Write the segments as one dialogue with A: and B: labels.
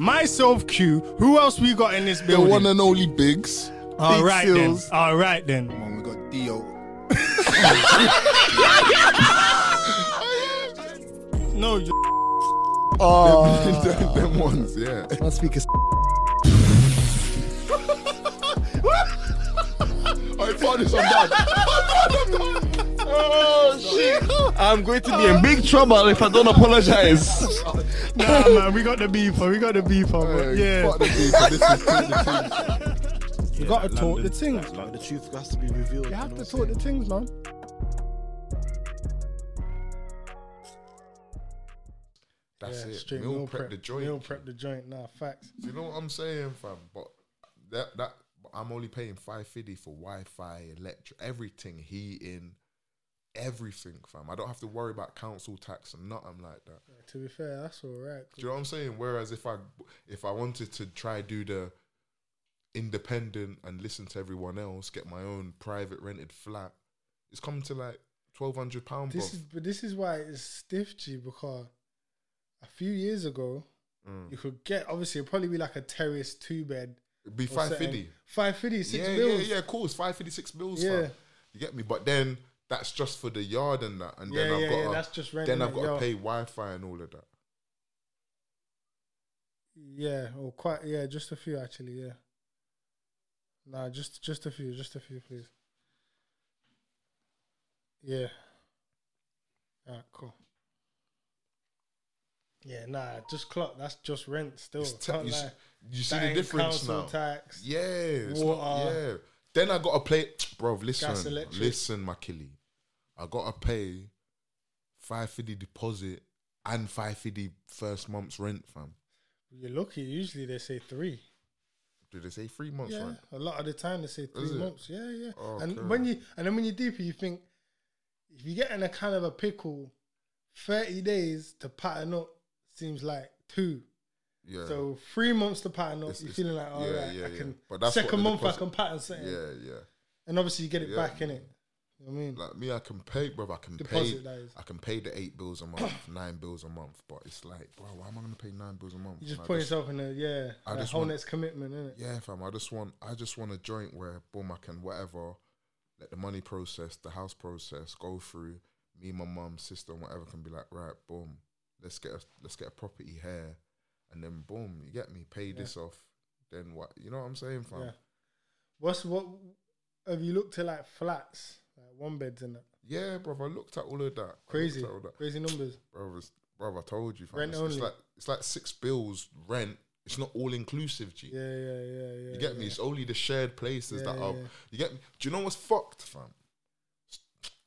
A: Myself, Q. Who else we got in this
B: The
A: building?
B: one and only Biggs.
A: All
B: Big
A: right then.
B: Seals.
A: All right then.
B: Come on, we got Dio.
A: No, you
C: Oh,
B: them, them ones, yeah.
C: my speaker's
B: I found this, I'm bad.
D: Oh shit! I'm going to be in big trouble if I don't apologize.
A: nah, man. We got the beeper. We got the beeper.
B: Uh,
A: But yeah.
B: fuck the people, this is the thing.
A: You gotta talk the things.
D: the truth has to be revealed.
A: You have to talk the things, man.
B: That's
A: Yeah,
B: it.
A: straight
B: Meal, prep, the joint.
A: Meal prep the joint. Nah, facts.
B: You know what I'm saying, fam? But that that but I'm only paying five fifty for Wi-Fi, electric, everything, heating, everything, fam. I don't have to worry about council tax and nothing like that.
A: To be fair, that's all right.
B: Do you know what I'm saying? Whereas if I if I wanted to try do the independent and listen to everyone else, get my own private rented flat, it's coming to like twelve hundred pound.
A: This is but this is why it's stiff G because a few years ago
B: Mm.
A: you could get obviously it'd probably be like a terrace two bed.
B: It'd be
A: or
B: five
A: something.
B: fifty.
A: 550, six
B: yeah,
A: bills.
B: Yeah, yeah, of course. Five fifty six bills.
A: Yeah.
B: Fam. You get me? But then that's just for the yard and that, and then
A: Yeah,
B: I've
A: yeah,
B: got
A: yeah,
B: to,
A: that's just renting
B: then I've
A: it,
B: got
A: yo.
B: to pay Wi Fi and all of that.
A: Yeah, or quite yeah, just a few actually, yeah. Nah, just just a few, just a few, please. Yeah. Alright, cool. Yeah, nah, just clock. That's just rent still.
B: It's te-
A: Oh, Can't
B: you, s-
A: lie.
B: you see
A: That
B: the
A: ain't
B: difference
A: council
B: now.
A: tax,
B: yeah, it's
A: water.
B: Not, yeah. Then I got to pay, bro.
A: Gas,
B: Listen,
A: electric.
B: listen, my killie. I got to pay five fifty deposit and five fifty first month's rent, fam.
A: You're lucky. Usually they say three.
B: Did they say three months
A: Yeah,
B: rent?
A: a lot of the time they say three
B: it?
A: months. Yeah, yeah.
B: Oh,
A: and
B: okay.
A: when you and then when you deeper, you think if you get in a kind of a pickle, thirty days to pattern up seems like two.
B: Yeah.
A: So three months to pattern up,
B: It's-
A: you're
B: it's-
A: feeling like, all right,
B: yeah, yeah,
A: I
B: yeah.
A: can.
B: But that's what
A: second
B: the
A: month, I
B: deposit-
A: can pattern something,
B: yeah, yeah.
A: and obviously you get it
B: Yeah.
A: back in it. You know what I mean,
B: Like me, I can pay, bro. I can
A: Deposit, that
B: pay.
A: is.
B: I can pay the eight bills a month, nine bills a month. But it's like, bro, why am I gonna pay nine bills a month?
A: you just
B: And I
A: put
B: just-
A: yourself in a yeah,
B: I
A: like
B: just
A: whole
B: want-
A: next commitment, innit?
B: Yeah, fam. I just want, I just want a joint where, boom, I can whatever, let the money process, the house process go through. Me, my mum, sister, and whatever can be like, right, boom, let's get a, let's get a property here, and then boom, you get me, pay this off. Then what? You know what I'm saying, fam?
A: Yeah. What's what? Have you looked at like flats, like one beds and that?
B: Yeah, bro. I looked at all of that. I looked
A: Crazy,
B: at all that.
A: crazy numbers.
B: Bro, it's, bro, I told you, fam.
A: Rent
B: it's,
A: only.
B: it's like it's like six bills rent. It's not all inclusive, G.
A: Yeah, yeah, yeah, yeah.
B: you get me?
A: yeah.
B: It's only the shared places that
A: Yeah,
B: are.
A: yeah.
B: You get me? Do you know what's fucked, fam?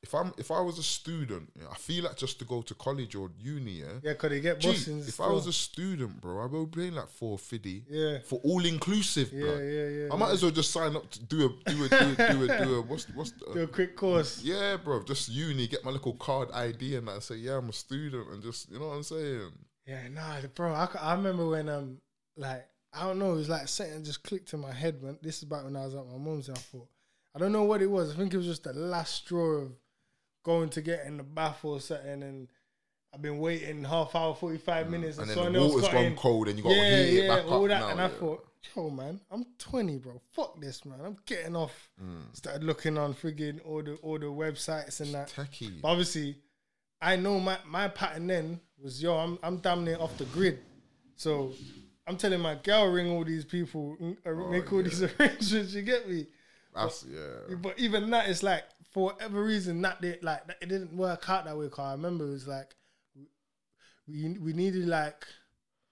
B: If I'm if I was a student, yeah, I feel like just to go to college or uni, yeah.
A: Yeah, because they get
B: Gee,
A: bossing.
B: if I was a student, bro, I'd be paying like four fifty
A: Yeah.
B: for all inclusive,
A: Yeah,
B: blood.
A: yeah, yeah,
B: I might
A: yeah.
B: as well just sign up to do a do a do a do a, do a what's what's the,
A: do a quick course.
B: yeah, bro, just uni, get my little card ID and that, and say, yeah, I'm a student, and just, you know what I'm saying?
A: Yeah, nah, bro. I, c- I remember when um like I don't know, it was like something just clicked in my head. When this is back when I was at my mum's, and I thought I don't know what it was. I think it was just the last straw of going to get in the bath or something, and I've been waiting half hour, forty five minutes,
B: Mm. And
A: and,
B: then
A: someone
B: the
A: else
B: water's
A: got
B: gone
A: in.
B: cold and you gotta
A: yeah,
B: heat it
A: yeah,
B: back
A: all
B: up
A: that,
B: now,
A: and I
B: yeah.
A: thought. Yo man, I'm 20, bro. Fuck this, man. I'm getting off.
B: Mm.
A: Started looking on friggin' all the all the websites and that.
B: Techie.
A: But obviously, I know my, my pattern then was yo, I'm I'm damn near off the grid. So I'm telling my girl ring all these
B: Oh,
A: people, mm, uh, make all these arrangements. You get me?
B: That's, yeah.
A: But even that, it's like for whatever reason that did like that- it didn't work out that way. Cause I remember it was like we we needed like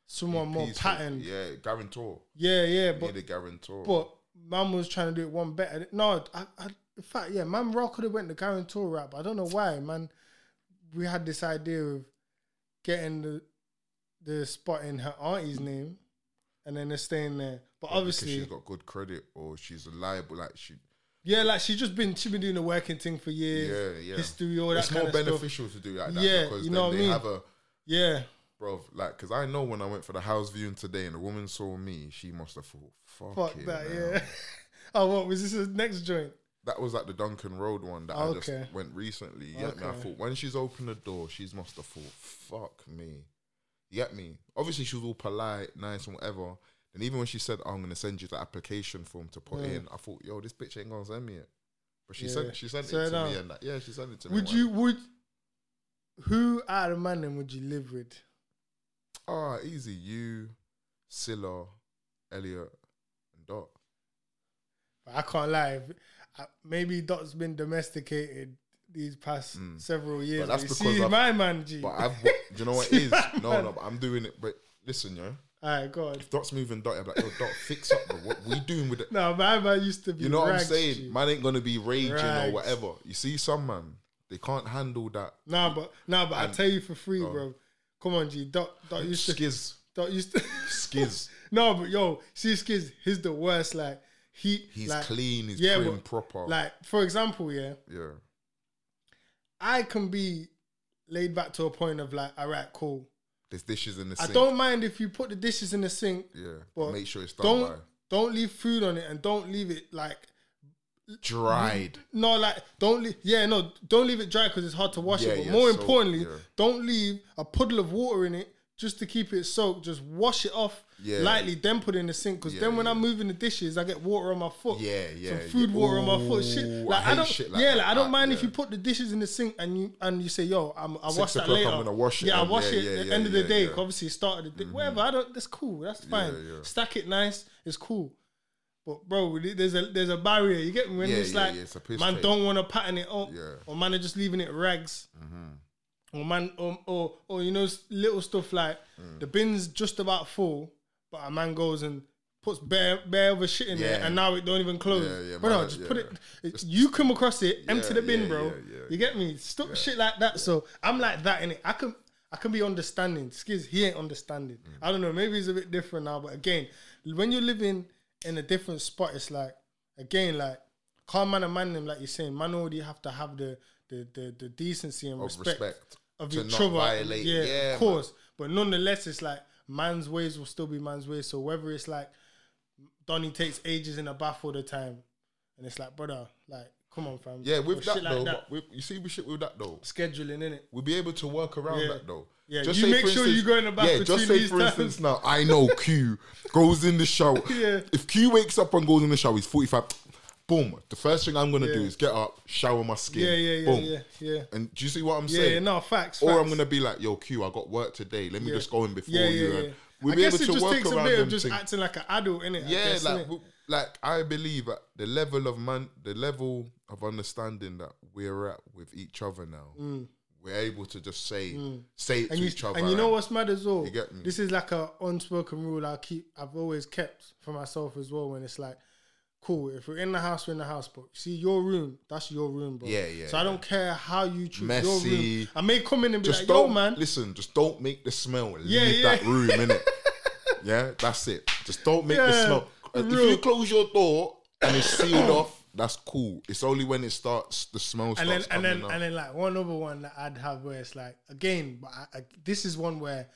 A: someone more
B: Peaceful.
A: patterned. Yeah,
B: Yeah, guarantor.
A: yeah,
B: Need
A: but
B: a guarantor.
A: but man was trying to do it one better. No, I, I, in fact, yeah, man, Raw could have went the guarantor route, but I don't know why, man. We had this idea of getting the the spot in her auntie's name, and then they're staying there. But
B: Because
A: obviously,
B: she's got good credit or she's reliable. Like she,
A: yeah, like she's just been she been doing the working thing for years.
B: yeah, yeah.
A: History, all that
B: it's
A: kind
B: more
A: of stuff.
B: beneficial to do like that
A: Yeah,
B: because
A: you
B: then
A: know what I
B: they
A: mean?
B: have a
A: Yeah,
B: bro. Like, because I know when I went for the house viewing today and the woman saw me, she must have thought, "Fuck,
A: fuck
B: it,
A: that.
B: man."
A: Yeah. oh, what was this? The next joint?
B: That was like the Duncan Road one that I
A: Okay.
B: just went recently. You get me? I
A: Okay.
B: thought when she's opened the door, she's must have thought, "Fuck me." You get me? Obviously, she was all polite, nice, and whatever. And even when she said, oh, "I'm gonna send you the application form to put in," I thought, "Yo, this bitch ain't gonna send me it." But she
A: Yeah.
B: sent she sent
A: So
B: it to
A: now-
B: me and that. yeah, she sent it to me.
A: Would
B: and
A: you would who out of man then would you live with?
B: Oh, easy. You, Silla, Elliot, and Dot.
A: I can't lie. if- I- Maybe Doc's been domesticated these past several years.
B: Mm. that's
A: But
B: because
A: you see,
B: I've-
A: my man G.
B: But I've, do you know what it is?
A: See,
B: No,
A: man.
B: no, but I'm doing it. But listen, yo,
A: All right, God.
B: Dot's moving Dot. I'm like, yo, Dot, fix up, bro. What we doing with it?
A: No, my man used to be.
B: You know what I'm
A: rags,
B: saying?
A: G.
B: Man ain't gonna be raging
A: Rags.
B: or whatever. You see, some man they can't handle that.
A: Nah, but nah, but I
B: And-
A: tell you for free, bro. Come on, G. Doc, Doc used to.
B: Skiz,
A: Doc used to.
B: skiz.
A: no, but yo, see, Skiz, he's the worst. Like he,
B: He's
A: like,
B: clean. He's
A: yeah,
B: prim,
A: but,
B: proper.
A: Like for example, yeah.
B: yeah,
A: I can be laid back to a point of like, all right, cool.
B: there's dishes in the
A: I
B: sink.
A: don't mind if you put the dishes in the sink,
B: yeah,
A: but
B: make sure it's done
A: don't
B: by.
A: don't leave food on it and don't leave it like
B: dried.
A: no, like don't leave. Yeah, no, don't leave it dry because it's hard to wash
B: Yeah,
A: it. But
B: yeah,
A: more
B: soak,
A: importantly,
B: yeah.
A: don't leave a puddle of water in it just to keep it soaked. Just wash it off
B: Yeah.
A: lightly, then put it in the sink. Because
B: Yeah,
A: then when
B: yeah.
A: I'm moving the dishes, I get water on my foot.
B: Yeah, yeah,
A: Some food
B: yeah.
A: water on my foot. Shit.
B: Ooh,
A: Like
B: I
A: I,
B: hate
A: don't.
B: shit like
A: yeah,
B: that.
A: like I don't
B: I-
A: mind if
B: yeah.
A: you put the dishes in the sink and you and you say, "Yo, I'm, I
B: Six
A: wash that
B: o'clock, I'm
A: later."
B: gonna wash it
A: Yeah, I
B: and
A: wash
B: yeah,
A: it.
B: yeah,
A: at the
B: yeah,
A: end of the
B: yeah,
A: day,
B: yeah.
A: obviously, start of the day. Whatever. I don't. That's cool. That's fine.
B: yeah.
A: Stack it nice. It's cool. But bro, there's a there's a barrier. You get me when
B: Yeah,
A: it's
B: yeah,
A: like
B: yeah, it's a piss
A: man
B: take.
A: don't want to pattern it up,
B: Yeah. Mm-hmm.
A: or man are just leaving it rags, or man or, or or you know s- little stuff like
B: Mm.
A: the bin's just about full, but a man goes and puts bare bare other shit in there,
B: Yeah.
A: and now it don't even close.
B: Yeah, yeah,
A: bro,
B: man,
A: just
B: yeah.
A: put it. it- you come across it, empty the bin,
B: yeah,
A: bro.
B: yeah, yeah,
A: you get me? Stuff shit like that. So I'm like that in it. I can. I can be understanding. Skiz, he ain't understanding.
B: Mm.
A: I don't know. Maybe it's a bit different now. But again, when you're living in a different spot, it's like again, like can't man and man them like you're saying. Man already have to have the the the, the decency and
B: Of
A: respect,
B: respect
A: of
B: to
A: each
B: not
A: other.
B: violate.
A: Yeah,
B: Yeah,
A: of course. But nonetheless, it's like man's ways will still be man's ways. So whether it's like Donny takes ages in a bath all the time, and it's like brother, like come on, fam.
B: Yeah, with
A: Or
B: that
A: shit like
B: though, but with, you see, with shit with that though,
A: scheduling in it.
B: we'll be able to work around
A: Yeah.
B: that though.
A: Yeah, you make
B: for
A: sure you go in the bath
B: Yeah, just
A: between
B: say
A: these
B: for
A: times.
B: instance now, I know Q goes in the shower.
A: Yeah.
B: If Q wakes up and goes in the shower, he's 45. Boom. The first thing I'm gonna do
A: Yeah.
B: is get up, shower my skin.
A: Yeah, yeah, yeah,
B: boom.
A: yeah, yeah.
B: And do you see what I'm
A: Yeah,
B: saying?
A: yeah, no facts.
B: Or I'm
A: facts.
B: gonna be like, yo, Q, I got work today. Let me
A: Yeah.
B: just go in before
A: Yeah,
B: you.
A: yeah,
B: and
A: yeah.
B: We'll
A: I
B: be
A: guess
B: able
A: it
B: to
A: just
B: work
A: takes a
B: around
A: bit
B: them
A: of just
B: things.
A: acting like an adult, innit? I
B: Yeah,
A: guess,
B: like
A: innit?
B: w- like I believe at the level of man, the level of understanding that we're at with each other now, we're able to just say say it
A: Mm. and
B: to
A: you,
B: each other.
A: and you know what's mad as well?
B: You get me?
A: This is like a unspoken rule I keep. I've always kept for myself as well. When it's like, cool, if we're in the house, we're in the house. But see, your room, that's your room, bro.
B: Yeah, yeah,
A: So I don't care how you choose your
B: Messy.
A: room. I may come in and be
B: Just
A: like, yo,
B: don't
A: man.
B: listen. Just don't make the smell leave
A: Yeah, yeah.
B: that room innit? yeah, that's it. Just don't make
A: Yeah,
B: the smell. Uh, If
A: real.
B: you close your door and it's sealed off, that's cool. It's only when it starts the smell starts
A: and then and
B: coming
A: then
B: up.
A: and then like one other one that I'd have where it's like again, but I, I, this is one where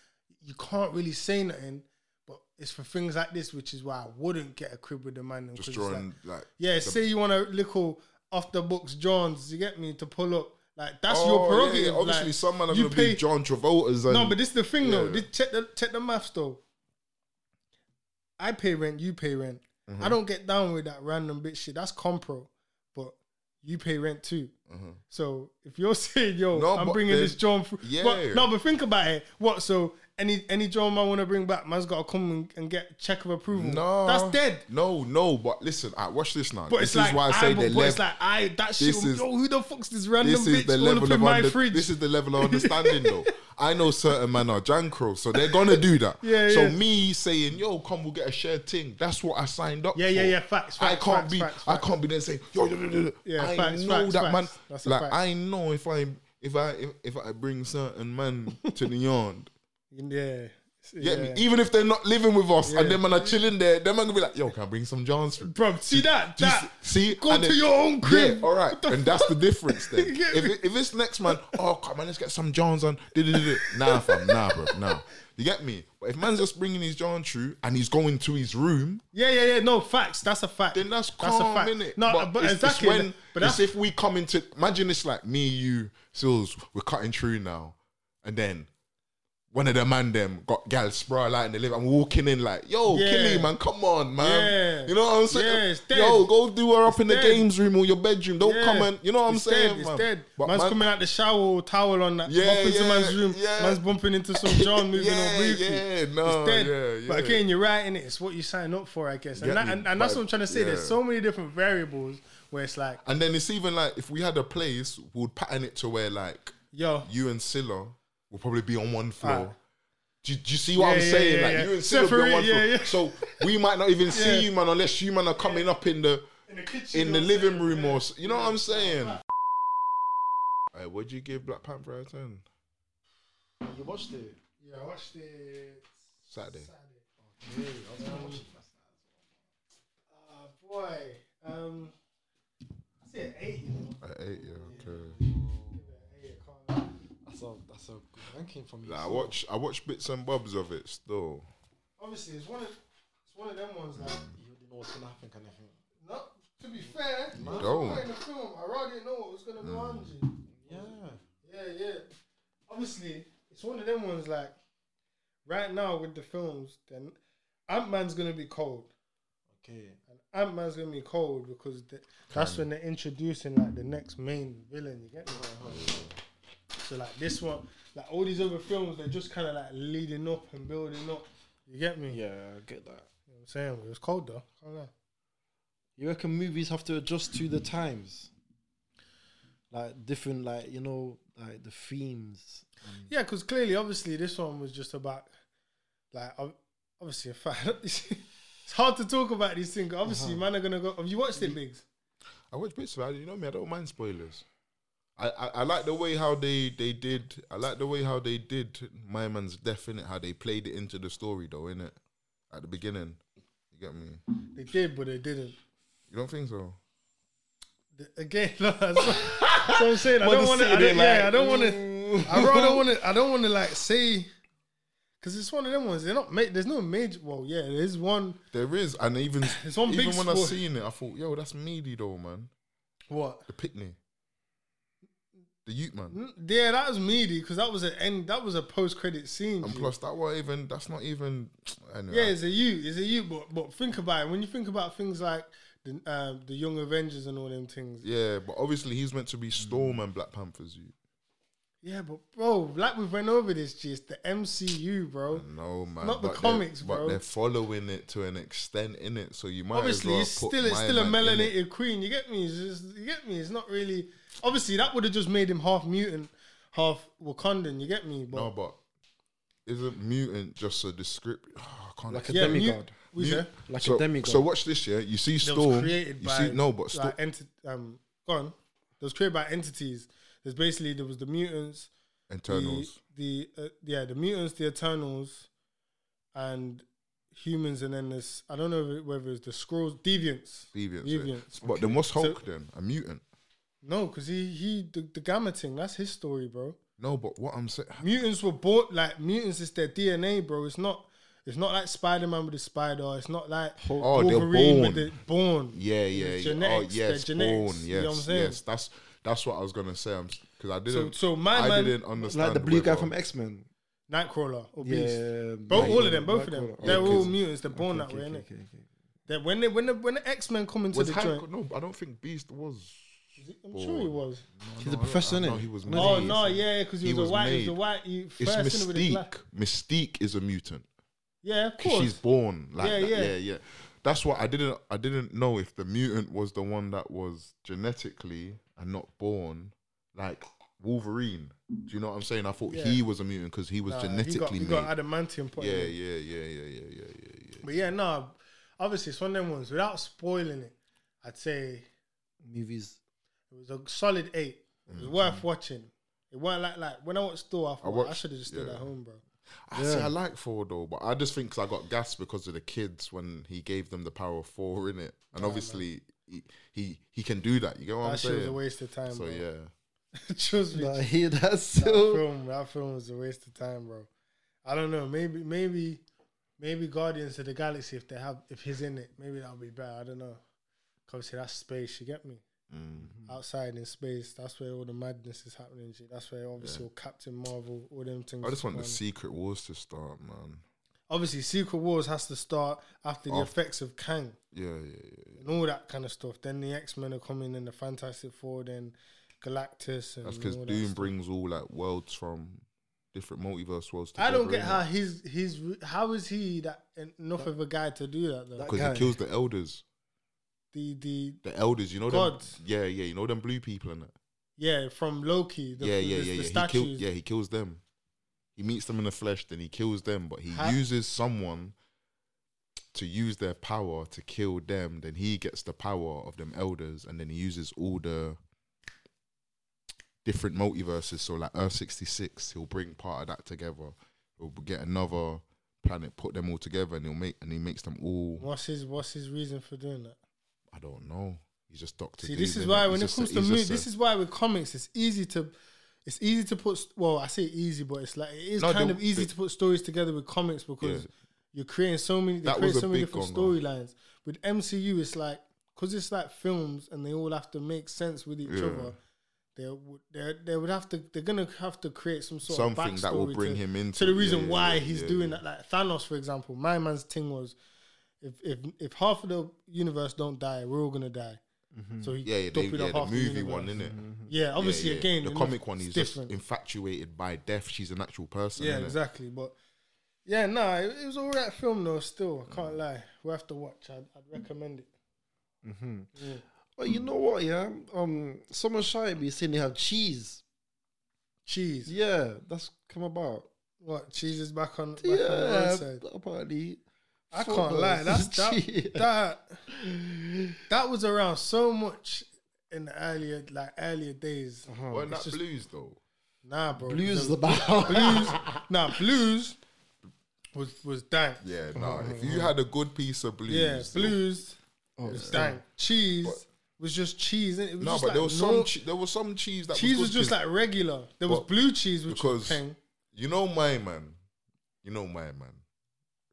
A: you can't really say nothing. But it's for things like this, which is why I wouldn't get a crib with the man. 'cause
B: just
A: it's like-
B: drawing like,
A: Yeah, say you want a little off the books Johns, you get me, to pull up. Like that's
B: Oh,
A: your
B: yeah, yeah.
A: prerogative.
B: Obviously,
A: like,
B: some man are
A: you
B: gonna
A: pay-
B: be John Travolta's. And
A: No, but this is the thing though.
B: Yeah.
A: This, check the check the maths though.
B: Mm-hmm.
A: I pay rent, you pay rent. I don't get down with that random bitch shit. That's compro. But you pay rent too. So if you're saying, "Yo,
B: Mm-hmm. No,
A: I'm
B: but
A: bringing this
B: then-
A: John," fr-
B: yeah.
A: but, no, but think about it. What? So any any John man want to bring back, man's got to come and, and get check of approval.
B: No,
A: that's dead.
B: No, no. But listen, I watch this now.
A: But
B: this
A: it's
B: is
A: like,
B: why I say they
A: but
B: left.
A: it's like I that shit.
B: This is-
A: yo, who the fuck's this random
B: this is
A: bitch
B: the
A: all up
B: level
A: in
B: of
A: my
B: under-
A: fridge?
B: this is the level of understanding though. I know certain men are jankro, so they're gonna do that.
A: Yeah,
B: so
A: yeah.
B: me saying, "Yo, come, we'll get a shared thing." That's what I signed up.
A: Yeah,
B: for.
A: yeah, yeah, facts,
B: I
A: facts,
B: can't
A: facts,
B: be.
A: facts,
B: I can't be then saying, "Yo, yo, yo, yo, yo."
A: Yeah,
B: I
A: facts,
B: know
A: facts,
B: that
A: facts.
B: man.
A: That's a
B: Like
A: fact.
B: I know if I if I if, if I bring certain man to the yard.
A: yeah,
B: Get me? Even if they're not living with us and
A: Yeah.
B: them man are chilling there, them man gonna be like, "Yo, can I bring some Johns?" through?"
A: bro. See that?
B: Do you
A: That
B: see, see?
A: go
B: And
A: to
B: then-
A: your own crib.
B: Yeah, all right,
A: What the
B: and that's the difference. Then,
A: You get
B: if,
A: me?
B: it, if it's next man, oh come on, let's get some Johns on. Du-du-du-du. Nah, fam, nah, bro, nah. You get me? But if man's just bringing his John through and he's going to his room,
A: Yeah, yeah, yeah. No facts. That's a fact.
B: then that's calm,
A: a fact.
B: innit?
A: No, but,
B: it's- it's
A: exactly.
B: when,
A: but
B: it's
A: that's
B: if we come into imagine it's like me, you, Sills, we're cutting through now, and then. One of the man them got gal sprawl out in the live. I'm walking in like, yo,
A: Yeah.
B: Killy, man, come on, man.
A: Yeah.
B: You know what I'm
A: Yeah,
B: saying?
A: it's dead.
B: yo, go do her up in
A: dead.
B: the games room or your bedroom. Don't
A: Yeah.
B: come and you know what I'm
A: It's
B: saying,
A: dead, it's
B: man.
A: dead.
B: But
A: man's
B: man-
A: coming out the shower, with towel on that.
B: Yeah,
A: Yeah, into
B: yeah,
A: man's room.
B: yeah.
A: Man's bumping into some John moving
B: Yeah,
A: on briefly.
B: yeah, no,
A: it's dead.
B: yeah,
A: But
B: yeah.
A: again, you're right in it. It's what you sign up for, I guess.
B: Get
A: And, that,
B: me,
A: and, and that's
B: but-
A: what I'm trying to say.
B: yeah.
A: There's so many different variables where it's like,
B: And then it's even like if we had a place, we would pattern it to where like
A: yo,
B: you and Silla will probably be on one floor.
A: Ah.
B: Do, do you see what
A: Yeah,
B: I'm
A: yeah,
B: saying?
A: yeah,
B: like
A: yeah.
B: you and Silla will be on one
A: Separate, yeah, yeah.
B: floor. So we might not even
A: Yeah.
B: see you, man, unless you man are coming up in the
A: in the kitchen,
B: in the
A: or
B: living
A: something,
B: room
A: yeah.
B: or s- you know what I'm saying. Hey, what'd you give Black Panther out of ten?
C: You watched it?
A: Yeah, I watched it.
B: Saturday.
A: Uh, boy, um, I say an eight. You know?
B: At eight, yeah, okay.
A: Eight, I can't lie.
C: That's a that's a good ranking from you.
B: Like, I watch I watch bits and bobs of it still.
A: Obviously, it's one of it's one of them ones that.
C: You already know what's gonna happen, kind of thing.
A: No, to be fair,
B: You
A: I was
B: don't.
A: in the film, I rather didn't know what was gonna go on. G.
C: Yeah.
A: Yeah, yeah. Obviously, it's one of them ones like right now with the films. Then Ant Man's gonna be cold.
C: Okay.
A: Ant Man's gonna be cold because the, that's when they're introducing like the next main villain. You get me?
C: Uh-huh.
A: So like this one, like all these other films, they're just kind of like leading up and building up. You get me?
C: Yeah, I get that.
A: You know what I'm saying it was cold though. Can't lie.
C: You reckon movies have to adjust to the times? Like different, like you know, like the themes.
A: Yeah, because clearly, obviously, this one was just about like ob- obviously a fact. it's hard to talk about these things. Obviously,
C: Uh-huh.
A: man are gonna go. Have you watched
C: Mm-hmm.
A: it, Biggs?
B: I watch bits of it. You know me. I don't mind spoilers. I, I, I like the way how they, they did. I like the way how they did my man's death in it. How they played it into the story though, in it at the beginning. You get me?
A: They did, but they didn't.
B: You don't think so?
A: The- Again, no, that's what, that's what I'm saying. I
C: Wanna
A: don't want to.
C: sit there
A: Yeah,
C: like,
A: I don't want to. I rather want to. I don't want to like say because it's one of them ones. They're not. Ma- there's no major. Well, yeah, there's one.
B: There is, and even
A: It's one
B: even
A: big
B: when I
A: spoil.
B: seen it, I thought, yo, that's meaty though, man.
A: What? Mm.
B: The picnic, the Ute man,
A: N- Yeah, that was meaty because that was an end. That was a post credit scene.
B: and
A: G.
B: plus that was even. That's not even. Anyway,
A: Yeah, it's a you, it's a you. But but think about it. When you think about things like the um, the Young Avengers and all them things. Yeah,
B: yeah, but obviously he's meant to be Storm and Black Panther's Ute.
A: but bro, like we've went over this, G, it's the MCU, bro.
B: No man,
A: Not the
B: but they're-
A: comics,
B: But
A: bro.
B: they're following it to an extent in it, so you might
A: Obviously, it's
B: as well put
A: still it's
B: my
A: still a
B: man in it.
A: melanated queen. You get me? It's just, you get me? It's not really. Obviously, that would have just made him half mutant, half Wakandan. You get me? But
B: No, but isn't mutant just a description? I can't.
C: Like a
A: yeah,
C: demigod.
A: mute- we
B: Mute-
A: said
C: Like
B: so,
C: a demigod.
B: So watch this, yeah. You see
A: that was
B: Storm.
A: created
B: you
A: by
B: see, no, but Storm.
A: like, enti- um, go on. It was created by entities. There's basically there was the mutants.
B: Eternals.
A: The, the uh, yeah, the mutants, the Eternals, and humans, and then this. I don't know whether it's the scrolls, deviants.
B: Deviants.
A: Deviants.
B: Yeah. But then what's
A: So-
B: Hulk then? A mutant?
A: No, because he he the, the gamma thing. That's his story, bro.
B: No, but what I'm saying.
A: Mutants were born like mutants. It's their DNA, bro. It's not. It's not like Spider Man with the spider. It's not like
B: Oh, they're born.
A: with the born.
B: Yeah, yeah,
A: It's
B: yeah.
A: genetics,
B: oh, yes,
A: they're genetics,
B: Born, yes,
A: you know what I'm saying?
B: yes. That's that's what I was gonna say. Because I didn't.
A: so my
B: I
A: man-
B: didn't understand.
C: like the blue guy
B: whether-
C: from X Men.
A: Nightcrawler or
C: Yeah,
A: Beast.
C: um,
A: Both, all
C: Nightcrawler,
A: of them, both of them.
C: Nightcrawler.
A: They're
B: Yeah,
A: all
B: 'cause-
A: mutants. They're born that way, innit? That when they when the when the X Men come into
B: Was
A: the
B: Hank?
A: joint,
B: No, I don't think Beast was.
A: I'm sure he was.
C: He's a professional,
B: No,
C: innit?
B: he was
C: No,
B: made.
A: Oh no, yeah, because he,
B: He
A: was
B: was
A: a white. He was a
B: made.
A: white. He, first
B: It's
A: in with his black.
B: Mystique. Mystique is a mutant.
A: Yeah, of
B: 'Cause
A: course.
B: She's born like
A: Yeah,
B: that.
A: yeah.
B: Yeah. yeah, That's what I didn't. I didn't know if the mutant was the one that was genetically and not born, like Wolverine. Do you know what I'm saying? I thought
A: Yeah.
B: he was a mutant because he was
A: Nah,
B: genetically
A: you got,
B: made.
A: You got adamantium. put in
B: yeah, yeah,
A: him.
B: yeah, yeah, yeah, yeah, yeah, yeah.
A: But yeah, no. Obviously, it's one of them ones. Without spoiling it, I'd say
C: Movies.
A: It was a solid eight. It was worth watching. It weren't like like when I watched Thor, I thought I,
B: Mm-hmm. watched-
A: should have just stayed
B: yeah.
A: at home, bro.
B: I see, I like Thor though, but I just think 'cause I got gassed because of the kids when he gave them the power of four in it, and obviously he, he he can do that. You get what I'm
A: Oh, that shit was a
B: saying?
A: waste of time,
B: So
A: bro.
B: yeah,
A: Trust me.
C: Nah,
A: That
C: hear that still.
A: film, that film was a waste of time, bro. I don't know. Maybe maybe maybe Guardians of the Galaxy if they have if he's in it, maybe that'll be better. I don't know. 'Cause Obviously that's space, you get me?
B: Mm-hmm.
A: Outside in space, that's where all the madness is happening. and shit. That's where obviously all Captain Marvel, all them things.
B: I just want the
A: going on.
B: Secret Wars to start, man.
A: obviously Secret Wars has to start after the
B: Oh.
A: effects of Kang.
B: Yeah, yeah, yeah.
A: and all that kind of stuff. Then the X Men are coming, and the Fantastic Four, then Galactus, and
B: That's because
A: all that
B: Doom
A: stuff.
B: brings all like worlds from different multiverse worlds.
A: I don't get
B: together,
A: how he's he's re- how is he that enough of a guy to do that though?
C: That-
B: because
C: guy-
B: he kills the elders.
A: the the
B: The elders, you know them.
A: Gods.
B: Yeah, yeah, you know them blue people and that.
A: yeah from Loki. The,
B: yeah, yeah,
A: the,
B: yeah,
A: the
B: yeah. He
A: statues.
B: kill, yeah, he kills them. He meets them in the flesh, then he kills them. But he
A: How-
B: uses someone to use their power to kill them. Then he gets the power of them elders, and then he uses all the different multiverses. So like Earth sixty six, he'll bring part of that together. He'll get another planet, put them all together, and he'll make and he makes them all.
A: What's his what's his reason for doing that?
B: I don't know. He's just Doctor.
A: See, this is why when it comes to movies, this is why with comics, it's easy to, it's easy to put. st- Well, I say easy, but it's like it is
B: No,
A: kind
B: the-
A: of easy
B: the-
A: to put stories together with comics because
B: Yeah.
A: you're creating so many. They
B: That
A: create
B: was a
A: so many
B: big
A: different
B: gong-gong.
A: storylines. With MCU, it's like because it's like films and they all have to make sense with each
B: Yeah.
A: other. They would they they would have to they're gonna have to create some sort
B: Something
A: of
B: that will
A: backstory
B: bring
A: to,
B: him into-
A: to the
B: yeah,
A: reason
B: yeah,
A: why
B: yeah,
A: he's
B: yeah,
A: doing
B: yeah.
A: that. Like Thanos, for example, my man's thing was if if if half of the universe don't die, we're all gonna die.
C: Mm-hmm.
A: So he
B: yeah, yeah, they,
A: copied
B: yeah
A: up
B: the
A: half
B: movie
A: universe. Mm-hmm.
B: one, is it?
A: Yeah, obviously
B: yeah, yeah.
A: again
B: the
A: you know,
B: comic one,
A: it's
B: he's
A: different.
B: just infatuated by death. She's an actual person.
A: yeah,
B: innit?
A: exactly. But yeah, nah, it, it was all right film though. Still, I
B: Mm.
A: can't lie. We have to watch. I'd, I'd recommend it.
C: But you know what? Yeah, um, someone shy at me saying they have cheese.
A: Cheese.
C: Yeah, that's come about.
A: What cheese is back on? Back on the
C: Yeah,
A: roadside.
C: apparently.
A: I can't lie. That's that, that. That was around so much in the earlier, like earlier days.
B: Well, not
A: just-
B: blues though.
A: Nah, bro.
C: Uh-huh. Blues is
A: The-
C: about.
A: blues. Nah, blues was was dank.
B: Yeah, no. if you had a good piece of blues,
A: oh, Yeah,
B: though- Oh,
A: blues was dank. Cheese
B: But-
A: was just cheese. innit? It was
B: No,
A: just
B: but
A: like
B: there was
A: no-
B: some. Che- there was some cheese that
A: cheese was
B: good
A: just
B: to-
A: like regular. There was
B: But
A: blue cheese, which
B: because
A: was peng.
B: you know my man, you know my man,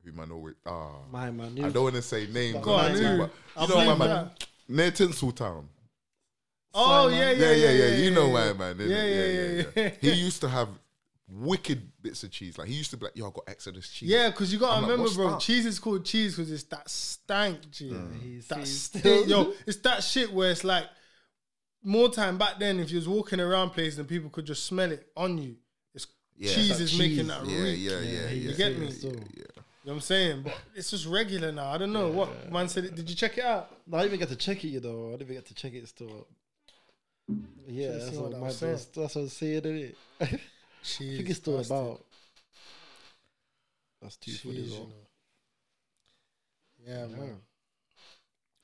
B: who man always ah.
C: My man,
B: I don't want to say names,
A: Go on,
B: but
A: who? I'll
B: you know my
A: blame
B: man,
A: that.
B: near Tinseltown.
A: Oh
C: Simon.
B: Yeah,
A: yeah, yeah,
B: yeah, yeah.
A: yeah,
B: You know
A: yeah,
B: why,
A: yeah.
B: man. innit?
A: Yeah, yeah, yeah, yeah.
B: He used to have wicked bits of cheese. Like he used to be like, "Yo, I got Exodus cheese."
A: Yeah, because you gotta
B: I'm like,
A: remember,
B: what's
A: bro.
B: that?
A: Cheese is called cheese because it's that stank cheese.
C: Mm. He's-
A: That
C: he's
A: stank-
C: still-
A: yo, it's that shit where it's like more time back then. If you was walking around places and people could just smell it on you, it's
B: Yeah.
A: cheese
B: That
A: is
C: cheese,
A: making that
B: yeah,
A: reek.
B: yeah, yeah, yeah.
C: you
B: yeah,
A: get
B: yeah,
A: me?
B: yeah, yeah.
A: You know what I'm saying? But it's just regular now. I don't know what man said. It. Did you check it out?
C: I didn't even get to check it, you know. I didn't even get to check it still. Yeah,
A: Should've
C: that's
A: seen
C: what,
A: what I
C: my,
A: was
C: that's,
A: saying.
C: that's what I'm saying, innit? I
A: Cheese.
C: think it's still
A: bastard.
C: about. That's two for
A: Jeez,
C: this
A: you
C: one.
A: know. Yeah, man.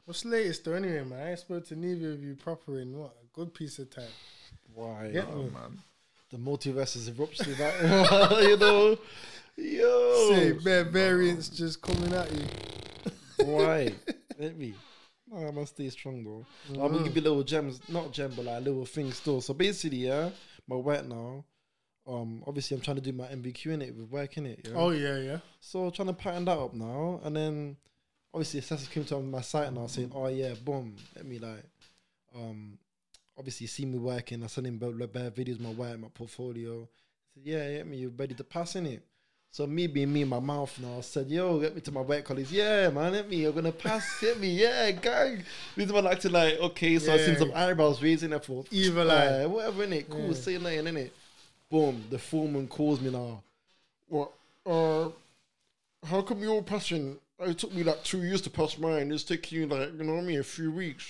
A: What's the latest though? Anyway, man, I ain't spoke to neither of you proper in what a good piece of time.
C: Why?
A: Get
B: Oh,
A: me.
B: man.
C: The multiverse is erupting that, you know? Yo!
A: Say, bare variants just coming at you.
C: Why? Let me. Nah, I must stay strong though. I'm gonna give you little gems, not gem, but like little things still. So basically, yeah, my work now. Um, obviously, I'm trying to do my MBQ in it with work in it. Yeah?
A: Oh yeah, yeah.
C: So trying to pattern that up now, and then obviously Assassin's came to my site and I was saying, "Oh yeah, boom, let me like, um, obviously see me working. I sent him bare, bare videos, my work, my portfolio. He said, yeah, yeah, me, you're ready to pass in it. So me being me in my mouth now, I said, yo, get me to my white colleagues. Yeah, man, hit me. You're gonna pass, hit me. Yeah, gang. These men like to like, okay, so I seen
A: Yeah.
C: some eyebrows raising. I thought,
A: Evil
C: uh,
A: eye.
C: whatever innit, cool, say nothing innit. Boom, the foreman calls me now. What? Uh, how come your passion? It took me like two years to pass mine. It's taking you like you know what I mean, a few weeks.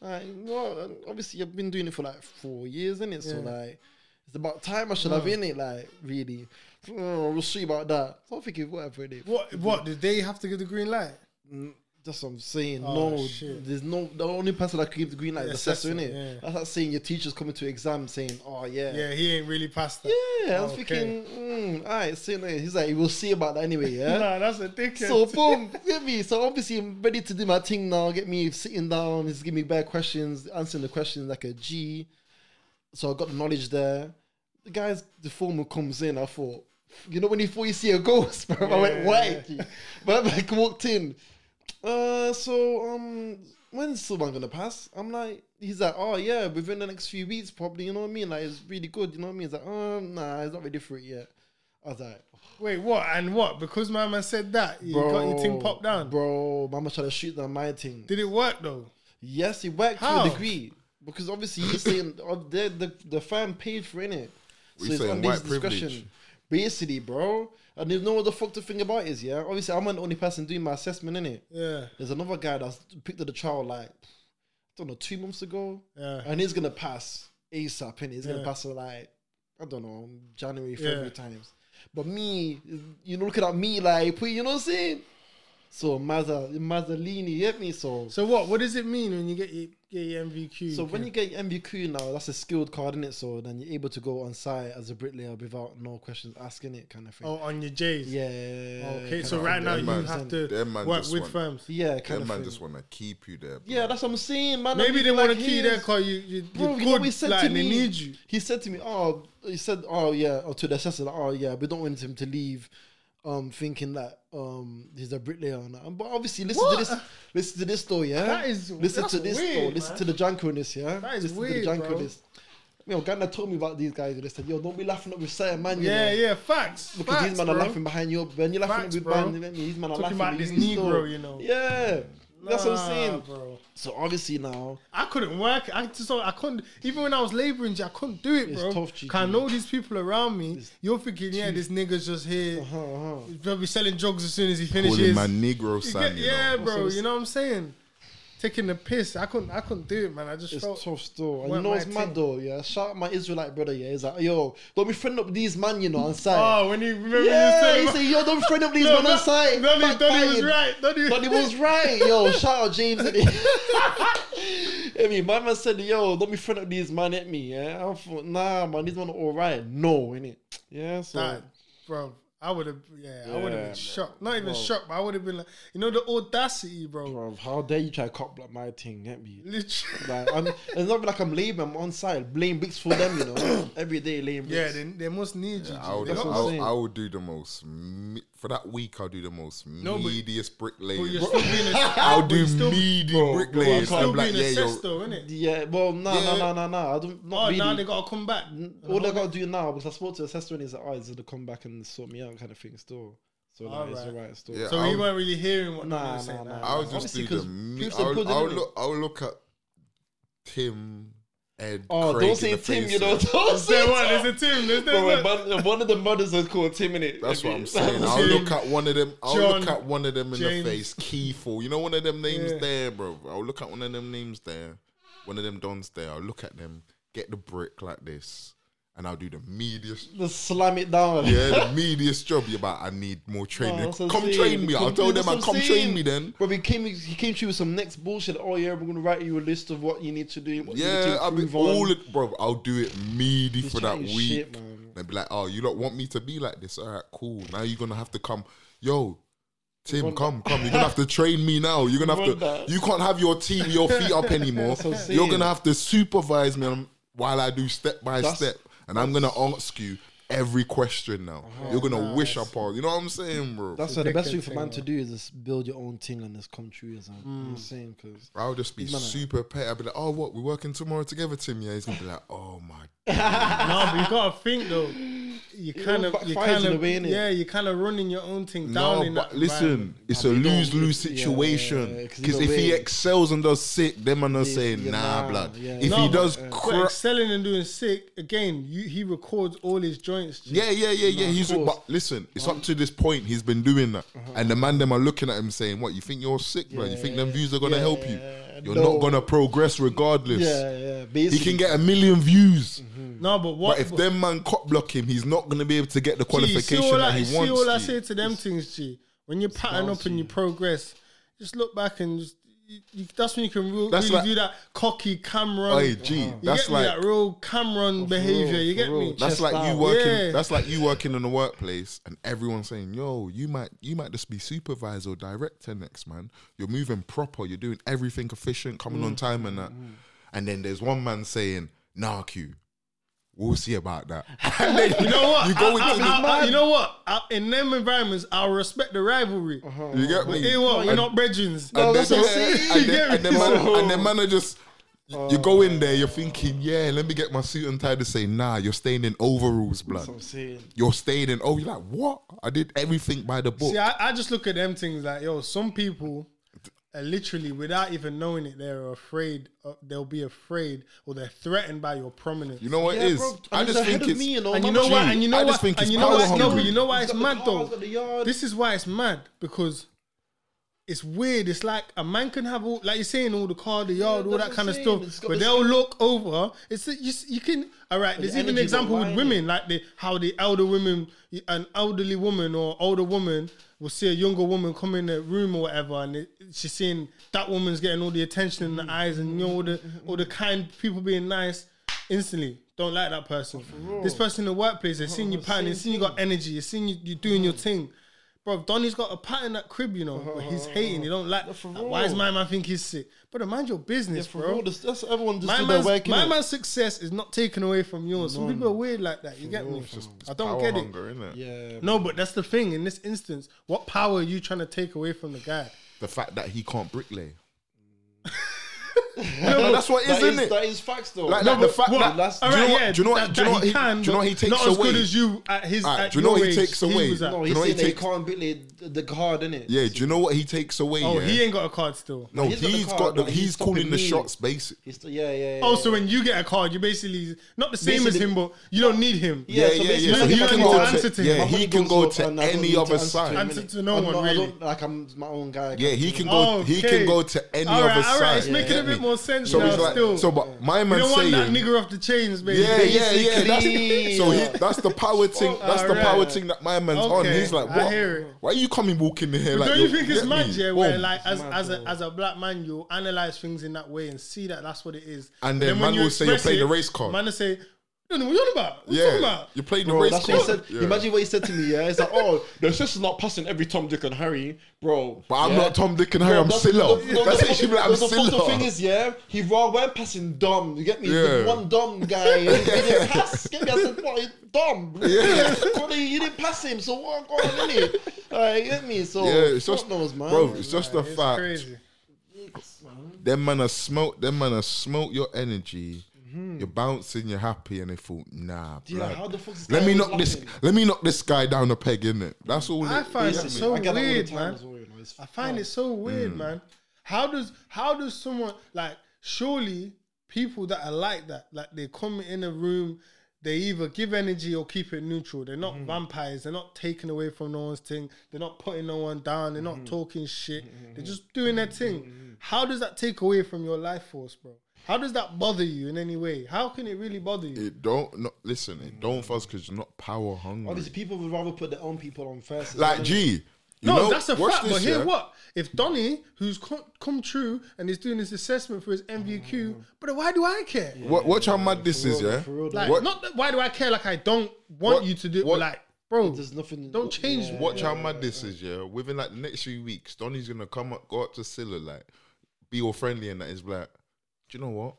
C: Like, no, obviously I've been doing it for like four years, innit? So
A: Yeah.
C: like, it's about time I should have in it. Like, really, oh, we'll see about that. So I'm thinking, whatever it is.
A: What? What? Did they have to give the green light?
C: Mm, That's what I'm saying.
A: Oh,
C: no,
A: shit.
C: there's no. The only person that can give the green light is the assessor,
A: assessor,
C: innit?
A: yeah.
C: That's like saying your teacher's coming to exam saying, "Oh
A: Yeah, he ain't really passed that.
C: yeah, I was
A: Okay.
C: thinking, mm, all right, see you later. He's like, we'll see about that anyway, yeah?
A: Nah, that's a dickhead.
C: so, boom, get me. So, obviously, I'm ready to do my thing now. Get me sitting down. He's giving me bad questions, answering the questions like a G. So, I got the knowledge there. The guy's, the foreman comes in. I thought, you know, when you thought you see a ghost, bro, I went, why? But I walked in. Uh, so, um, when's someone gonna pass? I'm like, he's like, oh yeah, within the next few weeks, probably. You know what I mean? Like, it's really good. You know what I mean? He's like, oh nah, it's not ready for it yet. I was like,
A: Wait, what? And what? Because my man said that, you
C: bro,
A: got your thing popped down.
C: bro. Mama tried to shoot down my thing.
A: Did it work though?
C: Yes, it worked
A: How?
C: to a degree because obviously he's saying oh, the the the fan paid for it.
B: you saying, white privilege?
C: Basically, bro, and there's no other fucked thing about it is yeah. Obviously, I'm not the only person doing my assessment in it.
A: Yeah.
C: There's another guy that's picked up the child like, I don't know, two months ago.
A: Yeah.
C: And he's gonna pass ASAP and he's gonna
A: Yeah.
C: pass it like, I don't know, January, February
A: Yeah.
C: times. But me, you know, looking at me like, you know what I'm saying? So Mazza, Mazzalini, you get me? So, so,
A: So what? What does it mean when you get your, get your MVQ?
C: when you get your MVQ now, that's a skilled card in it. So then you're able to go on site as a bricklayer without no questions asking it kind of thing.
A: oh on your J's.
C: Yeah.
A: Okay.
C: kind
A: So
C: of
A: right
C: thing.
A: now you
B: man-
A: have to
B: them man
A: work
B: just
A: with
B: want-
A: firms.
C: Yeah, kind
B: Them
C: of
B: man
C: thing.
B: just want to keep you there.
C: yeah, that's what I'm saying, man.
A: Maybe
C: I'm
A: they
C: like,
A: want to key their
C: here's-
A: car. You you,
C: Bro,
A: you're
C: you know what
A: good,
C: he said
A: like,
C: to
A: they
C: me?
A: need you.
C: He said to me, "Oh, he said, oh yeah, oh to the assessor, like, oh yeah, we don't want him to leave, um, thinking that um he's a bricklayer or not." But obviously, listen to
A: What?
C: this, listen to this though, yeah.
A: That is-
C: listen
A: that's
C: to this
A: weird,
C: though, listen
A: man.
C: to the drunkenness, yeah.
A: That is
C: listen
A: weird,
C: to the
A: bro.
C: drunkenness. Yo, Ghana told me about these guys. They said, "Yo, don't be laughing up with certain man." you
A: Yeah,
C: know,
A: yeah. Facts.
C: Because
A: facts,
C: these men
A: bro.
C: are laughing behind you. When you're laughing
A: Facts,
C: with
A: bro.
C: man, you know what I mean? these men are
A: Talking
C: laughing
A: about
C: at
A: this
C: you still.
A: Negro, you know.
C: Yeah, that's what I'm
A: Nah,
C: saying.
A: bro.
C: So obviously now,
A: I couldn't work. I just I couldn't even when I was labouring. I couldn't do it,
C: It's
A: bro.
C: tough, G,
A: Cause I
C: G.
A: know these people around me. You're thinking, yeah, this nigga's just here.
C: uh-huh, uh-huh.
A: He's probably selling drugs as soon as he
B: Calling
A: finishes.
B: my Negro
A: You
B: son,
A: get-
B: you
A: yeah,
B: know.
A: bro. You know what I'm saying? Taking the piss. I couldn't. I couldn't do it, man. I just
C: It's
A: felt.
C: tough still. And you
A: Weren't
C: know
A: my
C: it's mad
A: team.
C: though, yeah. Shout out my Israelite brother, yeah. He's like, yo, don't be friend up these man, you know, on site.
A: Oh, when he remember
C: yeah, he
A: you
C: said,
A: said.
C: yo, don't friend up these man on site.
A: Donny, Donny was
C: Backbiting.
A: right. Donny,
C: Donny was right. Yo, shout out James. I mean, my man said, yo, don't be friend up these man at me, yeah. I thought, nah, man, these man are alright. No, innit? Yeah, so
A: Nah, bro. I would have, yeah, I would have
C: Yeah,
A: been shocked. Not even shocked, but I would have been like, you know, the audacity, bro.
C: bruv, how dare you try to cop like my thing, get me?
A: Literally.
C: Like I'm it's not like I'm labouring, I'm on site, blame bricks for them, you know. Every day laying bricks.
A: Yeah, they, they must need you.
B: I would,
A: They
B: I,
A: got-
C: what I'm
B: would,
C: saying.
B: I would do the most me- for that week. I'll do the most
A: No, but-
B: meatiest
A: but
B: bricklaying.
A: you're still being a,
B: I'll
A: but
B: do
A: you're still,
B: meaty bricklaying.
A: still
B: I'm like,
A: being
B: yeah,
A: assessed,
B: yo,
A: though, innit?
C: Yeah, uh, well, nah,
B: Yeah.
C: nah, nah, nah, nah. I don't. Not
A: Oh,
C: really.
A: now they gotta come back.
C: All they gotta do now because I spoke to the assessor and he's like, "Oh, he's gonna come back and sort me out," kind of thing. Still, so like, it's
A: Alright.
C: alright. Still,
B: Yeah.
A: So
B: I'll-
A: we weren't really hearing what
C: Nah,
A: they were saying.
C: nah, nah.
B: I'll just
C: Obviously,
B: do the.
C: 'cause
B: Me-
C: people
B: I'll,
C: put it
B: I'll
C: in
B: look. I'll look at Tim, Ed.
C: oh,
B: Craig
C: don't
B: in
C: say
B: the
C: Tim,
B: face,
C: you know.
B: man.
C: Don't
A: Say
C: say
A: what?
C: Tim.
A: There's a team. There's
C: Bro,
A: no.
C: one- uh, one of the mothers is called Tim in it.
B: That's what I'm saying. I'll
A: Tim,
B: look at one of them. I'll
A: John,
B: look at one of them in
A: James.
B: the face. Keyful. You know, one of them names
A: Yeah.
B: there, bro. I'll look at one of them names there. One of them dons there. I'll look at them. Get the brick like this, and I'll do the meatiest.
C: Just slam it down. Oh,
B: Yeah, the meatiest job. You're about. I need more training.
C: that's what I'm
B: come
C: saying.
B: train me. I'll
C: Come-
B: tell
C: that's
B: them.
C: what
B: I
C: I'm
B: come
C: saying.
B: train me then.
C: Bro, he came. He came through with some next bullshit. Oh yeah, we're gonna write you a list of what you need to do. What you need
B: Yeah,
C: to
B: I'll be
C: improve on.
B: all it, bro. I'll do it meaty
C: Just
B: for that
C: chatting
B: week.
C: shit, man.
B: They'd be like, "Oh, you don't want me to be like this? All right, cool. Now you're gonna have to come, yo, Tim, come, come. You're gonna have to train me now. You're gonna have to.
C: Run that.
B: You can't have your team, your feet up anymore.
C: what I'm
B: you're
C: saying.
B: gonna have to supervise me on- while I do step by
C: That's-
B: step, and I'm gonna ask you every question now. you're gonna wish upon. You know what I'm saying, bro?
C: Oh, That's what the best thing for
A: thing,
C: man to do is just build your own thing and this country as I'm saying because
B: I'll just be
C: man are-
B: super petty. I'll be like, "Oh, what? We're working tomorrow together, Tim? Yeah." He's gonna be like, "Oh my
A: No, but you gotta think though. you
C: It
A: kind
C: all
A: of, you
C: backfires
A: kind
C: in a
A: of,
C: way, innit?
A: yeah, you're kind of running your own thing down.
B: No,
A: in
B: but
A: that
B: listen,
A: environment.
B: it's a
C: But they don't-
B: lose lose
C: yeah, yeah,
B: situation.
C: yeah, 'cause
B: Because
C: either
B: if he
C: way-
B: excels and does sick, them man are
C: Yeah,
B: saying,
C: yeah,
B: nah,
C: nah,
B: blood.
C: yeah.
B: If
C: No,
B: he
A: but-
B: does
A: but
B: crap.
A: excelling and doing sick again. You, he records all his joints. G.
B: Yeah, yeah, yeah, yeah.
C: of
B: He's
C: course.
B: but listen, it's up to this point. He's been doing that, and the man them are looking at him saying, "What you think you're sick, bro? You think them views are gonna help you?
C: yeah,
B: You're
C: no.
B: not gonna progress regardless.
C: Yeah, yeah.
B: He
C: Basically,
B: can get a million views,
A: No, but what?
B: but if
A: but-
B: them man cop block him, he's not gonna be able to get the
A: G, you
B: qualification
A: see all
B: that
A: I,
B: he
A: see
B: wants.
A: all I
B: G.
A: say to them things, G. When you pattern up and you progress, just look back and just, you, you, that's when you can real,
B: That's
A: really
B: like-
A: do that cocky Cameron.
B: Oi, G,
A: you
B: that's
A: get me?
B: like-
A: that real Cameron behavior.
C: real,
A: you
C: for
A: get
C: real.
A: me?
B: That's
C: chest
B: like
C: out.
B: you working.
A: Yeah.
B: That's like you working in the workplace, and everyone's saying, "Yo, you might, you might just be supervisor or director next, man. You're moving proper. You're doing everything efficient, coming on time, and that." And then there's one man saying, "Nah, Q, we'll see about that." And then
A: You know what?
B: You go
A: I- I-
B: into
A: I-
B: the,
A: I- you know what? I, in them environments, I'll respect the rivalry.
B: you get
A: But
B: me?
A: hey, what? We're
B: And-
A: not brethrens.
B: And
C: Uh-huh. that's
B: then-
C: what I'm saying.
B: and then-
A: You
B: and
A: get
B: then
A: me?
B: man- and then man are just. You go in there, you're thinking, yeah, let me get my suit and tie to say, nah, you're staying in overalls, blood.
C: That's what I'm saying.
B: you're staying in. Oh, you're like, what? I did everything by the book.
A: See, I, I just look at them things like, yo, some people are literally, without even knowing it, they're afraid, of, they'll be afraid or they're threatened by your prominence.
B: you know what it
C: Yeah,
B: is?
C: bro,
B: I,
C: mean,
B: just
C: they're ahead
B: think
C: of
B: it's.
C: me, you know,
A: and
C: my
A: you know
C: man-
A: what? And you know
B: I just
A: what?
B: think
A: and
B: he's
A: you know what?
B: power
A: No,
B: hungry.
A: but you know why it's
C: got
A: mad
C: the cars, got the
A: though.
C: yard.
A: This is why it's mad because it's weird. It's like a man can have all, like you're saying, all the car, the yard, all
C: that's
A: that kind of
C: what I'm saying.
A: stuff,
C: It's got
A: but
C: the
A: they'll look over. It's that you, s- you can. All right, there's
C: the
A: even an
C: energy
A: example with
C: behind
A: women, like the how the elder women, an elderly woman or older woman will see a younger woman come in the room or whatever, and it, she's seeing that woman's getting all the attention in the eyes, and you know all the all the kind people being nice instantly. Don't like that person. This person in the workplace, they're
C: Oh,
A: seeing you pattern, they're seeing you got energy, they're seeing you, you doing your thing. Bro, Donny's got a pattern at crib, you know, but he's hating. He don't like.
C: for
A: Like, Why is
C: real.
A: my man think he's sick? But mind your business,
C: Yeah, for
A: bro.
C: real, that's, that's everyone just
A: My
C: do their
A: man's,
C: work.
A: my
C: innit?
A: man's success is not taken away from yours. Some people are weird like that. You get me? I don't get it.
C: Yeah,
A: No, but that's the thing. In this instance, what power are you trying to take away from the guy?
B: The fact that he can't bricklay. no, that's what it is,
C: that
B: isn't
C: is,
B: it?
C: that is facts though.
B: Like, like the fact
A: What?
B: that
C: That's-
B: do
A: All
B: you
A: right,
B: know what-
A: yeah,
B: do you know what-
A: that-
B: do you know
A: that
B: what
A: he
B: he-
A: can,
B: do you know what he
A: but
B: takes
A: Not as good
B: away?
A: as you at his.
B: Alright,
A: at
B: do you know
A: your
B: what he
A: age
B: takes away?
A: was at.
C: no,
B: Do
C: he
B: you know what
C: said
B: he
C: they
B: takes-
C: can't beat the, the guard in it.
B: yeah, do you know what he takes away?
A: Oh,
B: yeah?
A: he ain't got a card still.
B: no,
C: he's got the
B: he's
C: card,
B: got the,
C: but
B: he's,
C: he's
B: calling
C: stopping
B: the
C: me.
B: shots, basically.
C: He's the- yeah, yeah, yeah.
A: Oh, so when you get a card, you're basically not the same as
C: Basically-
A: him, but you don't need him.
B: Yeah,
C: Yeah,
B: yeah,
C: so
B: yeah.
C: basically
B: So he
A: you
B: can
A: don't need
B: go
A: to
B: to
A: answer to
B: yeah,
A: him.
B: he
C: Nobody
B: can
C: goes
B: go
C: up
B: to
C: and I don't
B: any
C: need to
B: other
C: answer to him,
B: side.
A: Answer
C: innit?
A: to no
C: I'm
A: one,
C: not- I
A: really.
C: don't- Like I'm my own guy.
B: Yeah, he can go. He
A: Okay.
B: can go to any
A: Alright,
B: other
A: alright,
B: side.
A: it's making
B: you
A: a
B: get
A: bit
B: me?
A: more sense
B: So
A: now
B: he's like,
A: still.
B: so but my
A: You
B: man
A: don't want that
B: saying,
A: nigger off the chains, baby.
B: Yeah, yeah, yeah. That's,
C: Basically.
B: so he, that's the power thing. That's the power
A: Oh, Alright.
B: thing that my man's on.
A: Okay,
B: He's like,
A: I
B: what?
A: hear it.
B: Why are you coming walking in here?
A: But
B: like,
A: don't you
B: you're-
A: think it's
B: get
A: mad,
B: me?
A: yeah? Where
B: Boom.
A: like as as a, as a black man, you analyze things in that way and see that that's what it is.
B: And then man
A: when you
B: will say you're
A: express
B: playing the
A: it,
B: race card.
A: Man will say, "No, no, what you on about? What you talking
B: yeah,
A: about?"
B: you're playing the
C: Bro,
B: race
C: that's
B: card.
C: what he said.
B: Yeah.
C: Imagine what he said to me. Yeah, it's like, oh, the sister's not passing every Tom, Dick, and Harry, bro.
B: But I'm
C: yeah.
B: not Tom, Dick, and Harry. I'm
C: that's-
B: Silla.
C: the- the-
B: That's
C: the-
B: it. She be like, I'm
C: the- the fucked up thing
B: Silla.
C: is, yeah, he raw went passing Dom. You get me?
B: Yeah.
C: The one Dom guy. He didn't pass. Get me? I said, what? Dom. Yeah. you didn't pass him, so what going on in it? Like, you get me? So,
B: Yeah, it's just,
C: fuck knows, man.
B: bro. It's just the
A: It's
B: fact.
A: crazy.
B: Them man are smoke. Them man are smoke your energy.
C: Mm-hmm.
B: You're bouncing. You're happy, and they thought, nah,
C: Yeah,
B: blood.
C: how the fuck is
B: Let
C: guy
B: me
C: always
B: knock this.
C: laughing?
B: Let me knock this guy down a peg, innit? That's all.
A: I
B: it-
A: find it
B: yeah.
A: so
C: I get that all the
A: weird,
C: time
A: man.
C: as well, you know, it's
A: I find it so weird,
B: Hmm.
A: man. How does how does someone like surely people that are like that, like they come in a room, they either give energy or keep it neutral. They're
B: Hmm.
A: not vampires. They're not taking away from no one's thing. They're not putting no one down. They're
B: Hmm.
A: not talking shit. They're just doing their thing. How does that take away from your life force, bro? How does that bother you in any way? How can it really bother you?
B: It don't no, listen. It don't fuzz because you're not power hungry.
C: Obviously, people would rather put their own people on first.
B: Like G, you
A: No,
B: know,
A: that's a
B: watch
A: fact.
B: this,
A: but hear
B: yeah?
A: what? If Donny, who's come, come true and is doing his assessment for his
B: Hmm.
A: MVQ, but why do I care?
B: Wa- watch how mad this is, yeah.
C: for real,
A: Like,
B: What-
A: not that, why do I care? Like, I don't want
B: What-
A: you to do. it,
B: what-
A: but like, bro,
C: There's nothing.
A: don't change.
C: Yeah.
A: What?
B: Watch how mad this is, yeah. Within like the next few weeks, Donny's gonna come up, go up to Silla, like, be all friendly, and that is like, do you know what?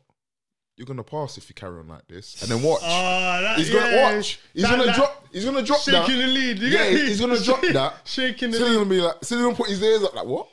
B: You're gonna pass if you carry on like this, and then watch.
A: Ah, that-
B: he's gonna
A: yeah.
B: watch. He's
A: That-
B: gonna
A: that-
B: drop. He's gonna drop that.
A: Shaking the lead. You
B: yeah,
A: get me?
B: he's gonna drop that.
A: Shaking the
B: Silla's
A: lead.
B: gonna be like, Silla's gonna put his ears up, like, what?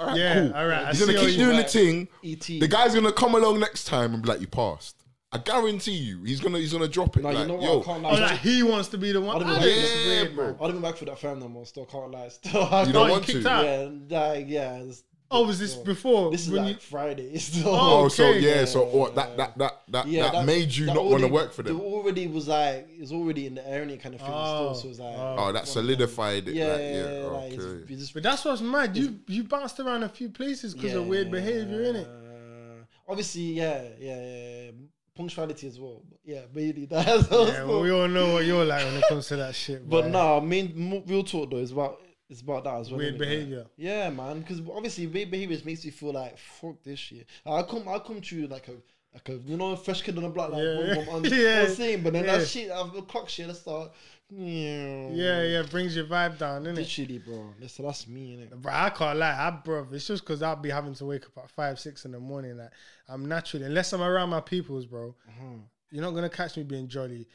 B: All right,
A: Yeah,
B: cool.
A: all right, I
B: He's gonna
A: see how
B: keep
A: you E-
B: doing the
C: work.
B: thing.
C: ET.
B: The guy's gonna come along next time and be like, you passed. I guarantee you, he's gonna he's gonna drop it.
C: Nah,
B: like,
C: you know what?
B: yo,
C: I can't
A: Oh,
C: lie.
A: like he wants to be the
C: I
A: one.
C: don't
A: I
C: know.
A: think
B: Yeah,
A: that's weird,
B: bro.
A: man.
C: I'd have been back for that fan no more. Still can't lie. Still, I
B: You
C: can't-
B: don't
A: Oh,
B: want
A: he kicked
B: to.
A: out.
C: Yeah, like, yeah. it's-
A: Oh, was this before?
C: This is
A: when
C: like
A: you-
C: Friday. Still.
B: Oh,
A: Oh,
B: so
A: okay.
B: yeah, so what that that that that, that, made you
C: that
B: not want to
C: already-
B: work for them.
C: It already was like it's already in the air and it kind of thing.
A: Oh,
C: still, so it's like
A: oh.
B: oh, that solidified it.
C: yeah,
B: like,
C: yeah,
B: yeah,
C: like, it's-
B: okay.
C: it's just-
A: but that's what's mad. You you bounced around a few places because of weird behavior, innit?
C: Yeah. Obviously, yeah, yeah, yeah, yeah. punctuality as well. But yeah, mainly that's
A: Yeah, well, we all know what you're like when it comes to that shit.
C: But
A: boy.
C: no, I mean, mo- real talk though is about it's about that as well.
A: Weird
C: innit, man?
A: behaviour.
C: Yeah, man. Because obviously, weird behavior makes you feel like fuck this shit. I come, I come to you like a. Like a, you know, fresh kid on the block, like,
A: Yeah,
C: boom,
A: yeah.
C: boom, on, you know
A: Yeah,
C: what I'm saying? But then
A: yeah.
C: that shit, I've the clock shit, that's like,
A: yeah, yeah, brings your vibe down, innit?
C: Literally, bro. Listen, that's me, innit?
A: But I can't lie, I bro, it's just because I'll be having to wake up at five, six in the morning. Like I'm naturally, unless I'm around my peoples, bro.
C: Mm-hmm.
A: You're not gonna catch me being jolly.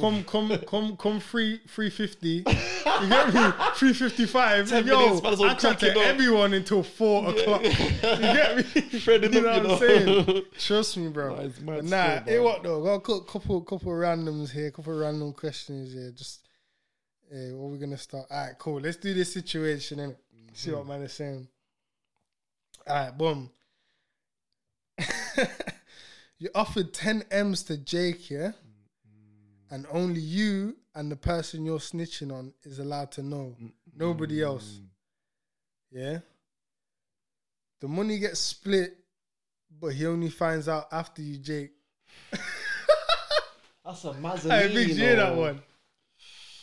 A: Come, come, come, come, free, three fifty. You get me? Three fifty-five.
C: Ten
A: Yo,
C: minutes, man, it's all
A: I chat to
C: cracking up.
A: everyone until four o'clock. You get me?
C: Shredding
A: you
C: up, you
A: know what I'm
C: know.
A: saying? Trust me, bro.
C: Nah, it's mad
A: But
C: still,
A: nah,
C: bro.
A: hey, what though? Got a cou- couple, couple randoms here, couple random questions here. Just, yeah, what we gonna start? All right, cool. Let's do this situation and see what man is saying. All right, boom. you offered ten m's to Jake, yeah, and only you and the person you're snitching on is allowed to know. Nobody else. Yeah. The money gets split, but he only finds out after you, Jake.
C: That's a Mazzolini.
A: Hey, big G, that
C: though.
A: one.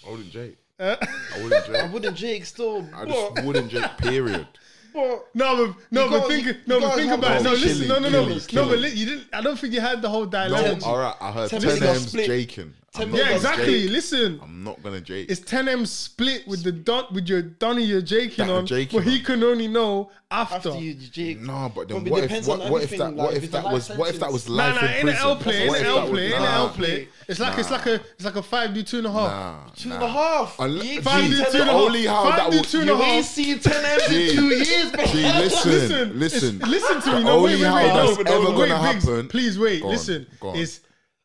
B: I wouldn't Jake.
A: Uh,
B: I wouldn't
C: I
B: Jake.
C: wouldn't Jake still.
B: I
C: but-
B: just wouldn't Jake. Period.
C: but-
A: no, but no,
C: You
A: but
C: got-
A: think,
C: you-
A: no,
C: you
A: but
C: got
A: think
C: one
A: about it. No,
B: more.
A: listen, no, no, no,
B: Killing,
A: no, but
B: killing.
A: li- you didn't. I don't think you had the whole
B: No,
A: dilemma.
B: all right. I heard
C: Tell
B: ten
C: me about
B: M's
C: split.
B: Jaking.
C: Tell
B: I'm
C: me
B: not
A: yeah,
C: about
B: gonna
A: exactly.
B: Jake.
A: Listen,
B: I'm not gonna Jake.
A: it's ten M split with the don with your Donny you're jaking
B: That
A: on,
B: Jaking
A: but he
B: on.
A: can only know after.
C: After you, Jake.
B: No, but then
C: But it
B: what if
C: depends
B: what,
C: on
B: what if that
C: everything,
B: what
C: like,
B: if
C: if it's
B: that
C: a
B: was
C: life
B: what if that was
A: Nah,
B: life
A: nah,
B: in
A: in the
B: prison?
A: L play, in
B: What if
A: the L
B: that was-
A: play, in the
B: nah,
A: L play. It's like it's like a it's like a five d two and a half.
B: Nah,
C: Two and
B: nah.
C: a half.
B: Unle-
C: You
B: Gee,
C: ain't
A: Five
C: seen
A: d
B: that's
A: two and a
C: ten-
A: half.
B: only how
A: five
B: that
A: d
B: would-
A: two and
C: You
A: a
C: ain't
A: half.
C: seen 10 M's in
B: Gee.
C: two years, bro.
B: Gee, listen,
A: Listen,
B: listen,
A: it's- listen to
B: The
A: me. No,
B: only
A: wait, wait,
B: how
A: wait.
B: that's
A: No,
B: ever
A: no,
B: gonna
A: wait, Biggs,
B: happen-
A: Please wait.
B: Go on,
A: listen,
B: go on.
A: it's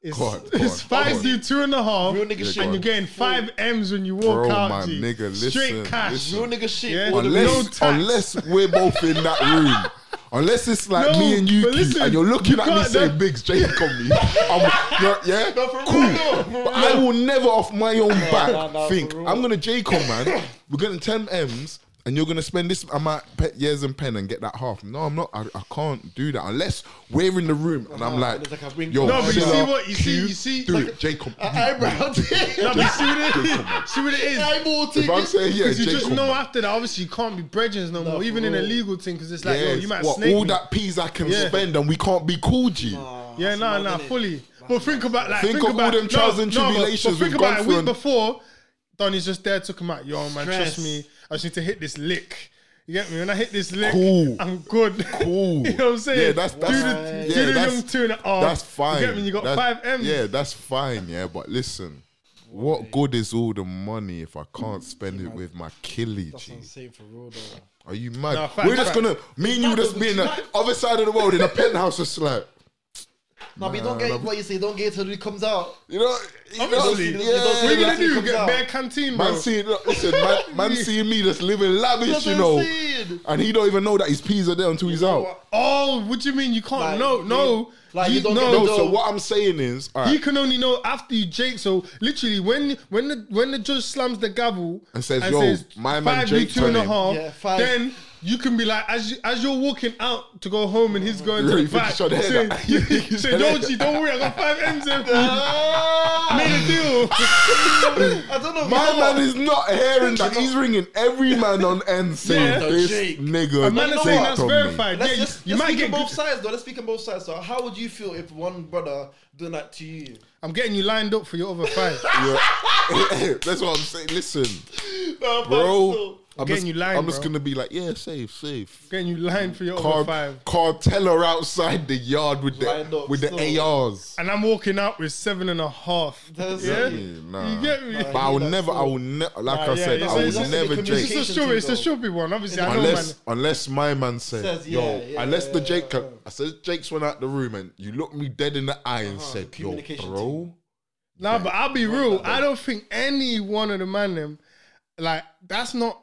A: it's
B: Go on, go on,
A: it's five
B: go
A: d
B: on.
A: two and a half.
C: Real nigga shit.
A: and you're getting five m's when you walk
B: Bro,
A: out.
B: my
A: G.
B: nigga,
A: straight
B: listen,
A: cash.
B: listen.
C: Real nigga shit.
A: Yeah.
C: all the
A: Unless-
C: way.
A: No tax.
B: unless we're both in that room. Unless it's like
A: No,
B: me and you,
A: but
B: two,
A: listen,
B: and you're looking
A: you
B: at me
A: can't-
B: saying,
A: that-
B: "Biggs, Jake on me." I'm, you're- yeah,
C: No, for real,
B: cool.
C: no, for
B: but I will never, off my own back,
C: no, no,
B: think
C: for real.
B: I'm gonna Jake on man. We're getting ten m's, and you're gonna spend this amount pe- years in pen and get that half. No, I'm not. I, I can't do that unless we're in the room, and I'm
C: Nah,
B: like,
C: it's like I've been-
B: "Yo,
C: No,
A: but you
B: chill
A: see
B: out,
A: what- you see-
B: Q,
A: you see-
B: do
A: like-
B: it, Jake on me."
C: Eyebrow tick.
A: No, but see what it is. See what it is.
C: Eyeball
B: If I'm
C: tick.
B: saying yeah,
A: Because you
B: Jake
A: just
B: on
A: know
B: me.
A: after that, obviously you can't be brethren no, more,
C: for
A: even in a
C: real.
A: legal thing, because it's like, yo,
B: Yes,
A: you might
B: what,
A: snake
B: all
A: me.
B: that peas I can
A: Yeah.
B: spend, and we can't be cool, G.
A: Yeah,
C: That's
A: nah,
C: mad,
A: nah,
C: innit?
A: fully. But think about like
B: Think of all
A: about,
B: them trials and
A: but-
B: tribulations
A: But,
B: we've
A: think about
B: gone
A: it.
B: through
A: A week
B: and-
A: before, Donny's just there, took him out. Yo, man, trust
C: Stress.
A: me, I just need to hit this lick. You get me? When I hit this lick,
B: Cool.
A: I'm good.
B: Cool.
A: you know what I'm saying?
B: Yeah, that's that's
A: do the,
B: yeah,
A: do the
B: that's,
A: young two and a half.
B: that's fine.
A: You get me? You got
B: That's-
A: five M's.
B: Yeah, that's fine. Yeah, but listen, what good is all the money if I can't spend it with my killie,
C: That's
B: G?
C: insane for real, though.
B: Are you mad?
A: Nah, fact,
B: We're just
A: fact.
B: gonna me and you just be in the other side of the world in a penthouse, just like
C: No, but you don't get what you say. Don't get it till it comes out.
B: you know. You know
A: Obviously,
B: yeah,
A: What are you gonna
B: like,
A: do?
C: comes
A: Get
C: out.
A: bare canteen, bro.
B: Man seeing, look, listen, man, man seeing me just living lavish,
C: That's
B: you
C: what
B: know,
C: I'm saying.
B: and he don't even know that his peas are there until he's out.
A: Oh, what do you mean you can't?
C: Like,
A: no,
C: you-
A: no.
C: like,
A: He-
C: you don't get
A: no,
B: No,
C: the
B: so
C: Although-
B: what I'm saying is, all
A: He
B: right,
A: can only know after you, Jake. So literally, when when the when the judge slams the gavel
B: And says, "Yo, my man
A: five, you
B: Jake's
A: two and a
B: on him."
A: half,"
C: Yeah, five.
A: Uh-huh. then you can be like, as you, as you're walking out to go home, and he's going
B: Really
A: to the back,
B: think you should hear
A: saying,
B: that.
A: you,
B: You should
A: say,
B: hear
A: "Don't
B: that.
A: you? Don't worry, I got five M's in for you."
B: Ah!
A: Made a deal.
C: I don't know.
B: My
C: you know
B: man
C: what?
B: is not hearing that. He's ringing every man on end saying
A: Yeah.
B: this
C: Jake.
B: nigga.
A: A man is
B: taked
A: saying that's
B: from me."
A: verified.
C: Let's,
A: yeah, you,
C: let's,
A: you
C: let's
A: might
C: speak
A: get.
C: on both
A: good-
C: sides, though. Let's speak on both sides. So, how would you feel if one brother done that to you?
A: I'm getting you lined up for your other five.
B: Yeah. That's what I'm saying. Listen,
C: No,
B: bro. I'm
A: Again,
B: just,
A: you lying,
B: I'm just
A: bro.
B: gonna be like, yeah, safe, safe.
A: Getting you lined for your over
B: Car,
A: five.
B: Carteller outside the yard with
C: Lined
B: the
C: up
B: with the
C: still.
B: ARs.
A: And I'm walking out with seven and a half.
C: That's
A: yeah?
C: it.
B: Nah.
A: You get me?
B: But I will never, I will never, like
C: Nah,
B: I
C: yeah,
B: said,
C: yeah,
B: I
C: so
B: will
C: it's just
B: never
C: the
B: Jake.
A: It's a show. It's a shoppy one. Obviously, I know, man.
B: Unless, unless my man said,
C: Says,
B: yo,
C: yeah, yeah,
B: unless the
C: yeah,
B: Jake,
C: yeah.
B: I said Jake's went out the room and you looked me dead in the eye and
C: Uh-huh,
B: said, yo,
C: communication
B: bro,
C: team.
A: Nah, but I'll be real. I don't think any one of the man them, like that's not,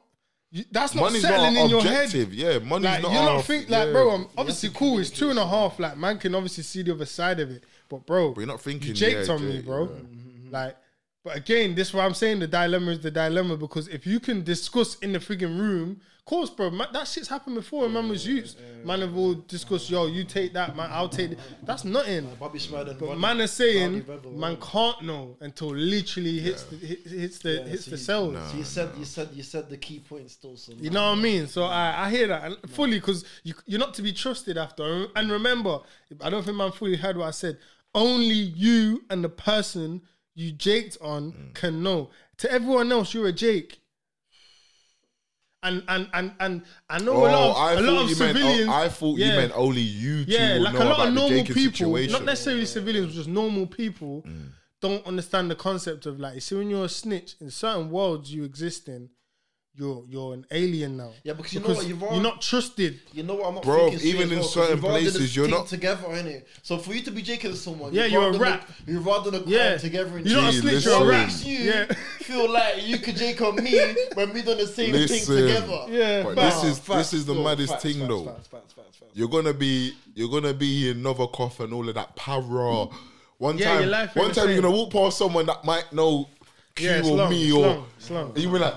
A: you- that's not
B: money's
A: settling
B: not our
A: in your head.
B: objective. Yeah, money's
A: Like
B: not
A: you don't
B: our-
A: think, like
B: yeah.
A: bro, I'm obviously cool. It's two and a half. Like man can obviously see the other side of it, but bro,
B: But you're not thinking,
A: You jaked
B: yeah,
A: on me,
B: Jake,
A: bro. Mm-hmm.
B: yeah.
A: Like, but again, this is why I'm saying the dilemma is the dilemma because if you can discuss in the frigging room, of course, bro, ma- that shit's happened before. and man was used. man have all discussed, yo, you take that, man, I'll take. Th-. That's nothing.
C: Bobby Schmidt and
A: But
C: Rodney-
A: man is saying
C: Rodney Rebel,
A: man can't know until literally hits the, hits, hits the
C: yeah,
A: hits
C: so
A: the
C: you-
A: cells.
C: So you said you said you said the key points still. So
A: You know what I mean? So I, I hear that and fully because you, you're not to be trusted after. And remember, I don't think man fully heard what I said. Only you and the person you jaked on
B: Mm.
A: can know. To everyone else, you're a Jake. And and and and I know a
B: Oh,
A: lot
B: I
A: of, a lot
B: thought
A: of
B: you meant.
A: civilians.
B: I thought you
A: Yeah.
B: meant only you two
A: Yeah,
B: will
A: like
B: know
A: a lot
B: about
A: of normal
B: the Jacob
A: people,
B: situation. Mm.
A: not necessarily civilians, just normal people don't understand the concept of like. See, when you're a snitch in certain worlds you exist in, you're you're an alien now.
C: Yeah, because you know what, you've al-
A: you're not trusted.
C: You know what I'm not
B: Bro,
C: thinking straight
B: even
C: as
B: in
C: well, 'cause
B: certain
C: you've all done
B: places,
C: this
B: you're
C: thing
B: not-
C: together, innit? So for you to be Jake with someone,
A: Yeah,
C: you've
A: you're
C: all
A: a
C: done
A: rat.
C: you're rather than a crime
A: Yeah.
C: together. And
A: You're not a
B: Gee,
A: snitch, you're a
B: listen.
A: rat.
C: makes you
A: Yeah.
C: feel like you could Jake on me when we done the same
B: Listen.
C: thing together.
A: Yeah,
B: But
A: Nah,
B: this is this
C: facts,
B: is the
C: though,
B: maddest
C: facts,
B: thing
C: facts,
B: though.
C: facts, facts, facts, facts.
B: You're gonna be you're gonna be in Novikov and all of that para. One
A: Yeah,
B: time,
A: your life ain't
B: one
A: the
B: time you're
A: same.
B: gonna walk past someone that might know Q
A: Yeah, it's
B: or
A: long,
B: me
A: it's
B: or
A: long, it's long.
B: and you be like,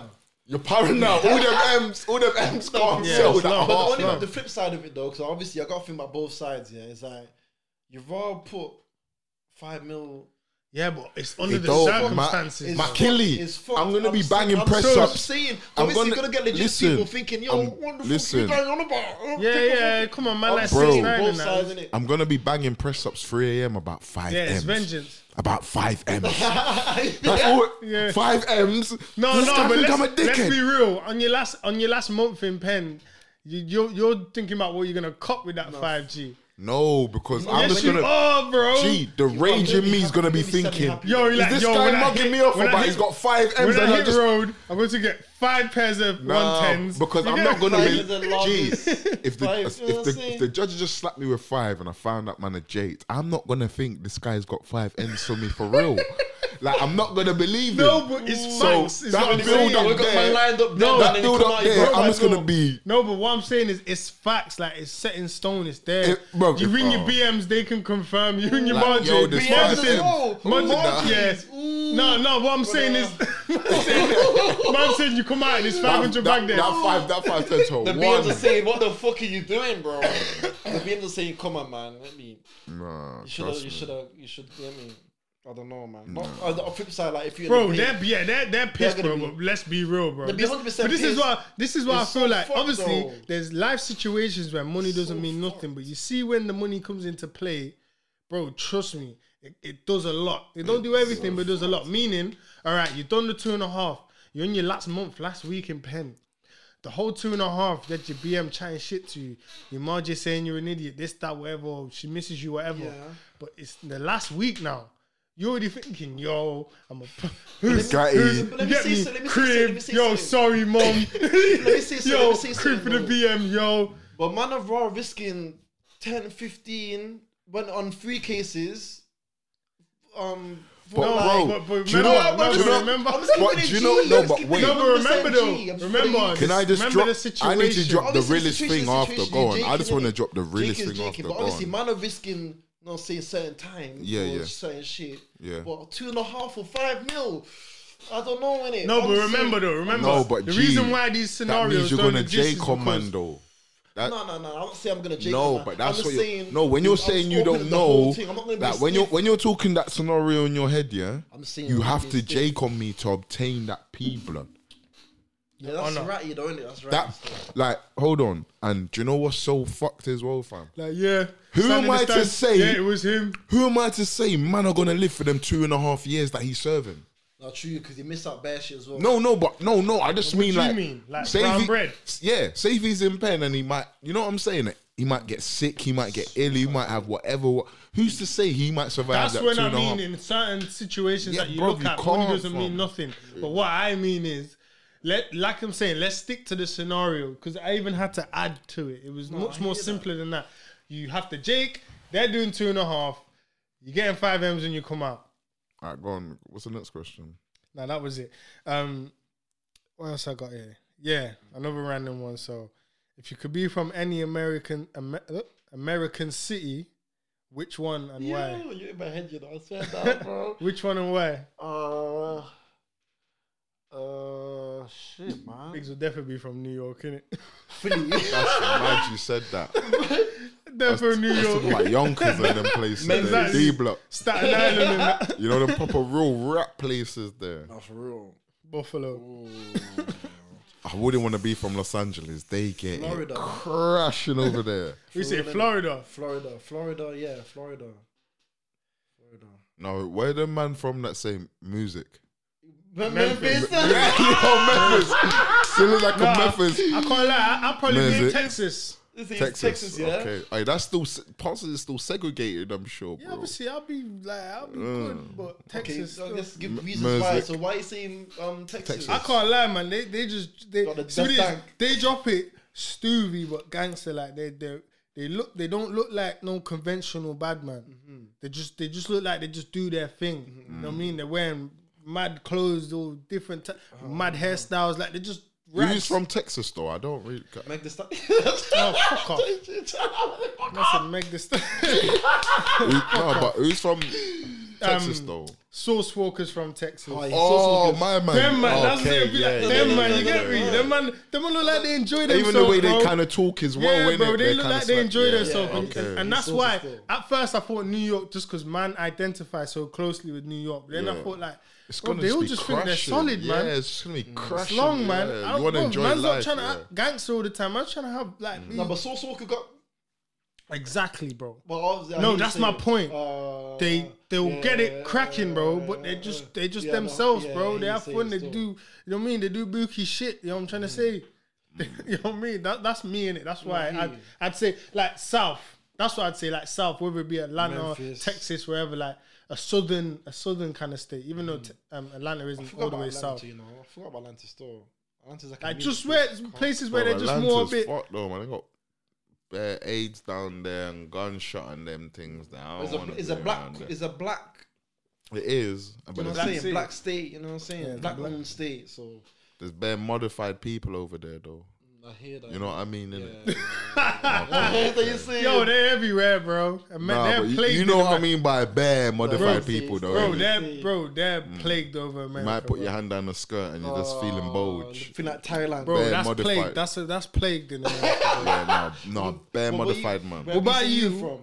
B: you're paranoid. all them M's, all them M's can't sell
A: it's
B: that
A: long.
B: long,
A: But
C: But
A: Oh,
C: only
A: no.
C: on the flip side of it though, because obviously I got to think about both sides. Yeah, it's like you've all put five mil.
A: Yeah, but it's under
B: It
A: the
B: don't, but my-
A: circumstances.
B: my
A: man.
B: kid- Kelly,
C: it's
B: I'm gonna be
C: saying-
B: banging
C: I'm
B: press
C: saying-
B: ups.
C: I'm saying,
B: I'm
C: obviously,
B: gonna-
C: you're gonna get legit
B: listen,
C: people thinking, "Yo,
B: I'm-
C: wonderful,
B: listen.
C: you going on about?"
A: yeah, yeah, come on, man,
C: I'm
A: like
B: Oh, bro.
A: six
C: saying
A: nine
C: both
A: and
C: sides
A: that.
C: in it.
B: I'm gonna be banging press ups 3 a.m. about five
A: Yeah, it's
B: M's.
A: vengeance.
B: About five M's. That's all.
A: Yeah.
B: Five M's.
A: No,
B: This guy
A: no, but
B: think
A: let's,
B: I'm a
A: let's
B: dickhead.
A: be real. On your last on your last month in pen, you, you're you're thinking about what you're gonna cop with that five G.
B: No, because I'm
A: Yes,
B: just
A: you
B: gonna.
A: are, bro.
B: Gee, the rage in me is gonna be
C: You're gonna be
B: thinking.
C: semi-happy.
A: Yo, you're
B: Is
A: like,
B: this
A: yo,
B: guy
A: when I
B: mugging
A: hit-
B: me off
A: when I
B: about
A: hit-
B: he's got five M's
A: When
B: and
A: I
B: I
A: hit
B: just
A: road, I'm going to get five pairs of
B: Nah,
A: 110s.
B: because
A: You
B: I'm
A: get
B: not gonna
A: it?
C: Five
B: be.
C: is the longest.
B: Jeez, if the
C: Five,
B: if,
C: you know what I'm
B: the if the
C: saying?
B: judge just slapped me with five and I found out man a Jade, I'm not gonna think this guy's got five M's for me for real. like I'm not gonna believe
A: No,
B: him.
A: but it's
B: so
A: facts. It's
B: that
A: not
B: build
A: insane.
B: up
A: We got
B: there,
C: man lined
B: no,
C: up dead
B: that
C: and then he
B: build
C: come
B: up
C: out, he
B: there,
C: got
B: I'm
C: five
B: just gonna
C: more.
B: be.
A: No, but what I'm saying is it's facts. Like it's set in stone. It's there.
B: Eh, bro,
A: you
B: if-
A: ring
B: oh.
A: your BMs, they can confirm. You ring your
B: Like,
A: margin.
B: yo, this
A: margin.
B: five M. Ooh,
A: margin.
B: nah.
A: yeah.
C: Ooh.
A: No, no. What I'm saying is, man said you come out and it's 500
B: that,
A: back
B: that,
A: there.
B: that five, that five turns to a
C: The
B: one.
C: BMs are saying, "What the fuck are you doing, bro?" the BMs are saying, "Come on, man, let me."
B: Nah,
C: You should have.
B: trust
C: You
B: me.
C: should have. You should. I mean, I don't know, man. Not, on the flip side, like if you
A: Bro, they're yeah, they're they're pissed,
C: gonna
A: bro.
C: be-
A: But let's be real, bro.
C: They'll be
A: This,
C: 100%
A: but this is
C: pissed.
A: why this is why
C: It's
A: I feel
C: so
A: like
C: fucked,
A: obviously
C: though.
A: there's life situations where money doesn't mean nothing, but you see when the money comes into play, bro. Trust me, it, it does a lot. It don't do everything, but it does a lot. Meaning, all right, you've done the two and a half. You're in your last month, last week in pen. The whole two and a half that your BM chatting shit to you, your mom just saying you're an idiot, this, that, whatever, or she misses you, whatever.
C: Yeah.
A: But it's the last week now. You're already thinking, yo, I'm a p-
B: This guy is-
C: But
A: you
C: let me
A: get
C: see
A: me?
C: some- let me see some- let me
A: Crib,
C: see
A: yo,
C: some.
A: sorry, mom.
C: me see some, let
A: Yo,
C: me see some,
A: crib for the
C: bro.
A: BM, yo.
C: But man of Raw risking 10, 15, went on three cases. Um, for
B: But
C: like,
B: bro,
A: but- but
B: do you know?
A: remember-
B: what- do you know-
A: remember-
C: I'm just
B: but
C: giving
B: do you
C: it
B: know?
C: G,
B: No,
C: I'm
B: but
C: just
B: wait.
C: giving it
A: No, but
C: 100%
A: remember
C: G, I'm
A: though,
C: just
A: remember.
C: giving it-
B: Can I just
A: remember
B: drop?
A: The situation.
B: I need to drop the
C: Obviously,
B: realest
C: situation
B: thing
C: is
B: after.
C: situation,
B: Go on.
C: Jake
B: I just
C: is
B: want to
C: it.
B: drop the realest
C: Jake is
B: thing
C: Jake,
B: after.
C: But
B: Go
C: obviously,
B: on.
C: man of risking, not saying certain time.
B: Yeah,
C: or
B: yeah.
C: Certain shit.
B: Yeah.
C: But two and a half or five mil. I don't know, innit?
A: No, but
C: Obviously-
A: remember though, remember.
B: No, but
A: the
B: G,
A: reason why these
B: That
A: scenarios
B: means you're
A: don't
B: gonna
A: exist
B: J
A: is because-
B: commando. That,
C: No, no, no. I'm not saying I'm gonna Jake.
B: no,
C: man.
B: but
C: I'm
B: that's
C: just
B: what you're.
C: saying,
B: no, when you're
C: I'm
B: saying
C: just
B: you
C: opening
B: don't
C: the whole
B: know,
C: thing. I'm not gonna be
B: that when you're
C: stiff.
B: when you're talking that scenario in your head, yeah,
C: I'm saying
B: you
C: I'm
B: have
C: being
B: to
C: stiff.
B: J on me to obtain that P blood.
C: Yeah, that's
A: Honor.
C: right, you know, innit? That's right.
B: That like, hold on, and do you know what's so fucked as well, fam?
A: Like, yeah.
B: Who
A: stand
B: am
A: in the
B: I to
A: stand.
B: say-
A: Yeah, it was him.
B: Who am I to say man are gonna live for them two and a half years that he's serving?
C: Not true, because you miss out bare shit as well.
B: No, no, but no, no. I just mean
A: do you
B: like,
A: mean? Like
B: say if
A: brown
B: he-
A: bread?
B: Yeah, say if he's in pain and he might, you know what I'm saying? He might get sick. He might get ill. He might have whatever. Who's to say he might survive
A: That's
B: that
A: when
B: two
A: I
B: and a half?
A: mean in certain situations
B: Yeah,
A: that you
B: bro,
A: look
B: you
A: at, money
B: can't,
A: doesn't mean
B: fam.
A: nothing. But what I mean is, let like I'm saying, let's stick to the scenario because I even had to add to it. It was much more simpler than that. You have to Jake. They're doing two and a half. You're getting five M's and you come out.
B: All right, go on. What's the next question?
A: Now that was it. Um, what else I got here? Yeah, another random one. So, if you could be from any American Amer- uh, American city, which one and
C: you,
A: why?
C: you in my head, you know. I swear that, bro.
A: Which one and why?
C: Uh, uh, shit, man.
A: Biggs will definitely be from New York, innit?
B: That's mad you said that.
A: Definitely New
B: That's
A: York.
B: talking about Yonkers and them places. there.
A: Exactly.
B: D block.
A: Staten Island and that.
B: You know them proper real rap places there.
C: Not for real.
A: Buffalo.
B: I wouldn't want to be from Los Angeles. They get it
C: Florida.
B: crashing over there.
A: We say Florida.
C: Florida, Florida, yeah, Florida. Florida.
B: No, where the man from that say music?
C: Memphis.
B: Yeah, yo, Memphis. Still like a Memphis.
A: I can't lie, I- I'll probably be in
B: Music.
A: Texas.
C: This is
B: Texas.
C: Texas, yeah.
B: Okay. Hey, that's still se- parts of it's still segregated, I'm sure,
A: Yeah,
B: bro.
A: obviously, I'll be like, I'll be good, but
C: Okay,
A: Texas.
C: so
A: still-
C: let's give
B: M-
C: reasons why.
B: music.
C: So why you saying um Texas?
B: Texas.
A: I can't lie, man. They they just they
C: Got the
A: see
C: Daft
A: this,
C: Punk.
A: they drop it stoovy but gangster like they they they look they don't look like no conventional bad man. They just they just look like they just do their thing. You know what I mean? They're wearing mad clothes, all different t- mad hairstyles. Like they just
B: Who's
A: rags.
B: from Texas though? I don't really. ca-
C: Make the sta-
A: Oh, fuck off. That's a Meg the Stallion.
B: Who, no, but who's from Texas
A: Um,
B: though?
A: Source Walkers from Texas.
C: Oh, yeah.
B: Oh,
C: Source Walkers.
B: my man.
A: Them man, that's
B: Okay,
A: it. Be like,
B: yeah,
A: them
B: yeah,
A: man,
B: yeah,
A: you
B: yeah,
A: get me?
B: yeah.
A: Them man, them man look like they enjoy themselves.
B: Even the way they
A: bro.
B: kind of talk is well,
A: Yeah,
B: innit?
A: bro, they
B: They're
A: look
B: kinda
A: like they
B: slack,
A: enjoy
B: yeah.
A: themselves, and-
B: Okay.
A: and, and that's
C: Sources
A: why
C: though.
A: at first I thought New York just because man identifies so closely with New York. Then I
B: Yeah.
A: thought like,
B: It's
A: bro,
B: gonna
A: they all
B: be
A: just think
B: crashing.
A: they're solid,
B: yeah,
A: man. Mm.
B: It's just gonna be
A: It's
B: crashing.
A: long, man.
B: yeah.
A: I,
B: You want to
A: bro,
B: enjoy
A: man's
B: life?
A: not trying
B: yeah.
A: to act gangster all the time. Man's trying to have like be-
C: No, but Source Walker got.
A: exactly, bro.
C: But obviously, I
A: No,
C: need to
A: that's
C: say
A: my
C: it.
A: point.
C: Uh,
A: They they'll
C: yeah,
A: get it cracking, bro. But they
C: yeah.
A: just they just
C: Yeah, no,
A: themselves,
C: yeah,
A: bro.
C: you
A: They have
C: say
A: fun.
C: it
A: They
C: still. Mm.
A: do. You know what I mean? They do bookie shit. You know what I'm trying to say? you know what I mean? That that's me in it. That's why
C: I hear
A: I'd,
C: you.
A: I'd say like South. That's what I'd say like South, whether it be Atlanta,
C: Memphis.
A: Texas, wherever. Like a southern a southern kind of state. Even though t- um, Atlanta
C: Mm. I
A: isn't
C: forgot
A: all the
C: about
A: way
C: Atlanta,
A: south.
C: you know. I forgot about Atlanta store. Atlanta's like a
A: Like
C: new
A: just
C: big
A: where
C: car.
A: places where they're
B: Bro,
A: just more a
B: Atlanta's
A: bit.
B: fucked though, man. They got uh, AIDS down there and gunshot and them things. Now
C: It's a, it's a black. It's a black.
B: It is,
C: You
B: but
C: know
B: it's,
C: what I'm saying?
A: state.
C: Black state. You know what I'm saying?
A: Yeah,
C: black
A: black-
C: owned state. So
B: there's bare modified people over there though.
C: I hear that.
B: You know what I mean?
C: Yeah.
B: innit?
C: I hear that you're saying.
A: Yo, they're everywhere, bro. And man,
B: Nah,
A: they're
B: but you,
A: plagued
B: you know
A: in
B: what I
A: Amer-
B: mean by bare modified
C: Bro,
B: people though.
A: Bro,
B: innit?
A: they're bro, they're plagued over
B: you
A: America.
B: Mm. might put
A: bro.
B: your hand down a skirt and you're just feeling
C: Oh,
B: bulge.
C: Feel like Thailand.
A: Bro,
B: Bare
A: that's
B: modified.
A: plagued. That's a, that's plagued in America.
B: Yeah, no, no, bare
C: But where you-
B: modified
C: where
B: man.
A: What about
C: you
A: you?
C: from?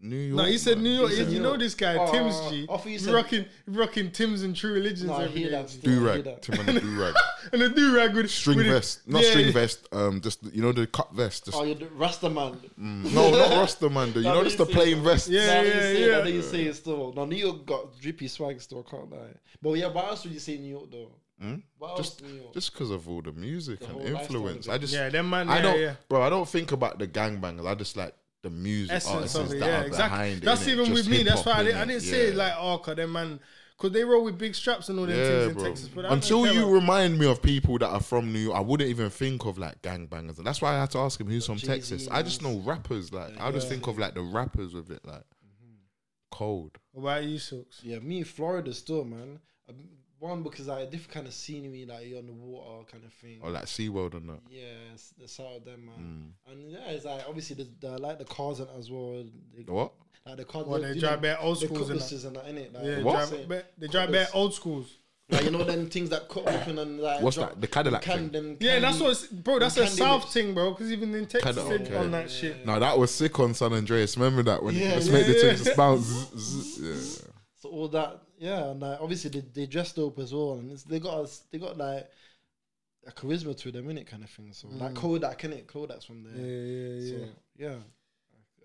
B: New York.
A: no, he said
B: man.
A: New York.
C: He said
A: you
C: New
A: know
C: York.
A: this guy,
C: Oh,
A: Tim's G.
C: I thought you
A: He's
C: said-
A: rocking, he rocking Tim's and True Religions
C: No, I
A: every
C: hear
A: day.
C: that. still, I
B: Do
C: hear
B: rag,
C: that.
B: Tim and the do rag.
A: And a do rag with
B: String
A: with a-
B: vest, not
A: yeah,
B: string
A: yeah.
B: vest. Um, just you know the cut vest. Just
C: Oh, you're the Rasta man.
B: No, not Rasta man. though. You
C: Nah,
B: know,
C: but
B: just
C: you
B: the
C: see it,
B: plain
C: though.
B: vest.
A: Mm. Yeah,
C: Nah, you
A: yeah,
C: say,
A: yeah.
C: Now you say it still. Now New York got drippy swag still, can't lie. But yeah, what else would you say in New York though? What else
B: Just,
C: in New York?
B: just because of all the music and
C: whole lifestyle
B: influence.
C: of it.
B: I just,
A: Yeah, them man.
B: I
A: yeah,
B: don't,
A: yeah.
B: bro. I don't think about the gangbangers. I just like the music
A: Essence
B: artists
A: of it,
B: that
A: yeah,
B: are
A: exactly.
B: behind it.
A: That's
B: innit?
A: even
B: Just
A: with me. That's
B: hip-hop,
A: why I, did,
B: innit?
A: I didn't
B: yeah.
A: say it like, oh, cause them man, cause they roll with big straps and all them
B: Yeah,
A: things in
B: bro.
A: Texas. But I don't
B: Until
A: care
B: you
A: about-
B: remind me of people that are from New York, I wouldn't even think of like gangbangers. And that's why I had to ask him who's from
C: Jay-Z
B: Texas. I just
C: and-
B: know rappers. Like I just think of like the rappers with it. Like
C: Mm-hmm.
B: cold.
A: What about you, Sooks?
C: Yeah, me in Florida still, man. Um, One because like a different kind of scenery, like you're on the water kind of thing.
B: Or like SeaWorld and that.
C: Yeah, it's the south of them, man.
B: Mm.
C: And yeah, it's like obviously the, the like the cars and as well. They,
B: What?
C: Like the cars.
A: Well, they drive bare old
C: the
A: schools and that.
C: cutlasses and that, innit? Like,
A: Yeah,
C: you know I'm
A: drive-
C: saying?
A: but they drive bare
C: Cutlass.
A: old schools.
C: Like you know them things that cut open and like.
B: What's
C: drop-
B: that? The Cadillac
C: can-
B: thing?
C: them
A: Yeah, that's
C: candy-
A: what's bro. That's a
C: candy
A: South
C: mix.
A: thing, bro. Because even in Texas,
B: Kinda
A: they
B: okay.
A: on that shit.
B: No, that was sick on San Andreas. Remember that when
C: Yeah,
B: it just
C: yeah,
B: made the
A: yeah.
B: thing just bounce. zzz, zzz, yeah.
C: So all that, yeah, and like, obviously they, they dressed up as well, and it's, they got us, they got like a charisma to them, innit, kind of thing. So
A: Mm.
C: like Kodak, innit, Kodak's from
A: Yeah,
C: there.
A: yeah, yeah.
C: So yeah,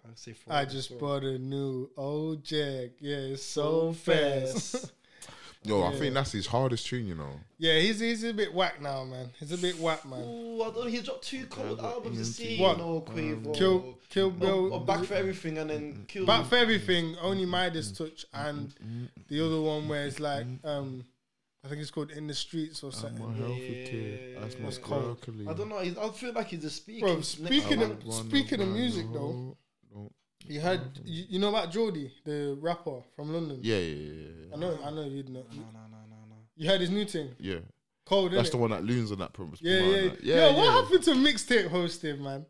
C: I, I'd say.
A: I
C: Florida
A: just
C: as well.
A: bought a new old jack. Yeah, it's so fast.
B: Yo, I think that's his hardest tune, you know.
A: Yeah, he's he's a bit whack now, man. He's a bit whack, man.
C: Ooh, I don't. He dropped two cold albums this season.
A: What?
C: No, Quavo.
A: Kill Kill Bill.
C: Or back for everything and then kill.
A: Back for everything, only
C: Mm,
A: Midas touch, and the other one where it's like, um, I think it's called In the Streets or something.
B: healthy kid. That's my broccoli.
C: I don't know. He's, I feel like he's a speaker.
A: Bro,
C: He's next
A: speaking
C: man.
A: of speaking of music though, you heard you, you know about Geordie, the rapper from London.
B: Yeah, yeah, yeah, yeah,
A: I know, I know you'd know.
C: No, no, no, no, no.
A: You heard his new thing,
B: yeah. yeah.
A: Cold.
B: That's
A: innit?
B: the one that loons on that promise.
A: Yeah, yeah,
C: uh,
A: yeah. Yo, what happened to mixtape hosting, man?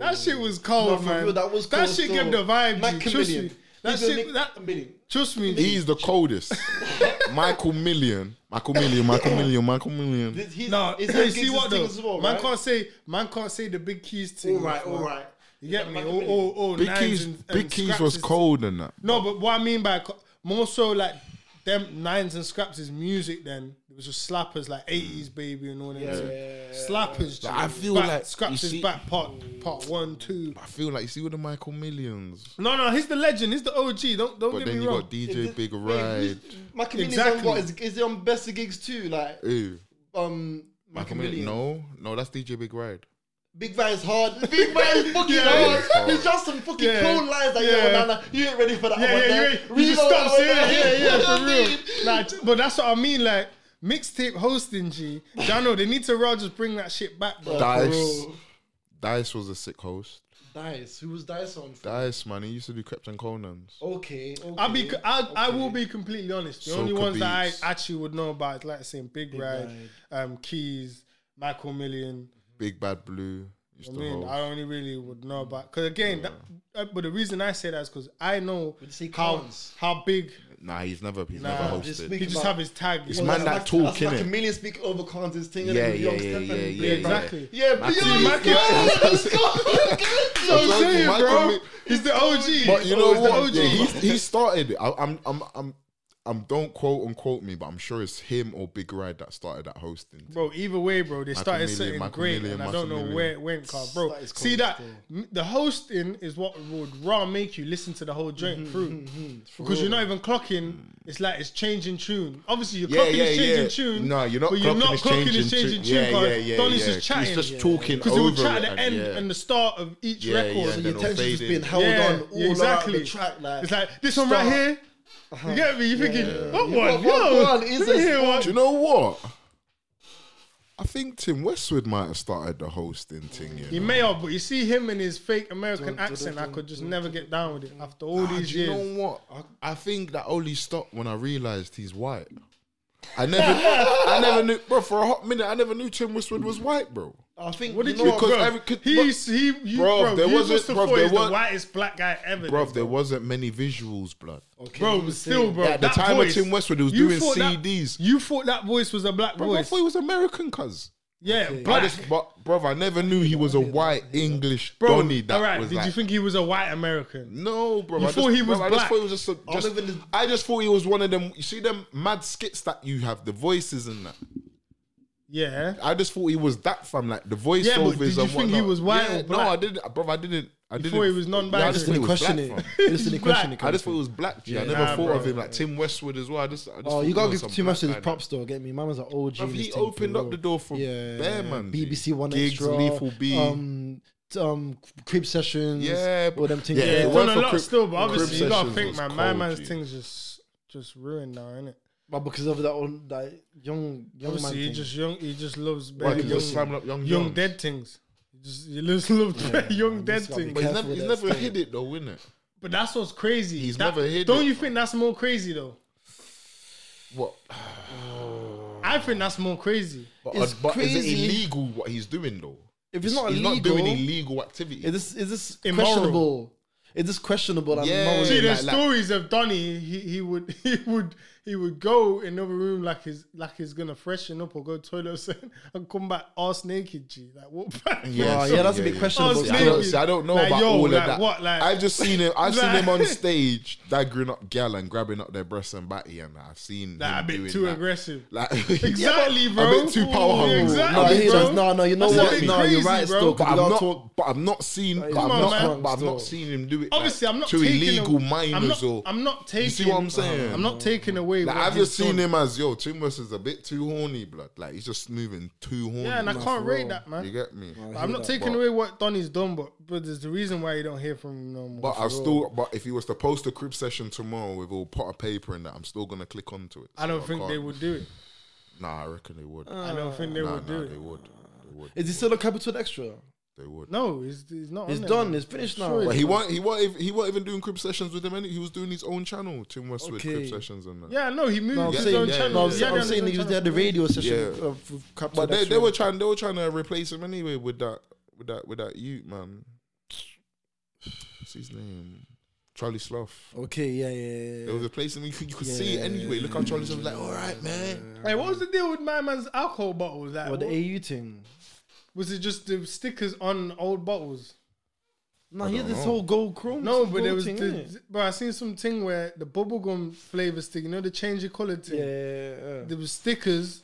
A: That shit was
C: No,
A: cold,
C: for
A: man.
C: real, that was cold
A: shit
C: still.
A: gave the vibe.
C: Mac
A: G. Trust me.
C: Chameleon.
A: That
C: He's gonna
A: shit.
C: make
A: That
C: a million.
A: trust me. G.
B: He's the coldest. Michael Million. Michael Million, Michael Million, Michael Million.
C: This- he's-
A: No,
C: he's
A: you
C: Gates'
A: see what
C: thing
A: though?
C: as well,
A: man
C: right?
A: can't say man can't say the big keys thing.
C: All right,
A: man.
C: all right.
A: You get me?
C: Mac
A: Oh,
C: Chameleon.
A: oh, oh.
B: Big
A: nines
B: Keys,
A: and-
B: Big
A: and
B: Keys
A: scraps
B: was
A: is-
B: cold and that.
A: No, but what I mean by co- more so like them nines and scraps is music. Then it was just slappers
C: Hmm.
A: like eighties baby and all that. shit. Slappers. G.
B: I feel
A: Back-
B: like-
A: scraps
B: you
A: is
B: see-
A: back part part one two.
B: I feel like you see with the Michael Millions,
A: No, no, he's the legend. He's the OG. Don't don't
B: but
A: get
B: then
A: me
B: you
A: wrong.
B: got DJ Big
C: Wait,
B: Ride.
C: who's- Macamini's
A: Exactly.
C: on what? Is, is he on Best of Gigs too? Like,
B: Ooh,
C: um,
B: Michael Million.
C: Macaminian.
B: No, no, that's DJ Big Ride.
C: Big Van is hard. Big Van is fucking
A: Yeah.
C: hard. It's just some fucking
A: Yeah.
C: cold lines that
A: Yeah.
C: yeah. yo, Nana, you ain't ready for that.
A: Yeah,
C: one
A: yeah,
C: there.
A: you ain't- you
C: Reload
A: just stop
C: that one
A: saying
C: there.
A: it. Yeah,
C: You know
A: yeah,
C: what
A: for
C: I
A: real.
C: mean?
A: Nah, t- but that's what I mean. Like mixtape hosting, G. Jano, they need to real just bring that shit back, bro.
B: Dice, Dice was a sick host.
C: Dice. Who was Dice on? For?
B: Dice, man, he used to do Captain Conan's.
C: Okay, okay.
A: I'll be, I, I will be completely honest. The
B: Soca
A: only ones
B: beats.
A: that I actually would know about is like saying Big,
C: Ride.
A: Ride, um, Keys, Michael Million.
B: Big Bad Blue used
A: I
B: to
A: mean,
B: host.
A: I only really would know about because again, that, uh, but the reason I say that is because I know
C: Would you say
A: how
C: Collins?
A: how big
B: nah, he's never, he's
A: Nah,
B: never hosted.
C: just
A: he
C: speaking
A: just
C: about-
A: have his tag.
B: It's
A: Well,
B: man
A: that's
B: that
A: like-
B: talk,
C: That's
B: innit?
C: Macaminian speak over Khan's thing.
B: Yeah,
C: innit?
B: yeah,
C: Young
B: yeah,
C: Steph
B: yeah,
C: and
B: yeah,
A: yeah,
C: Big Van.
A: exactly.
C: Yeah,
B: Mac-
C: Beyond,
B: Mac-
C: let's go.
A: I'm
B: Michael
A: saying, bro.
B: Mi-
A: He's the OG.
B: But you know
A: Oh, he's the
B: what?
A: OG.
B: Yeah, he, he started it. I, I'm, I'm, I'm, I'm. Don't quote unquote me, but I'm sure it's him or Big Ride that started that hosting.
A: Bro, either way, bro, they started
B: Millian,
A: setting
B: Michael
A: great,
B: Millian,
A: and I
B: Michael
A: don't know
B: Millian.
A: where it went, car, bro.
C: That is cold
A: See that
C: still.
A: m- the hosting is what would raw make you listen to the whole joint
C: Mm-hmm,
A: through because you're not even clocking. It's like it's changing tune. Obviously, you're
B: Yeah,
A: clocking
B: yeah,
A: is changing
B: yeah.
A: tune.
B: No, you're not
A: But
B: clocking.
A: you're not
B: is
A: clocking
B: changing
A: is changing
B: tune.
A: tune.
B: Yeah,
A: car.
B: yeah, yeah.
A: Donny's
B: yeah.
A: just chatting.
B: He's just talking
A: because
B: over
A: it would chat at
B: it
A: the end
B: yeah.
A: and the start of each
B: Yeah,
A: record.
B: yeah,
A: So
B: and
A: you
C: Your
B: then
A: take-
C: attention's just
B: faded.
C: being held
A: Yeah,
C: on all around
A: yeah,
C: the
A: exactly.
C: track. Like,
A: it's like this one right
C: start.
A: here. You get me? You're thinking, what one?
C: what
A: Yo,
C: one is
A: let me
C: a
A: hear
C: small-
A: one.
B: Do you know what? I think Tim Westwood might have started the hosting thing. You
A: He
B: know?
A: may have, but you see him in his fake American
C: Dun, dun,
A: accent.
C: dun,
A: I could just
C: dun,
A: never
C: dun,
A: get down with it after all
B: Ah,
A: these
B: do you
A: years.
B: know what? I, I think that only stopped when I realized he's white. I never, I never knew, bro. For a hot minute, I never knew Tim Westwood was white, bro.
C: I think
A: What did
C: know
A: you?
B: Because
A: Because
B: every- could-
A: he's he. You,
B: Bro,
A: bro,
B: there
A: you
B: wasn't-
A: must have
B: bro,
A: thought
B: there
A: he's the
B: was-
A: whitest black guy ever.
B: Bro, there wasn't many visuals, blood.
C: Okay,
A: Bro,
C: you
A: but
C: say-
A: still, bro.
B: At the
A: Oh, that
B: time of
A: voice,
B: Tim Westwood, he was
A: you
B: doing
A: thought that-
B: CDs.
A: you thought that voice was a black
B: Bro, I
A: voice?
B: thought he was American, cuz.
A: yeah,
B: I
A: black.
B: just, but, brother, I never knew he was a white English
A: bro,
B: Donny. That
A: all right.
B: was
A: Did
B: like,
A: you think he was a white American?
B: No, bro.
A: You
B: I
A: thought
B: just,
A: he was
B: bro, I
A: black?
B: just thought he was just. A,
C: I'll
B: just
C: live in the-
B: I just thought he was one of them. You see them mad skits that you have, the voices and that.
A: Yeah.
B: I just thought he was that from like the voiceovers.
A: Yeah, but did you
B: and
A: think he
B: whatnot.
A: was white
B: Yeah,
A: or black?
B: No, I didn't, bro. I didn't. I didn't.
A: thought he was non-binary?
B: Yeah, I just
A: Didn't
B: didn't
C: question
B: question
C: it.
B: it.
C: You just didn't
A: black.
C: question it.
B: I just thought it was black. Yeah, I
C: Yeah,
B: never
A: nah,
B: thought
A: bro.
B: of him like Tim Westwood as well. I just. I just
C: Oh,
B: thought
C: you
B: he
C: gotta
B: was some
C: give too much to
B: black
C: his
B: guy
C: props, though. Get me, Mama's an OG.
B: Bruv,
C: in
B: he
C: this thing, for
B: opened up
C: real.
B: the door for Bear Man, G.
C: BBC One
B: Gigs,
C: Extra,
B: Lethal B.
C: um, t- um, Crib Sessions,
B: Yeah,
C: all them things.
B: yeah,
A: Yeah,
B: it
A: he's
B: went
A: done a
B: for
A: lot
B: Crip-
A: still, but
B: Crip
A: obviously you gotta
B: Sessions
A: think,
B: was
A: man. My
B: cold,
A: man's
B: G.
A: thing's just just ruined now, isn't it?
C: but because of that, old, that young young man
A: Obviously, he
C: thing.
A: just young. He just loves
B: Why,
A: bare
B: he
A: young,
B: just slamming up Young
A: young
B: Johns?
A: dead things. He just he just loves bare young
C: man,
A: dead
C: this gotta be
A: things.
B: But he's never,
C: Careful
B: he's
C: with that
B: never
C: stuff.
B: hid it though, isn't it?
A: But that's what's crazy.
B: He's
A: That-
B: never hid
A: Don't
B: it,
A: you
B: bro.
A: think that's more crazy though?
B: What?
A: I think that's more crazy.
B: But,
C: It's
B: but is it
C: crazy.
B: illegal what he's doing though?
C: if it's not
B: he's
C: illegal,
B: not doing illegal activity.
C: is this is this
A: Immoral.
C: questionable? Is this questionable? and
B: Yeah.
C: immoral?
A: See,
B: Yeah,
A: there's
B: like- like-
A: stories of Donny. He, he would he would he would go in another room like he's like he's gonna freshen up or go to toilet or something and come back ass naked. G like what?
C: Yeah,
B: so-
C: yeah, that's a bit questionable.
A: Honestly,
B: I don't,
A: Maybe.
B: see, I don't know
A: Like,
B: about
A: yo,
B: all of
A: like,
B: that.
A: what, like-
B: I've just seen him. I've seen
A: Like-
B: him on stage daggering up gal and grabbing up their breasts and batty, and I've seen
A: That
B: him
A: a bit
B: doing
A: too
B: that.
A: aggressive.
B: Like
A: Exactly,
B: yeah,
A: bro.
B: A bit too power
A: Ooh,
B: hungry. No,
A: exactly,
C: No,
B: but-
C: he
A: bro.
C: does. No, no, you know
A: That's a
C: what?
A: bit
C: No, you're
A: crazy,
C: right
A: bro.
C: still.
B: But
C: Because
B: I'm
C: you gotta
B: not.
C: talk.
B: But I'm not seen. But
C: come
B: I'm
C: on,
B: not.
C: man.
B: But I'm not
C: Still.
B: seen him do like,
A: Obviously, I'm not
B: to
A: taking
B: illegal
A: away-
B: minors
A: I'm not,
B: or
A: I'm not taking.
B: You see what I'm saying?
A: I'm not taking away.
B: Like,
A: what
B: I've
A: he's
B: just seen
A: done.
B: him as yo, Two is a bit too horny, blood. Like he's just moving too horny.
A: Yeah, and I
C: Nah,
A: can't
C: for
A: rate
C: real.
A: that,
B: you
A: man.
B: get me?
A: But I'm not taking
B: But-
A: away what Donny's done, but but there's the reason why you don't hear from him no more.
B: But I
A: For real.
B: still, but if he was to post a crib session tomorrow with all pot of paper and that, I'm still gonna click onto it.
A: I don't
B: So
A: think they
B: can't-
A: would do it.
B: Nah, I reckon they would.
A: I don't think they
B: nah,
A: would
B: nah,
A: do
B: they
A: it.
B: would. They would.
C: Is he still a capital extra?
B: They would.
A: No, he's, he's not.
C: It's
A: on there,
C: done,
A: man.
C: it's finished
A: I'm
C: now.
A: it's
B: But he
A: done.
B: weren't, he weren't, he weren't even doing crib sessions with them. Any, he was doing his own channel, Tim West with crib
C: Okay.
B: sessions and that.
A: Yeah, no, he moved
C: No, I'm
A: his
C: saying-
A: own
B: yeah,
A: channel.
B: yeah,
C: No, I'm,
B: yeah.
C: saying- I'm
A: he had
C: saying
A: his
C: he
A: own
C: was there the
A: channel.
C: radio session.
B: Yeah.
C: Uh, for capital
B: But they, they
C: extra.
B: were trying, they were trying to replace him anyway with that, with that, with that you man. What's his name? Charlie Slough.
C: Okay, yeah, yeah, yeah.
B: There was a place, and you could, you could
C: Yeah,
B: see it
C: yeah,
B: anyway.
C: yeah,
B: Look how Charlie's was like, all right, man.
A: Hey, what was the deal with my man's alcohol bottles? Like,
C: What the
A: what-
C: AU thing?
A: was it just the stickers on old bottles?
C: No, he had
B: don't
C: this
B: know.
C: whole gold chrome.
A: No, but there was.
C: thing,
A: The, but I seen some thing where the bubblegum flavor stick, you know, the change of color
C: innit?
A: thing.
C: yeah. yeah.
A: There was stickers.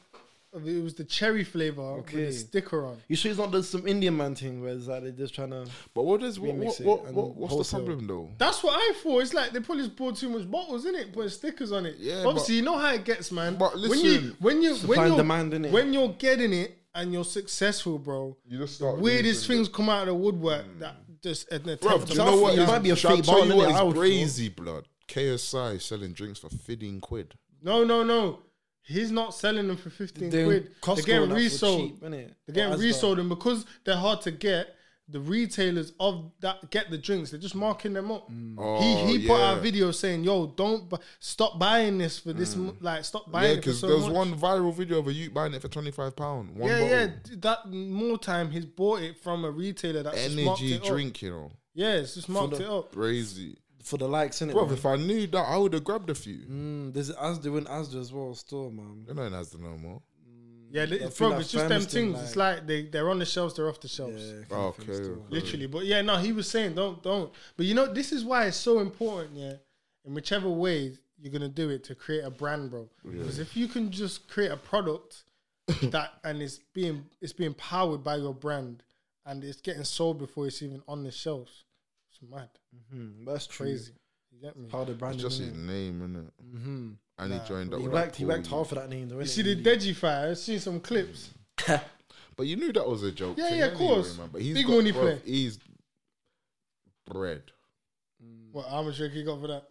A: Of it was the cherry flavor with
C: Okay.
A: a sticker on.
C: You sure it's not the, some Indian man thing where it's like they're just trying to.
B: But what is what,
C: Remix
B: what,
C: it
B: what,
C: and
B: what- what's
C: wholesale.
B: the problem though?
A: That's what I thought. It's like they probably just bought too much bottles in it, putting stickers on it.
B: Yeah,
A: Obviously,
B: but-
A: you know how it gets, man.
B: But
A: when you
B: listen,
A: when you
C: supply
A: when
C: and
A: you're
C: demand, innit?
A: when you're getting it and you're successful, bro,
B: You just
A: the
B: start
A: weirdest
B: losing
A: things come out of the woodwork. That just an attempt.
B: Bro,
A: to
B: do you know what?
C: It
B: is-
C: might be a
B: shall I
C: fake
B: tell
C: bottle,
B: you
C: innit?
B: what
C: I
B: is
C: would feel.
B: crazy, blood. KSI selling drinks for 15 quid.
A: No, no, no. He's not selling them for 15 quid. They're
C: and
A: getting
C: that for
A: resold.
C: cheap, innit?
A: They're getting
C: Or Asda.
A: resold, and because they're hard to get, the retailers of that get the drinks. They're just marking them up.
B: Oh,
A: he he put
B: yeah.
A: out a video saying, "Yo, don't bu- stop buying this for this. mu- Like, stop buying
B: yeah,
A: it for
B: because
A: so
B: there was
A: much."
B: one viral video of a youth buying it for 25 pound. One
A: yeah,
B: bottle.
A: yeah. d- That more time he's bought it from a retailer that's just marked
B: Energy
A: it Up.
B: drink, you know.
A: Yeah, it's just marked it up.
B: Crazy.
C: For the likes, innit?
B: Bro,
C: man?
B: if I knew that, I would have grabbed a few.
C: Mm, there's Asda and Asda as well, store, man.
B: They're not in Asda no more.
A: Yeah, li-
C: I feel
A: bro,
C: like
A: it's just them
C: Firmiston,
A: things. It's like they they're on the shelves. They're off the
C: Yeah,
A: shelves.
C: kind of thing,
B: Okay.
C: store.
B: okay.
A: Literally. But yeah, no, he was saying don't don't. But you know, this is why it's so important, yeah. In whichever way you're gonna do it to create a brand, bro. Because if you can just create a product that and it's being it's being powered by your brand and it's getting sold before it's even on the shelves, it's mad.
C: Mm, that's crazy.
A: Crazy. You get me?
C: How the brand
B: It's just his name, innit?
C: Mm-hmm.
B: And he joined up
C: He
B: with
C: whacked,
B: that
C: he
B: cool
C: whacked
B: youth.
C: half of that name, though.
A: You see the Deji fire, I've seen some clips.
B: But you knew that was a joke.
A: Yeah,
B: thing
A: yeah, of
B: anyway,
A: course.
B: man. But he's
A: Big
B: got-
A: money
B: bruv,
A: play.
B: He's bread.
A: What how much you reckon he got for that?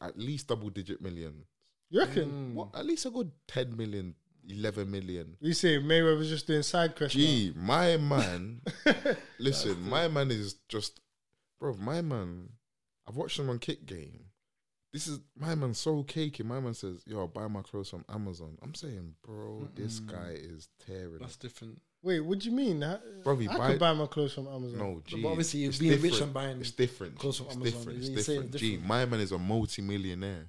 B: At least double digit million.
A: You reckon?
B: What?
C: Hmm.
B: At least I got 10 million, 11 million.
A: You say Mayweather's just doing side quests. now.
B: Gee, my man. listen, my man is just, bro. My man. I've watched him on Kick Game. This is my man. So cakey. My man says, "Yo, I'll buy my clothes from Amazon." I'm saying, bro, this guy is tearing.
C: That's different.
A: Wait, what do you mean? How-
B: Bro, he
A: I
B: buy-
A: could buy my clothes from Amazon.
B: No, G.
C: obviously you're
B: it's
C: being rich
B: different.
C: and buying
B: It's different.
C: clothes from
B: it's
C: Amazon.
B: Different.
C: You
B: It's
C: say
B: different.
C: it's
B: G,
C: different.
B: my man is a multi-millionaire,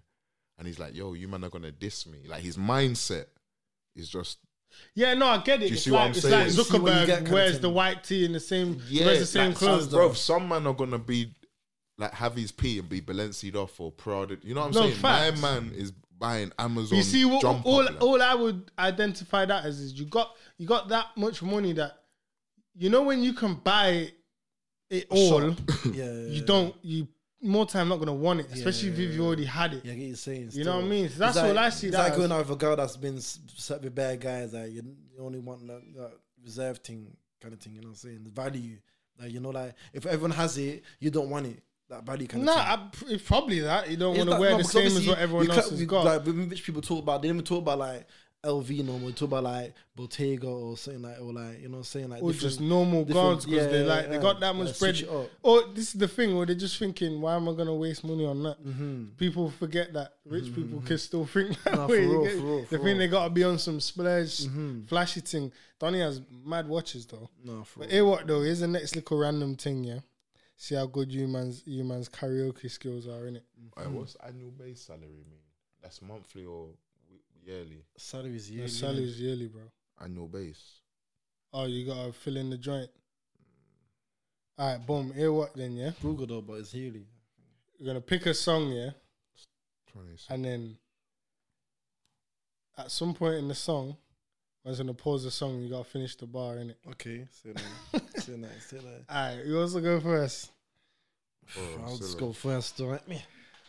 B: and he's like, "Yo, you man are gonna diss me." Like his mindset is just
A: Yeah, no, I get
B: Do
A: it.
B: you
A: it's
B: see
A: like,
B: what I'm
A: it's
B: saying?
A: like
C: You see what you
A: Zuckerberg
C: get kind of
A: wears
C: thing.
A: the white tee and the same
B: yeah,
A: wears the same
B: like,
A: clothes.
C: though.
B: bro. Some man are gonna be like have his pee and be Balenci'd off or proud. You know what I'm
A: No,
B: saying?
A: facts.
B: My man is buying Amazon.
A: you see what
B: jumper,
A: all
B: like.
A: all I would identify that as is you got you got that much money that you know when you can buy it all,
C: Yeah, yeah,
A: you don't you more time not gonna want it, especially
C: yeah,
A: if you already had it.
C: Yeah, I get you saying.
A: You know what I
C: still.
A: mean? So
C: It's
A: that's
C: like,
A: all I see
C: It's
A: that
C: like
A: as.
C: going out with a girl that's been s- set with bad guys that you, you only want that, that reserve thing kind of thing. You know what I'm saying? The value that you know, like if everyone has it, you don't want it. That value kind
A: Nah,
C: of thing.
A: I, it's probably that you don't
C: It's
A: want to
C: like-
A: wear
C: no,
A: the
C: because
A: same as
C: obviously
A: what everyone
C: you
A: else
C: can't-
A: has
C: you-
A: got.
C: Like when rich people talk about, they don't even talk about like LV no more. They talk about like Bottega or something like, or like you know, what I'm saying like
A: or
C: different-
A: just normal
C: different-
A: guns because they
C: yeah,
A: like they
C: yeah,
A: got that
C: yeah,
A: much
C: switch
A: bread.
C: it up.
A: Or this is the thing, or they're just thinking, why am I gonna waste money on that?
C: Mm-hmm.
A: People forget that rich people can still think that
C: Nah, Mm-hmm, for
A: way. you
C: real,
A: get-
C: for real,
A: they
C: for
A: think
C: real. Mm-hmm.
A: they gotta be on some splurge, flashy thing. Donny has mad watches though.
C: No, for
A: But
C: real.
A: here what though? Here's the next little random thing, yeah. See how good you man's you man's karaoke skills are in it.
B: Alright, what's annual base salary mean? That's monthly or w- yearly?
C: salary is
A: Your
C: yearly.
A: salary's yearly, bro.
B: Annual base.
A: Oh, you gotta fill in the joint. All right, boom. Here what then? Yeah,
C: Google though, but it's yearly.
A: you're gonna pick a song, yeah.
B: Trying to see.
A: and then at some point in the song, I was gonna pause the song. You gotta finish the bar, innit? Oh,
C: Okay, say that. say that. Say that.
A: All right, you also go first.
B: Oh,
C: I'll just
B: sorry.
C: go first, alright?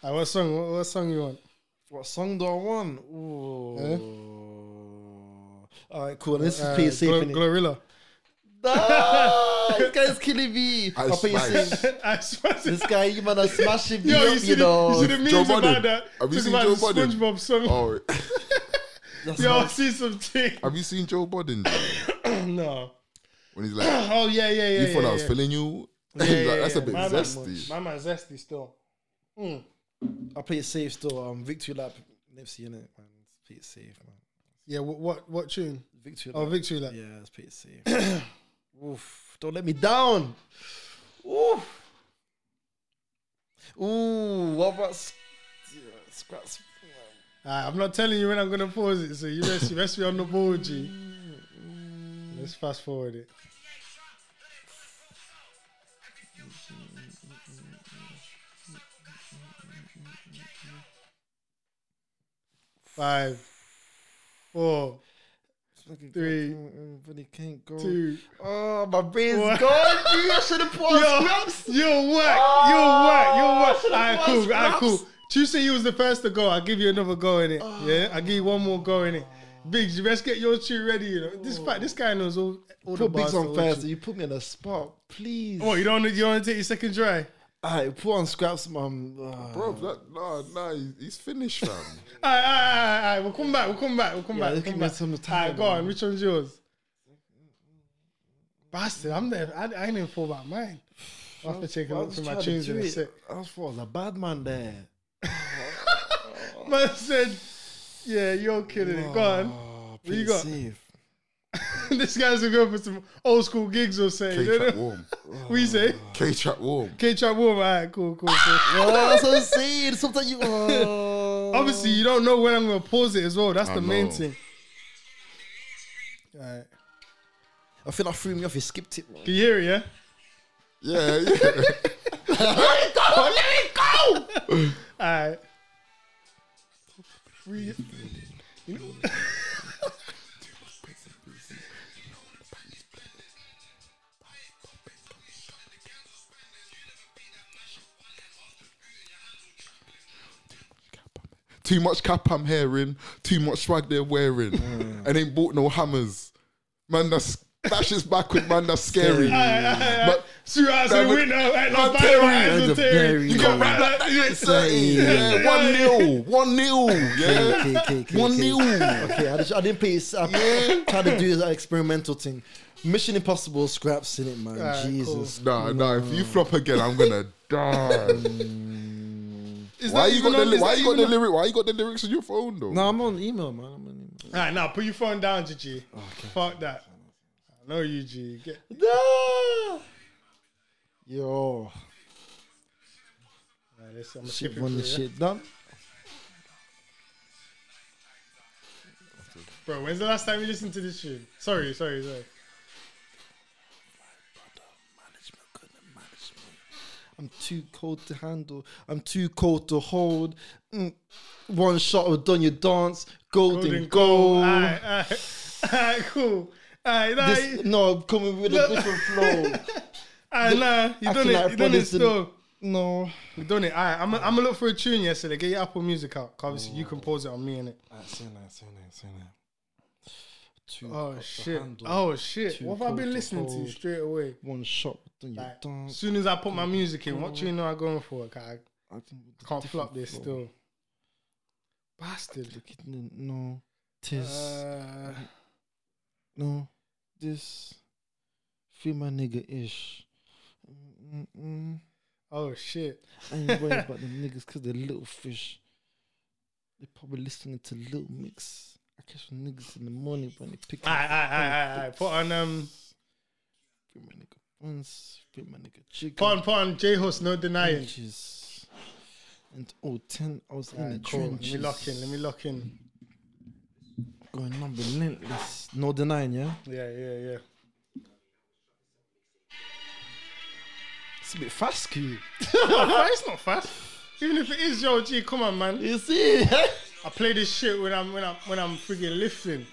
A: Ah, what song? What, what song you want?
C: What song do I want? Ooh. Alright, cool. Let's just play
A: Uh,
C: it safe.
A: Glo-
C: innit?
A: Glorilla.
C: Ah, this guy's killing me.
B: Ice
C: I'll play it
B: Spice.
C: safe.
A: I suppose-
C: This guy, you man, are smashing me
A: Yo,
C: up,
A: you
C: you,
A: see, the,
C: know.
A: you see the memes
B: Joe
A: about
B: Budden.
A: that?
B: Have you
A: Talk
B: seen
A: about
B: Joe
A: the
B: Budden?
A: SpongeBob song.
B: Oh,
C: That's
A: Yo, I
C: how-
A: see some thing.
B: have you seen Joe Budden
A: no.
B: when he's like,
A: Oh yeah, yeah, yeah.
B: "You
A: yeah,
B: thought I
A: yeah,
B: was feeling you."
A: Yeah,
B: He's
A: yeah,
B: like, That's
A: yeah.
B: a bit
A: My man-
B: zesty.
A: My man zesty still. Mm.
C: I'll play it safe still. Um, Victory Lap, Nipsey, innit, man. Let's play it safe, man.
A: Yeah. What, what? What tune?
C: Victory
A: Oh,
C: Lap.
A: victory lap.
C: Yeah, let's play it safe. Oof. Don't let me down. Oof. Ooh, what about s- yeah, Scratch?
A: Alright, Ah, I'm not telling you when I'm gonna pause it, so you best you best be on the ball, G. Let's fast forward it. Five, four, Three,
C: Everybody can't go.
A: two.
C: Oh, my brain's
A: What?
C: gone. Dude, I should have paused Scraps.
A: You're whack. You're whack. You're
C: Oh,
A: whack. All
C: should've
A: right,
C: won,
A: cool. All right,
C: Scraps.
A: cool. Tuesday, you was the first to go. I'll give you another go in it.
C: Oh.
A: Yeah, I'll give you one more go in it. Biggs, you best get your tune ready. You know, this fact, this guy knows all, all the
C: Put
A: bars.
C: Biggs
A: to
C: on
A: all
C: first.
A: tune.
C: You put me on the spot, please.
A: What you don't? wanna- You don't want to take your second try?
C: All right, put on Scraps, mum. Uh,
B: Bro, that, nah, nah, he's, he's finished, fam.
A: All right, all right, all right, all right. We'll come back. We'll come back. We'll come
C: Yeah,
A: back.
C: let's
A: We'll
C: give
A: come
C: me
A: back.
C: some
A: all
C: time,
A: right, go
C: man.
A: on. Which one's yours? Bastard, I'm there. I, I ain't even thought about mine. After taking a
C: I
A: look
C: was
A: for
C: just
A: my
C: trying to
A: tunes
C: do
A: in a
C: it.
A: sec.
C: I was for the bad man there.
A: Man said, "Yeah, you're killing it." Go on.
C: Oh,
A: What you
C: please
A: got?
C: save.
A: this guy's gonna go for some old school gigs or
B: K
A: something. You
B: trap
A: know?
B: warm.
A: We say
B: K trap warm.
A: K Trap Warm. Alright, cool, cool, cool.
C: Oh, that's what I'm saying. Sometimes you. Oh.
A: Obviously, you don't know when I'm gonna pause it as well. That's
B: I
A: the main
B: know.
A: thing. Alright,
C: I feel like threw me off. He skipped it.
A: can you hear it? Yeah.
B: Yeah, yeah.
A: Alright.
B: Too much cap I'm hearing, too much swag they're wearing, and ain't bought no hammers. Man, that's that shit's backward, man. That's scary. But
A: Shoot out the
B: That would-
A: window and
B: Man,
A: not back
B: Terry,
A: my eyes
C: that's
A: on
C: a
A: Terry.
C: very
A: You
C: cool-
A: got right like that. You ain't saying.
B: yeah, one nil, one nil. Yeah,
C: Okay, okay, okay,
B: one
C: okay.
B: nil.
C: Okay, I, just, I didn't play. it. I tried to do that experimental thing. Mission Impossible scraps in it, man.
A: Alright, cool.
C: Jesus.
B: Nah, nah. If you flop again, I'm gonna die.
A: It's
B: why
A: not
B: you
A: even
B: got the
A: on-
B: li-
A: it's
B: why
A: not
B: you got
A: even
B: the
A: on-
B: lyric? Why you got the lyrics on your phone though?
C: No, I'm on email, man. I'm on email.
A: Alright, now put your phone down, Gigi. Fuck that. I know you, G. Get,
C: No. Yo,
A: Alright, let's- I'm gonna skip
C: shit
A: it
C: won
A: for
C: the
A: you, yeah?
C: shit done.
A: Bro, when's the last time you listened to this tune? Sorry, sorry, sorry.
C: Management couldn't manage me. I'm too cold to handle. I'm too cold to hold. Mm. One shot of done your dance. Golden,
A: Golden
C: goal.
A: goal. Alright, alright. Alright, cool. Alright, nah,
C: This-
A: you-
C: no, I'm coming with a different flow.
A: alright, nah, you
C: acting
A: done it.
C: like
A: You done it
C: brothers in-
A: still.
C: No.
A: You done it. Alright, I'm gonna look for a tune yesterday. Get your Apple Music out. 'cause Obviously, you can pause it on me, innit?
C: Alright, say that, say that, say that. Two
A: Oh
C: cups of
A: shit!
C: Mm. handle,
A: Oh shit!
C: Too
A: What have I
C: cold
A: been
C: to
A: listening to
C: hold.
A: straight away?
C: One shot, done your
A: Like, as
C: dance.
A: soon as I put my music in, what tune am I going for? 'Cause I
C: I think with the
A: can't
C: different
A: flop this
C: flow.
A: still. Bastard.
C: Look at the- No. Tis.
A: Uh,
C: no. This. Feel my nigga ish. Mm-mm.
A: oh shit!
C: I ain't worried about them niggas because they're little fish. They probably listening to Little Mix. I catch some niggas in the morning when they pick
A: Alright, alright, alright, alright, alright.
C: up.
A: Put on um,
C: Feel my nigga buns. Feel my nigga chicken.
A: put on, put on J Hus. No denying.
C: trenches. And oh, 10, I was in the
A: Alright, Uh, cool. Let
C: trenches.
A: me lock in. Let me lock in.
C: Going on relentless. No denying, yeah?
A: Yeah, yeah, yeah.
C: It's a bit fast, kid.
A: But it's not fast. Even if it is, yo, G, come on, man.
C: You see?
A: I play this shit when I'm when I'm when I'm freaking lifting.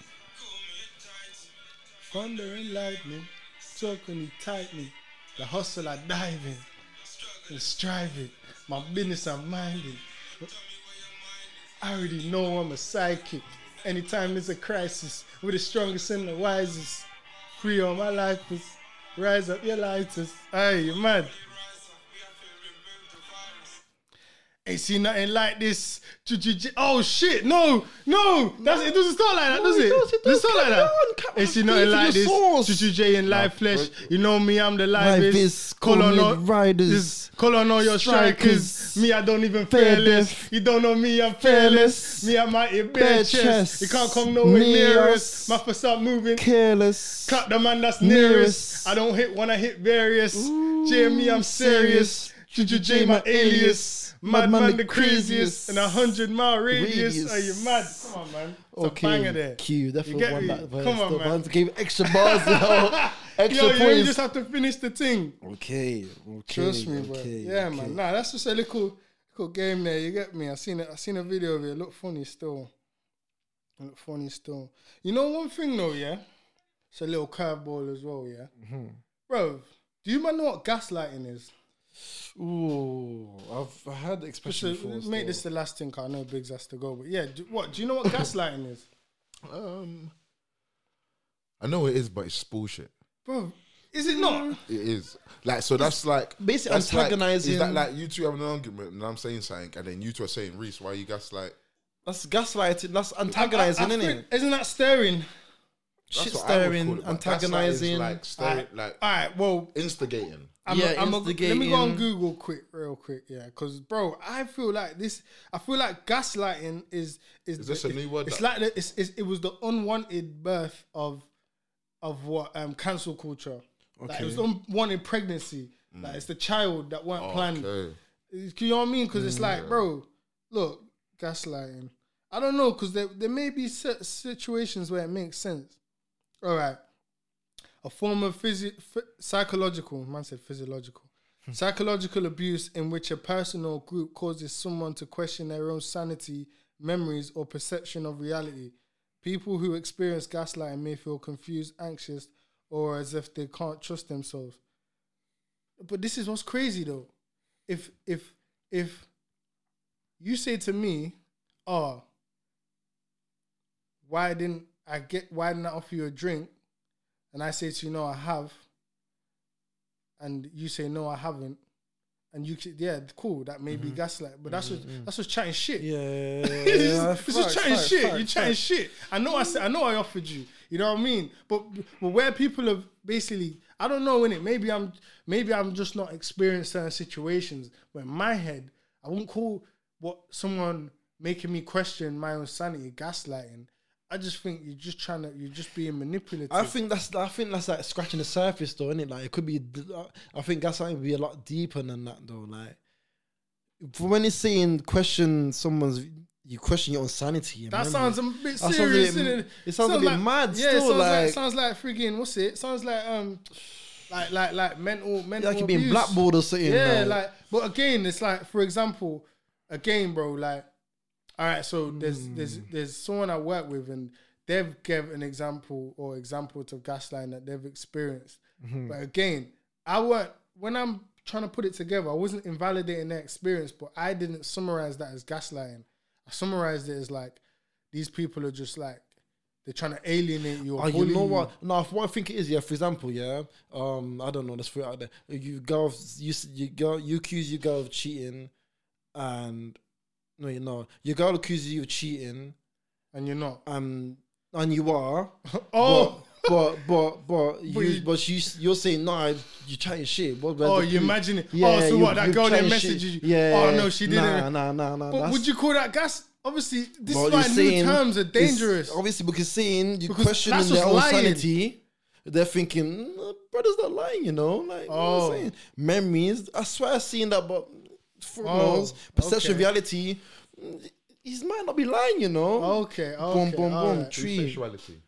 A: Thunder and lightning, circle me tightly. The hustle I dive in. and striving. My business I'm minding. I already know I'm a psychic. Anytime there's a crisis, we're the strongest and the wisest. Free all my lifers, rise up your lighters. Aye, you mad? Ain't seen nothing like this. J-j-j- Oh shit! No, no, that's it. Doesn't start like that,
C: No,
A: does
C: it
A: it?
C: does, it does.
A: not start like
C: Come
A: that.
C: on, come
A: Ain't seen
C: on,
A: nothing
C: give
A: like
C: the
A: this.
C: source.
A: J-j-j in live flesh. You know me, I'm the
C: Life
A: livest.
C: is
A: Call on
C: calling
A: all
C: riders.
A: this- Call on all your strikers.
C: Strikers.
A: Me, I don't even
C: Fair
A: fear this.
C: death.
A: You don't know me, I'm
C: Fearless.
A: fearless. Me, I might a bare
C: Bare
A: chest.
C: chest.
A: You can't come nowhere near
C: Near
A: us.
C: us.
A: My foot start moving.
C: Careless.
A: Clap the man that's
C: Nearest.
A: nearest. I don't hit when I hit various. J me, I'm serious. Juju J, my alias. Madman the craziest. In a hundred mile radius.
C: Radius.
A: Are you mad? Come on, man. It's a banger there.
C: Okay, Q.
A: You
C: Definitely
A: get
C: won
A: me?
C: that verse.
A: Come on,
C: the
A: man.
C: ones gave extra bars now.
A: Yo,
C: extra
A: you
C: points.
A: just have to finish the thing.
C: okay, okay.
A: Trust me, bro.
C: okay,
A: Yeah,
C: okay.
A: man. Nah, that's just a little, little game there. You get me? I seen it. I seen a video of it. It Look funny still. It Look funny still. You know one thing though, yeah. It's a little curveball as well, yeah.
C: Mm-hmm.
A: Bro, do you man know what gaslighting is?
C: Ooh, I've I had the
A: Just
C: expression
A: to
C: before.
A: make
C: still.
A: this the last thing. 'cause I know Biggs has to go, but yeah. Do, what do you know what gaslighting is,
B: Um, I know it is, but it's bullshit.
A: bro? Is it not?
B: It is like so. That's like
C: basically
B: that's like-
C: antagonising-
B: is that like you two have an argument and I'm saying something and then you two are saying Reese, why you guys like?
C: That's gaslighting. That's antagonizing,
A: I- I
C: isn't
A: think-
C: it?
A: Isn't that stirring?
B: That's
C: Shit
B: what I would
C: stirring,
B: call it, but that's like- it's
C: antagonizing.
B: like stirring, like
A: All right. Well,
B: instigating.
A: I'm
C: Yeah,
A: a, I'm a, let me go on
C: instigating.
A: Google quick, real quick, yeah, because bro, I feel like this. I feel like gaslighting is is,
B: Is this
A: the-
B: a new word
A: It's
B: that-
A: like the, it's, it's, it was the unwanted birth of of what um cancel culture. Like it was unwanted pregnancy. Like it's the child that weren't planned.
B: Oh, Okay.
A: It's- You know what I mean? Because it's like, bro, look, gaslighting. I don't know, because there, there may be cer- situations where it makes sense. All right. A form of physi- ph- psychological, man said physiological, psychological abuse in which a person or group causes someone to question their own sanity, memories, or perception of reality. People who experience gaslighting may feel confused, anxious, or as if they can't trust themselves. But this is what's crazy though if if if you say to me, "Oh, why didn't I get? Why didn't I offer you a drink?" and I say to you, "No, I have," and you say, "No, I haven't," and you, say, yeah, cool, that may be gaslight, but that's what that's what's chatting shit.
C: Yeah,
A: It's
C: Uh, yeah,
A: just, it's
C: facts,
A: just chatting
C: facts,
A: shit.
C: facts,
A: You're chatting
C: facts.
A: shit. I know I said, I know I offered you. You know what I mean? But, but where people have basically, I don't know in it. Maybe I'm, maybe I'm just not experienced certain situations. But in my head, I wouldn't call what someone making me question my own sanity gaslighting. I just think you're just trying to, you're just being manipulative.
C: I think that's I think that's like scratching the surface though, isn't it? Like it could be. I think gaslighting would be a lot deeper than that though. Like for when it's saying question someone's, you question your own sanity. and
A: That
C: memory.
A: sounds a bit
C: sounds a
A: serious,
C: bit-
A: innit?
C: it sounds a bit mad
A: Yeah, it
C: still,
A: sounds like,
C: like-
A: sounds like friggin' what's it? Sounds like um, like like like mental mental.
C: like you're being
A: abuse.
C: blackballed or something.
A: Yeah,
C: like,
A: like, but again, it's like for example, again, bro, like, all right, so there's there's
C: Hmm.
A: there's someone I work with and they've gave an example or examples of gaslighting that they've experienced.
C: Mm-hmm.
A: But again, I weren't when I'm trying to put it together, I wasn't invalidating their experience, but I didn't summarize that as gaslighting. I summarized it as like these people are just like they're trying to alienate you. Or
C: Oh, you
A: bully
C: know what? No, if what I think it is, yeah. For example, yeah. Um, I don't know. Let's put it out there. You go, off- you s- you go, you accuse your girl of cheating, and no, you know, your girl accuses you of cheating,
A: and you're not.
C: and and you are.
A: Oh.
C: But but but, but you,
A: you-
C: but you s- you're saying no, I, you chatting shit. But,
A: Oh, you imagine it. oh, so what? That girl that messages you.
C: Yeah.
A: Oh no, she didn't.
C: Nah, nah, nah, nah.
A: But
C: that's-
A: would you call that gas? Obviously, this
C: Well,
A: is
C: you're
A: why new
C: saying
A: terms are
C: it's-
A: dangerous.
C: Obviously, because saying you
A: Because that's
C: questioning
A: just
C: their own
A: lying.
C: sanity, they're thinking, "Mm, brother's not lying, you know? Like, you know what
A: Oh.
C: I'm saying? memories. I swear I've seen that, but for
A: Oh,
C: knows, perception,
A: okay.
C: of reality, mm, he might not be lying, you know?
A: Okay, okay.
C: boom, boom,
A: all
C: boom.
A: right.
C: Tree.
B: Sexuality.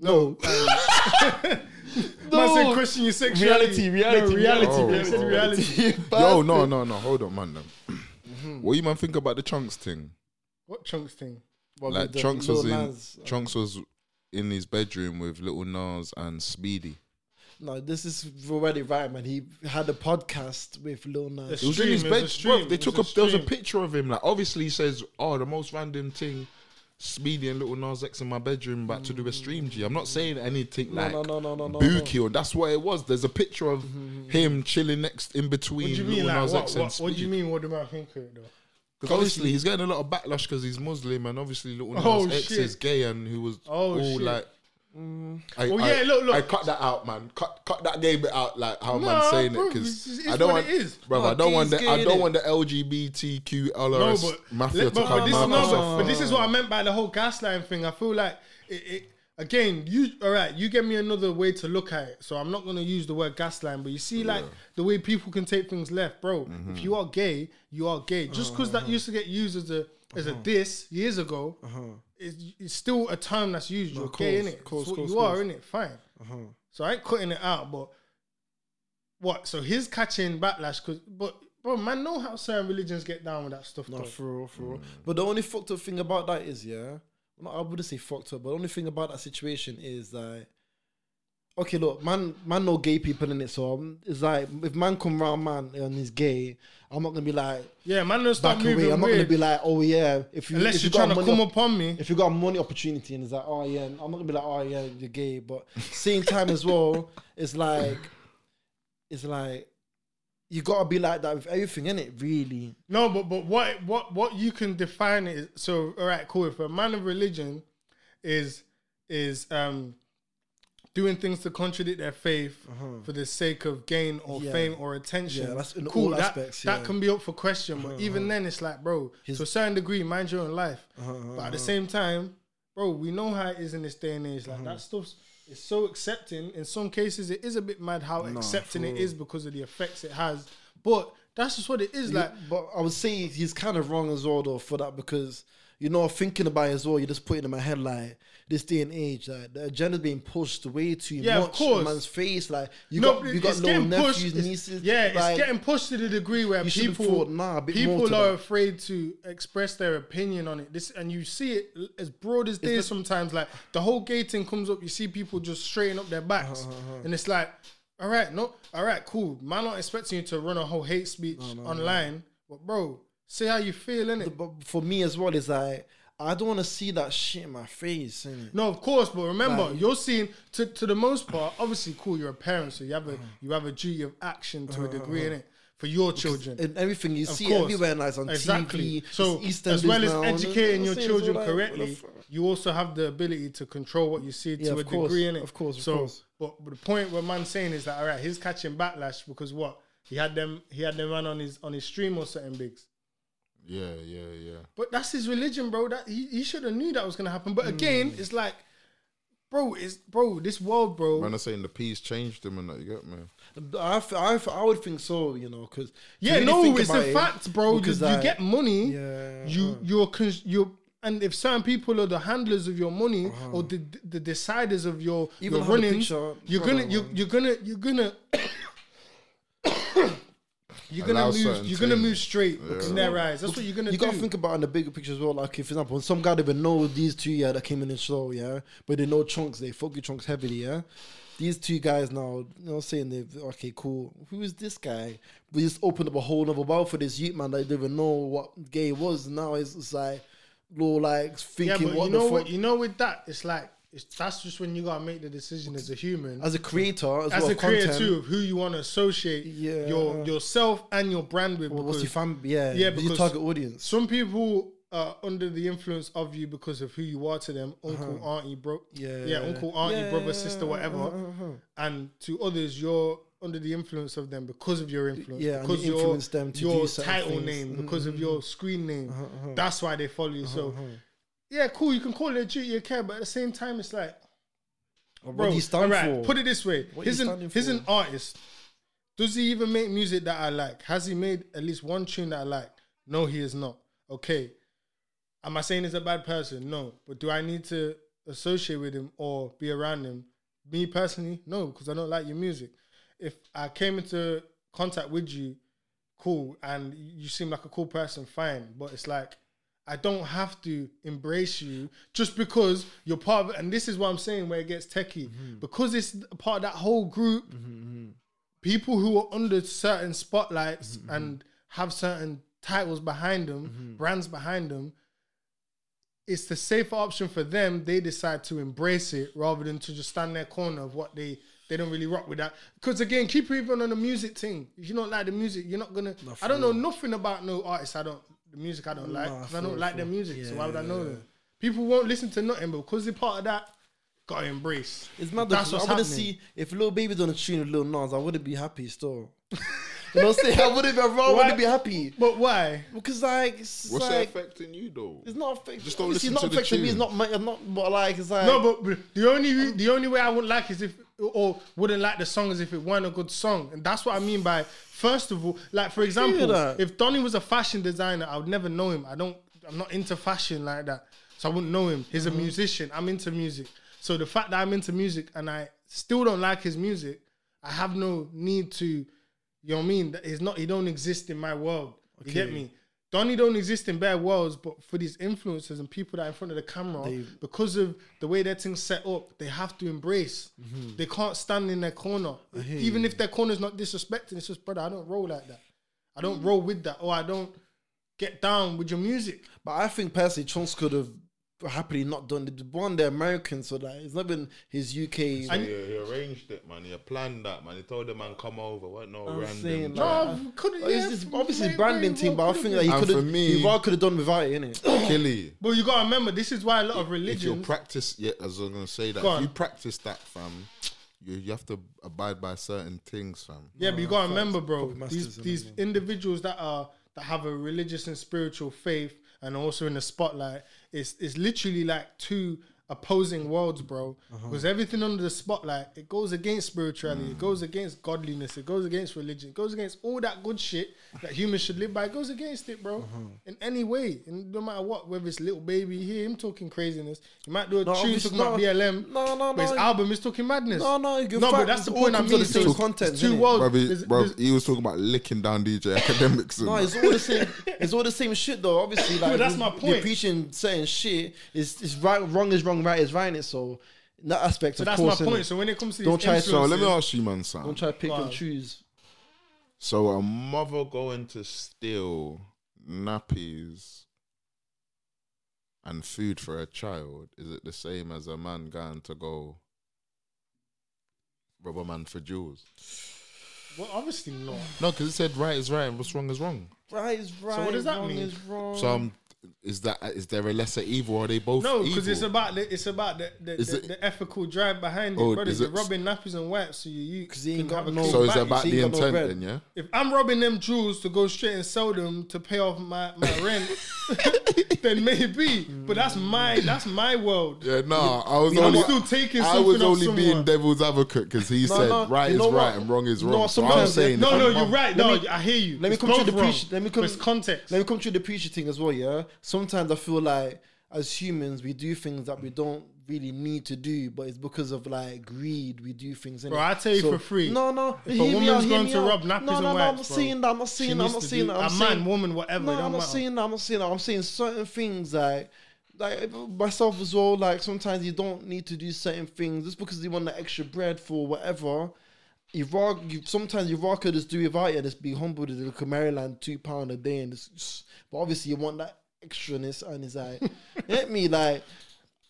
C: No.
A: Man said
C: No.
A: question your sexuality.
C: Reality,
A: No,
C: reality,
A: reality.
B: Oh,
A: man said
B: oh.
A: reality.
B: Yo, no, no, no. Hold on, man.
C: Mm-hmm.
B: What you man think about the chunks thing?
A: What chunks thing?
C: But
B: Like
C: with the
B: chunks was
C: little
B: in
C: Nas,
B: chunks was in his bedroom with little Nas and Speedy.
C: No, this is already right, man. He had a podcast with Lil Nas.
A: Yes.
B: It was in his
A: Stream, it was a
B: bed.
A: stream,
B: bruv, they
A: it
B: took a,
A: was a
B: there was a
A: stream.
B: picture of him. Like obviously he says, "Oh, the most random thing, Speedy and Little Nas X in my bedroom, about to do a stream." G. I'm not saying anything
C: No,
B: like
C: no, no, no, no, no,
B: Bookie or that's what it was. There's a picture of him chilling next in between
A: Mm-hmm, What do you mean?
B: Little
A: Like,
B: Nas
A: what,
B: X and
A: what,
B: Speedy.
A: what do you mean? What do I think of it though?
B: 'Cause obviously he's getting a lot of backlash because he's Muslim and obviously Little Nas
A: Oh,
B: X
A: shit.
B: is gay and who was
A: Oh,
B: all
A: shit. Mm.
B: like. I,
A: Well,
B: I-
A: yeah, look, look.
B: I cut that out, man. Cut, cut that gay bit out, like how man
A: Nah,
B: saying it,
A: bro,
B: 'cause
A: it's- it's
B: I don't
A: what
B: want,
A: it is.
B: bro. I
C: Nah,
B: don't
C: gay
B: want
C: is
B: the,
C: gay,
B: I don't
C: innit?
B: want the LGBTQ
A: No,
B: LRS
A: but,
B: mafia
A: let-
B: to
A: but,
B: come
A: but this,
B: out.
A: no,
B: myself.
A: but, but this is what I meant by the whole gaslighting thing. I feel like it, it again. You all right? You give me another way to look at it. So I'm not gonna use the word gaslighting, but you see, like the way people can take things left, bro.
C: Mm-hmm.
A: If you are gay, you are gay. Just because
C: Uh-huh.
A: that used to get used as a as a diss years ago, it's, it's still a term that's used. You're gay,
C: course,
A: innit?
C: course,
A: It's what
C: course, Uh-huh.
A: you are, innit? Fine. So I ain't cutting it out, but what? So he's catching backlash because, but bro, man, know how certain religions get down with that stuff.
C: No,
A: though.
C: for real, for real. But the only fucked up thing about that is, yeah, no, I wouldn't say fucked up, but the only thing about that situation is that, okay, look, man, man, no gay people in it, so um, it's like if man come round, man, and he's gay, I'm not gonna be like
A: Yeah, man, don't start
C: back away. I'm
A: moving
C: not gonna
A: weird.
C: be like, oh yeah, if you
A: Unless
C: if
A: you're
C: got
A: trying to
C: money
A: come
C: op-
A: upon me.
C: if you got a money opportunity and it's like, oh yeah, I'm not gonna be like, oh yeah, you're gay, but same time as well, it's like, it's like. You gotta be like that with everything, innit? Really.
A: No, but but what what what you can define it is so all right, cool. If a man of religion is is um doing things to contradict their faith for the sake of gain or
C: Uh-huh. Yeah.
A: fame or attention,
C: Yeah, that's in
A: cool.
C: all
A: that,
C: aspects,
A: that
C: yeah. Uh-huh.
A: can be up for question, but even then, it's like, bro, to a certain degree, mind your own life. But at the same time, bro, we know how it is in this day and age. Like that stuff's it's so accepting. In some cases, it is a bit mad how accepting it is because of the effects it has. But that's just what it is. Like
C: Yeah, but I would say he's kind of wrong as well though for that because you know thinking about it as well. You're just putting in my head like this day and age, like the agenda's being pushed way too
A: Yeah, of
C: much
A: course.
C: in man's face. Like you
A: no,
C: got
A: but
C: you got
A: it's
C: little
A: getting
C: nephews,
A: pushed. it's-
C: nieces.
A: yeah,
C: like,
A: it's getting pushed to the degree where
C: you should've
A: people
C: thought, nah, a bit more
A: people
C: to
A: are
C: that.
A: afraid to express their opinion on it. This and you see it l- as broad as day sometimes. Like the whole gay thing comes up, you see people just straighten up their backs,
C: Uh,
A: and it's like, all right, no, all right, cool. Man, not expecting you to run a whole hate speech online, but bro, say how you feel, innit?
C: But for me as well, it's like I don't want to see that shit in my face. Innit?
A: No, of course, but remember, you're seeing to, to the most part. Obviously, cool. You're a parent, so you have a
C: Uh-huh.
A: you have a duty of action to a degree in it for your children.
C: And everything you
A: Of
C: see
A: course.
C: everywhere, like it's on
A: exactly.
C: TV.
A: So
C: it's EastEnders
A: as well as
C: now, and it's-
A: educating your
C: it's
A: children
C: like, what the
A: correctly,
C: fuck?
A: you also have the ability to control what you see
C: Yeah,
A: to
C: of
A: a
C: course,
A: degree in it.
C: of course, of
A: so,
C: course.
A: But, but the point where man's saying is that all right, he's catching backlash because what he had them he had them run on his on his stream or certain bigs.
B: Yeah, yeah, yeah.
A: But that's his religion, bro. That he, he should have knew that was gonna happen.
C: Hmm.
A: But again, it's like, bro, it's bro, this world, bro.
B: Man, I'm saying the peas changed him and that. You get me?
C: I, f- I, f- I would think so, you know, because
A: Yeah, no, it's a fact, bro. You, you get money,
C: Yeah.
A: you you're cons- you and if certain people are the handlers of your money or the the deciders of your
C: Uh-huh. Even
A: your
C: how the
A: running,
C: picture-
A: you're gonna you you're gonna you're gonna you're gonna
B: Allow
A: move
B: certain
A: you're gonna
B: things.
A: move straight in their eyes. That's what you're gonna
C: You
A: do.
C: gotta think about in the bigger picture as well. Like, if, for example, some guy don't even know these two yeah that came in the show, yeah, but they know chunks. They fuck with chunks heavily, yeah. These two guys now, you know, saying they okay, cool. Who is this guy? We just opened up a whole other world for this youth man that didn't even know what gay was. Now it's, it's like, low like
A: yeah,
C: thinking
A: but
C: what
A: you know
C: the
A: what
C: fuck.
A: you know with that, it's like it's that's just when you gotta make the decision as a human.
C: as a creator, as,
A: as
C: well,
A: a
C: of
A: creator
C: content,
A: too, of who you want to associate
C: Yeah.
A: your yourself and your brand with.
C: Well, what's your
A: because-
C: fan? Yeah,
A: Yeah,
C: your
A: because
C: target audience.
A: Some people are under the influence of you because of who you are to them, uncle, auntie, bro.
C: Uh-huh. Yeah.
A: yeah, uncle, auntie,
C: Yeah. uh-huh,
A: brother, sister, whatever. And to others, you're under the influence of them because of your influence.
C: Yeah, and
A: because
C: you
A: your-
C: influence them to
A: your
C: do certain
A: title
C: things. Mm-hmm. Uh-huh,
A: name, because of your screen name. That's why they follow you. So, yeah, cool. You can call it a duty of care, but at the same time, it's like
C: What
A: bro.
C: do you stand
A: alright,
C: for?
A: Put it this way:
C: What
A: he's
C: you
A: an
C: standing
A: he's
C: for?
A: an artist. Does he even make music that I like? Has he made at least one tune that I like? No, he is not. Okay. Am I saying he's a bad person? No. But do I need to associate with him or be around him? Me personally, no, because I don't like your music. If I came into contact with you, cool, and you seem like a cool person, fine. But it's like I don't have to embrace you just because you're part of it. And this is what I'm saying where it gets techie. Because it's part of that whole group, people who are under certain spotlights
C: Mm-hmm.
A: and have certain titles behind them, brands behind them, it's the safer option for them. They decide to embrace it rather than to just stand in their corner of what they they don't really rock with that. Because again, keep it even on the music thing. If you don't like the music, you're not gonna. I don't know nothing about no artists. I don't the music. I don't like. 'cause I don't like their music. so why would I know them? People won't listen to nothing, but because they're part of that, gotta embrace.
C: It's mad
A: That's
C: though, 'cause
A: what's
C: I want to
A: happening.
C: see if Lil Baby's on a tune with Lil Nas, I wouldn't be happy still. you know what I'm saying? I wouldn't be, I
A: Why-
C: wouldn't be happy.
A: But why?
C: Because, like, it's
B: What's
C: like,
B: it affecting you though?
C: it's not affecting
B: Just don't
C: obviously
B: listen
C: it's not
B: to the
C: affecting me. It's
B: tune.
C: not, my, I'm not, but like, it's like,
A: No, but, but the only re- the only way I would like is if or wouldn't like the song is if it weren't a good song, and that's what I mean by first of all, like for example,
C: that.
A: if Donny was a fashion designer, I would never know him. I don't, I'm not into fashion like that, so I wouldn't know him. He's a musician. I'm into music, so the fact that I'm into music and I still don't like his music, I have no need to, you know what I mean? That He's not, he don't exist in my world. You get me? Donny don't exist in bare worlds, but for these influencers and people that are in front of the camera, because of the way their thing's set up, they have to embrace. They can't stand in their corner. Even if their corner's not disrespecting, it's just, brother, I don't roll like that. I
C: Mm.
A: don't roll with that, or I don't get down with your music.
C: But I think personally, Chance could have happily not done it. One, they're American, so that it's not been his UK.
A: And-
E: He, he arranged it, man. He planned that, man. He told the man come over. What no
C: I'm
E: random.
C: saying,
E: man.
C: like,
A: No, Oh, couldn't.
C: But it's,
A: yeah,
C: it's obviously
A: may-
C: branding
A: may
C: team, but I
A: well
C: think
A: could've
C: that he
B: And
C: could
B: for
C: have,
B: me-
C: he could have done without it, innit?
B: Killy.
A: been. But you gotta remember, this is why a lot of
B: If you
A: religions.
B: practice, yeah, as I was gonna say that,
A: Go
B: if you
A: on.
B: practice that, fam, you you have to abide by certain things, fam.
A: Yeah, but you gotta remember, bro.
C: Puppet
A: These
C: masters and
A: these individuals that are that have a religious and spiritual faith, and also in the spotlight, it's it's literally like two opposing worlds, bro.
C: Uh-huh.
A: Because everything under the spotlight, it goes against spirituality,
C: Mm.
A: it goes against godliness, it goes against religion, it goes against all that good shit that humans should live by. It goes against it, bro.
C: Uh-huh.
A: In any way, and no matter what, whether it's little baby you hear him talking craziness, you might do a
C: No,
A: tune
C: obviously
A: talking about
C: not.
A: BLM,
C: No, no,
A: but his
C: no.
A: album is talking madness.
C: No, no, you can
A: no, but
C: fact-
A: that's the
C: all
A: point I'm
C: comes to the
A: making.
C: same
A: It's
C: content,
A: two
C: innit?
A: worlds.
B: Bruv, he,
A: There's-
B: bruv,
A: there's-
B: he was talking about licking down DJ academics.
C: No, it's all the same. It's all the same shit, though. Obviously, like
A: But that's
C: you-
A: my
C: you're
A: point.
C: preaching certain shit is is right. Wrong is wrong. Right is right. It so in that aspect.
A: So
C: of
A: that's my
C: course,
A: point.
C: innit?
A: So when it comes to
C: Don't
A: these
C: try to-
B: so
A: influences,
B: let me ask you, man, Sam.
C: don't try to pick
A: Go on.
C: and choose.
B: So a mother
E: Mother going to steal.
B: nappies and food for a child is it the same as a man going to go rubber man for jewels?
A: well, obviously not.
B: No, because it said right is right and what's wrong is wrong.
C: Right is right.
A: does that
C: wrong
A: mean?
C: Is wrong.
B: So um, is that is there a lesser evil? Or are they both
A: No, because
B: evil?
A: it's about the it's about the the,
B: Is
A: the,
B: it-
A: the ethical drive behind
B: Oh,
A: it, brothers.
B: is
A: You're
B: it-
A: robbing nappies and wipes, so you you
C: 'Cause he ain't
A: can
C: got
A: have a
C: no
A: clean
B: so is
A: back.
B: it about
C: so you
B: the
C: ain't got no
B: intent
C: bread.
B: then? Yeah.
A: If I'm robbing them jewels to go straight and sell them to pay off my, my rent, then maybe. But that's my that's my world.
B: Yeah, no, I was
A: I'm
B: only
A: still taking
B: I was
A: something off
B: only being
A: someone.
B: devil's advocate because he
C: No,
B: said
C: no,
B: right
C: you
B: is
C: know
B: right
C: what?
B: and wrong is
C: No,
B: wrong. so I'm
C: sometimes-
B: saying
A: No,
B: if
A: no,
B: I'm-
A: you're right.
C: let
A: No,
C: me-
A: I hear you.
C: let me
A: It's
C: come to
A: both
C: the
A: wrong,
C: preach- let me
A: but
C: come-
A: It's context.
C: Let me come to the preacher thing as well, yeah. Sometimes I feel like as humans we do things that we don't really need to do, but it's because of like greed we do things. innit?
A: Bro, I tell you for free,
C: No, no.
A: if a
C: hear me
A: woman's
C: out, hear
A: going
C: me
A: to
C: out.
A: rob nappies
C: no,
A: and
C: no, no, I'm not
A: wipes, bro.
C: saying that. I'm not
A: She
C: saying that. I'm
A: needs
C: not
A: to
C: saying
A: do-
C: that. I'm
A: a
C: saying,
A: man, woman, whatever.
C: No,
A: it don't
C: I'm not
A: matter.
C: saying that. I'm not saying that. I'm saying certain things like. Like myself as well, like sometimes you don't need to do certain things just because you want the extra bread for whatever. Iraq, you, sometimes Iraq could just do without you, just be humbled and look at Maryland two pound a day, and it's, but obviously you want that extraness, and it's like, get me like.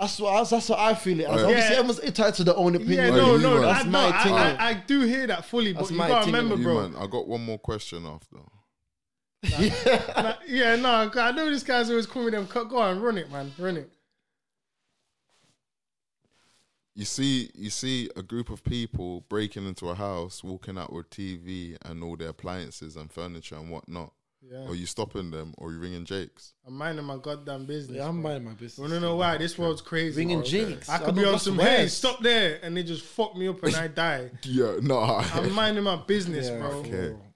C: That's what, that's, that's what I feel it. As. Obviously,
A: Yeah.
C: everyone's entitled to their own opinion.
A: Yeah,
B: Hey,
A: no,
B: Oh, you
A: no,
B: man.
A: I,
B: That's
A: no,
C: my
A: I-
C: thing,
A: I,
C: innit?
A: I do hear that fully, but
C: That's
A: you
C: my
A: gotta
C: thing,
A: remember,
C: innit?
B: you,
A: bro.
B: man, I got one more question after.
A: Like, yeah, no, I know this guy's always calling me them. cut- Go on, run it, man, run it.
B: you see you see a group of people breaking into a house, walking out with TV and all their appliances and furniture and whatnot.
A: Yeah,
B: Are you stopping them or are you ringing Jake's?
A: I'm minding my goddamn business.
C: Yeah, I'm
A: bro.
C: minding my
A: I
C: business.
A: don't know why this world's crazy.
C: Ringing
A: bro.
C: jigs.
A: I could be on some hey, stop there, and they just fuck me up and I die.
B: Yeah, no.
A: I'm minding my business, bro.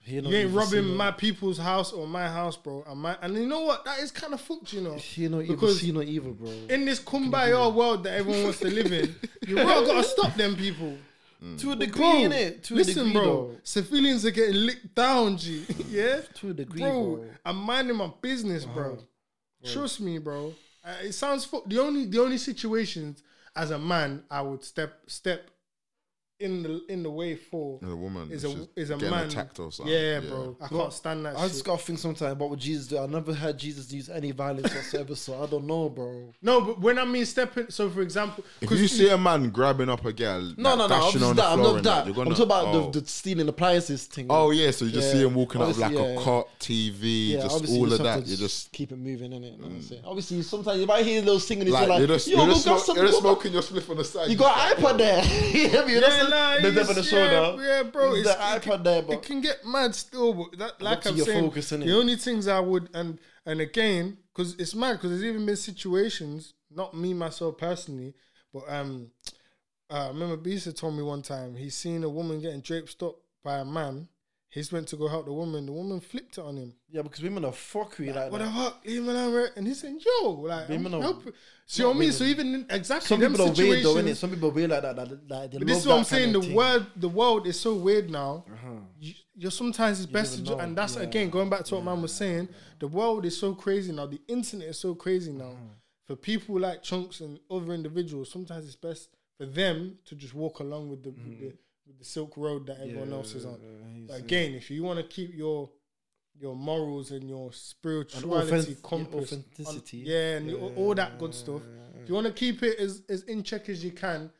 A: You ain't robbing my people's house or my house, bro. I might, and you know what? That is kind of fucked, you know.
C: He no evil.
A: Because-
C: He no evil, bro.
A: In this kumbaya world that everyone wants to live in, you all gotta stop them people.
C: To a degree,
A: Bro,
C: innit? To
A: listen,
C: a degree,
A: bro.
C: though.
A: Civilians are getting licked down, G. yeah?
C: To a degree,
A: bro,
C: bro. Uh-huh.
A: I'm minding my business, bro. Trust me, bro. Uh, it sounds fu- the only the only situations as a man I would step step in the in the way for
B: As a woman,
A: is
B: it's
A: a
B: just
A: is a
B: getting
A: man
B: attacked or something.
A: Yeah,
B: Yeah.
A: bro. I
C: Bro,
A: can't stand that.
C: I
A: shit.
C: just gotta think sometimes what would Jesus do? I never heard Jesus use any violence whatsoever, so I don't know, bro.
A: No, but when I mean stepping, so for example,
B: If
A: 'cause
B: you see a man grabbing up a girl,
C: No,
B: like,
C: no, no.
B: dashing
C: Obviously
B: on the
C: that, I'm
B: floor
C: not
B: and that,
C: that.
B: you're
C: I'm
B: gonna,
C: talking about
B: oh.
C: the, the stealing appliances thing.
B: Oh yeah, so you just
C: Yeah.
B: see him walking out with like
C: Obviously,
B: a
C: yeah.
B: cot TV, just
C: obviously you
B: all of
C: have to
B: that. You just Mm.
C: keep it moving, innit? Know what I'm saying? Obviously, sometimes you might hear those singing, it's
B: like,
C: like, like
B: you're just,
C: yo,
B: you're
C: go
B: just,
C: grab
B: smoke-
C: something.
B: you're
C: go
B: just
C: grab-
B: smoking your spliff on the side.
C: You got an iPad there. yeah, you
A: Yeah,
C: know,
A: nah,
C: the
A: you
C: dip on the
A: see-
C: shoulder.
A: Yeah, yeah, bro.
C: It's
A: It's,
C: the
A: it,
C: iPad
A: can,
C: there, but
A: it can get mad still, but that, like
C: to
A: I'm
C: your
A: saying,
C: focus, innit?
A: the only things I would and and again, because it's mad, because there's even been situations, not me myself personally, but um, uh, I remember Bisa told me one time he's seen a woman getting draped up by a man. He's went to go help the woman. The woman flipped it on him.
C: yeah, because women are fuckery like
A: What the
C: that.
A: fuck? Leave him alone, right? And he's saying, "Yo, like, I'm
C: Women are-
A: helping." See what I mean? So even in- exactly
C: Some
A: them
C: people are weird though,
A: situations-
C: innit? Some people are weird like that. that, that they
A: but
C: love
A: this is what
C: that
A: I'm saying.
C: kind
A: The
C: of thing. Uh-huh.
A: world, the world is so weird now. You, you're sometimes it's best, to
C: never
A: ju-
C: know.
A: and that's
C: Yeah.
A: again going back to what man was saying. The world is so crazy now. The internet is so crazy now.
C: Uh-huh.
A: For people like chunks and other individuals, sometimes it's best for them to just walk along with the
C: Mm-hmm.
A: with the, with the silk road that everyone else is on. But
C: uh,
A: again, if you want to keep your your morals and your spirituality,
C: authentic- yeah,
A: compass, on-
C: authenticity.
A: yeah, and all- all that good stuff. If you want to keep it as, as in check as you can,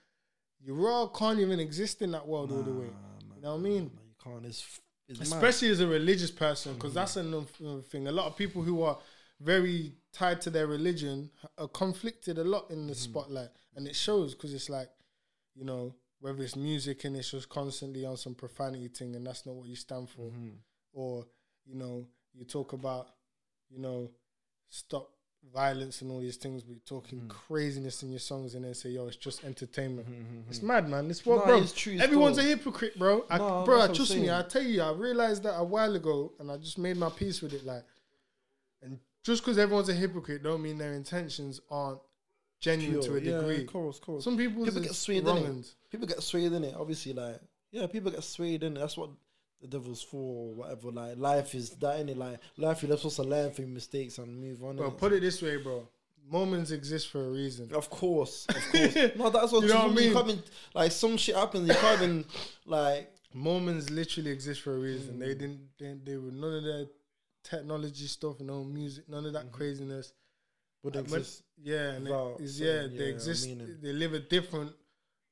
A: you raw can't even exist in that world all the way. you know what I mean?
C: Nah, you can't. It's, f- it's mad.
A: Especially as a religious person, because that's another thing. A lot of people who are very tied to their religion are conflicted a lot in the
C: Mm.
A: spotlight, and it shows because it's like, you know, whether it's music and it's just constantly on some profanity thing, and that's not what you stand for,
C: Mm-hmm.
A: or you know, you talk about, you know, stop violence and all these things, but you're talking
C: Mm.
A: craziness in your songs, and then say, yo, it's just entertainment. It's mad, man. This what,
C: Mm-hmm, No,
A: bro.
C: it's true, it's
A: Everyone's
C: dope.
A: a hypocrite, bro. I,
C: No,
A: bro,
C: that's what I'm
A: trust me.
C: saying.
A: I tell you, I realized that a while ago, and I just made my peace with it. Like, and just because everyone's a hypocrite, don't mean their intentions aren't genuine
C: Pure,
A: to a
C: yeah,
A: degree.
C: of course, of course.
A: Some people
C: people
A: is
C: get swayed in
A: wronged.
C: it. People get swayed in it. Obviously, like yeah, people get swayed in it. That's what the devil's for, or whatever. Like life is that in it. Like life, you're supposed to learn from your mistakes and move on.
A: But
C: innit?
A: put it this way, bro. Moments exist for a reason.
C: Of course, of course. no, that's what
A: You know what I
C: you
A: mean?
C: can't even- like some shit happens. You can't even like
A: Moments literally exist for a reason.
C: Mm.
A: They didn't. They, they were none of that technology stuff, no music, none of that craziness.
C: would
A: Like, when-
C: exist.
A: yeah, and it
C: Mm-hmm. without
A: is- yeah,
C: certain-
A: they
C: yeah,
A: exist.
C: meaning. Mm-hmm.
A: They live a different.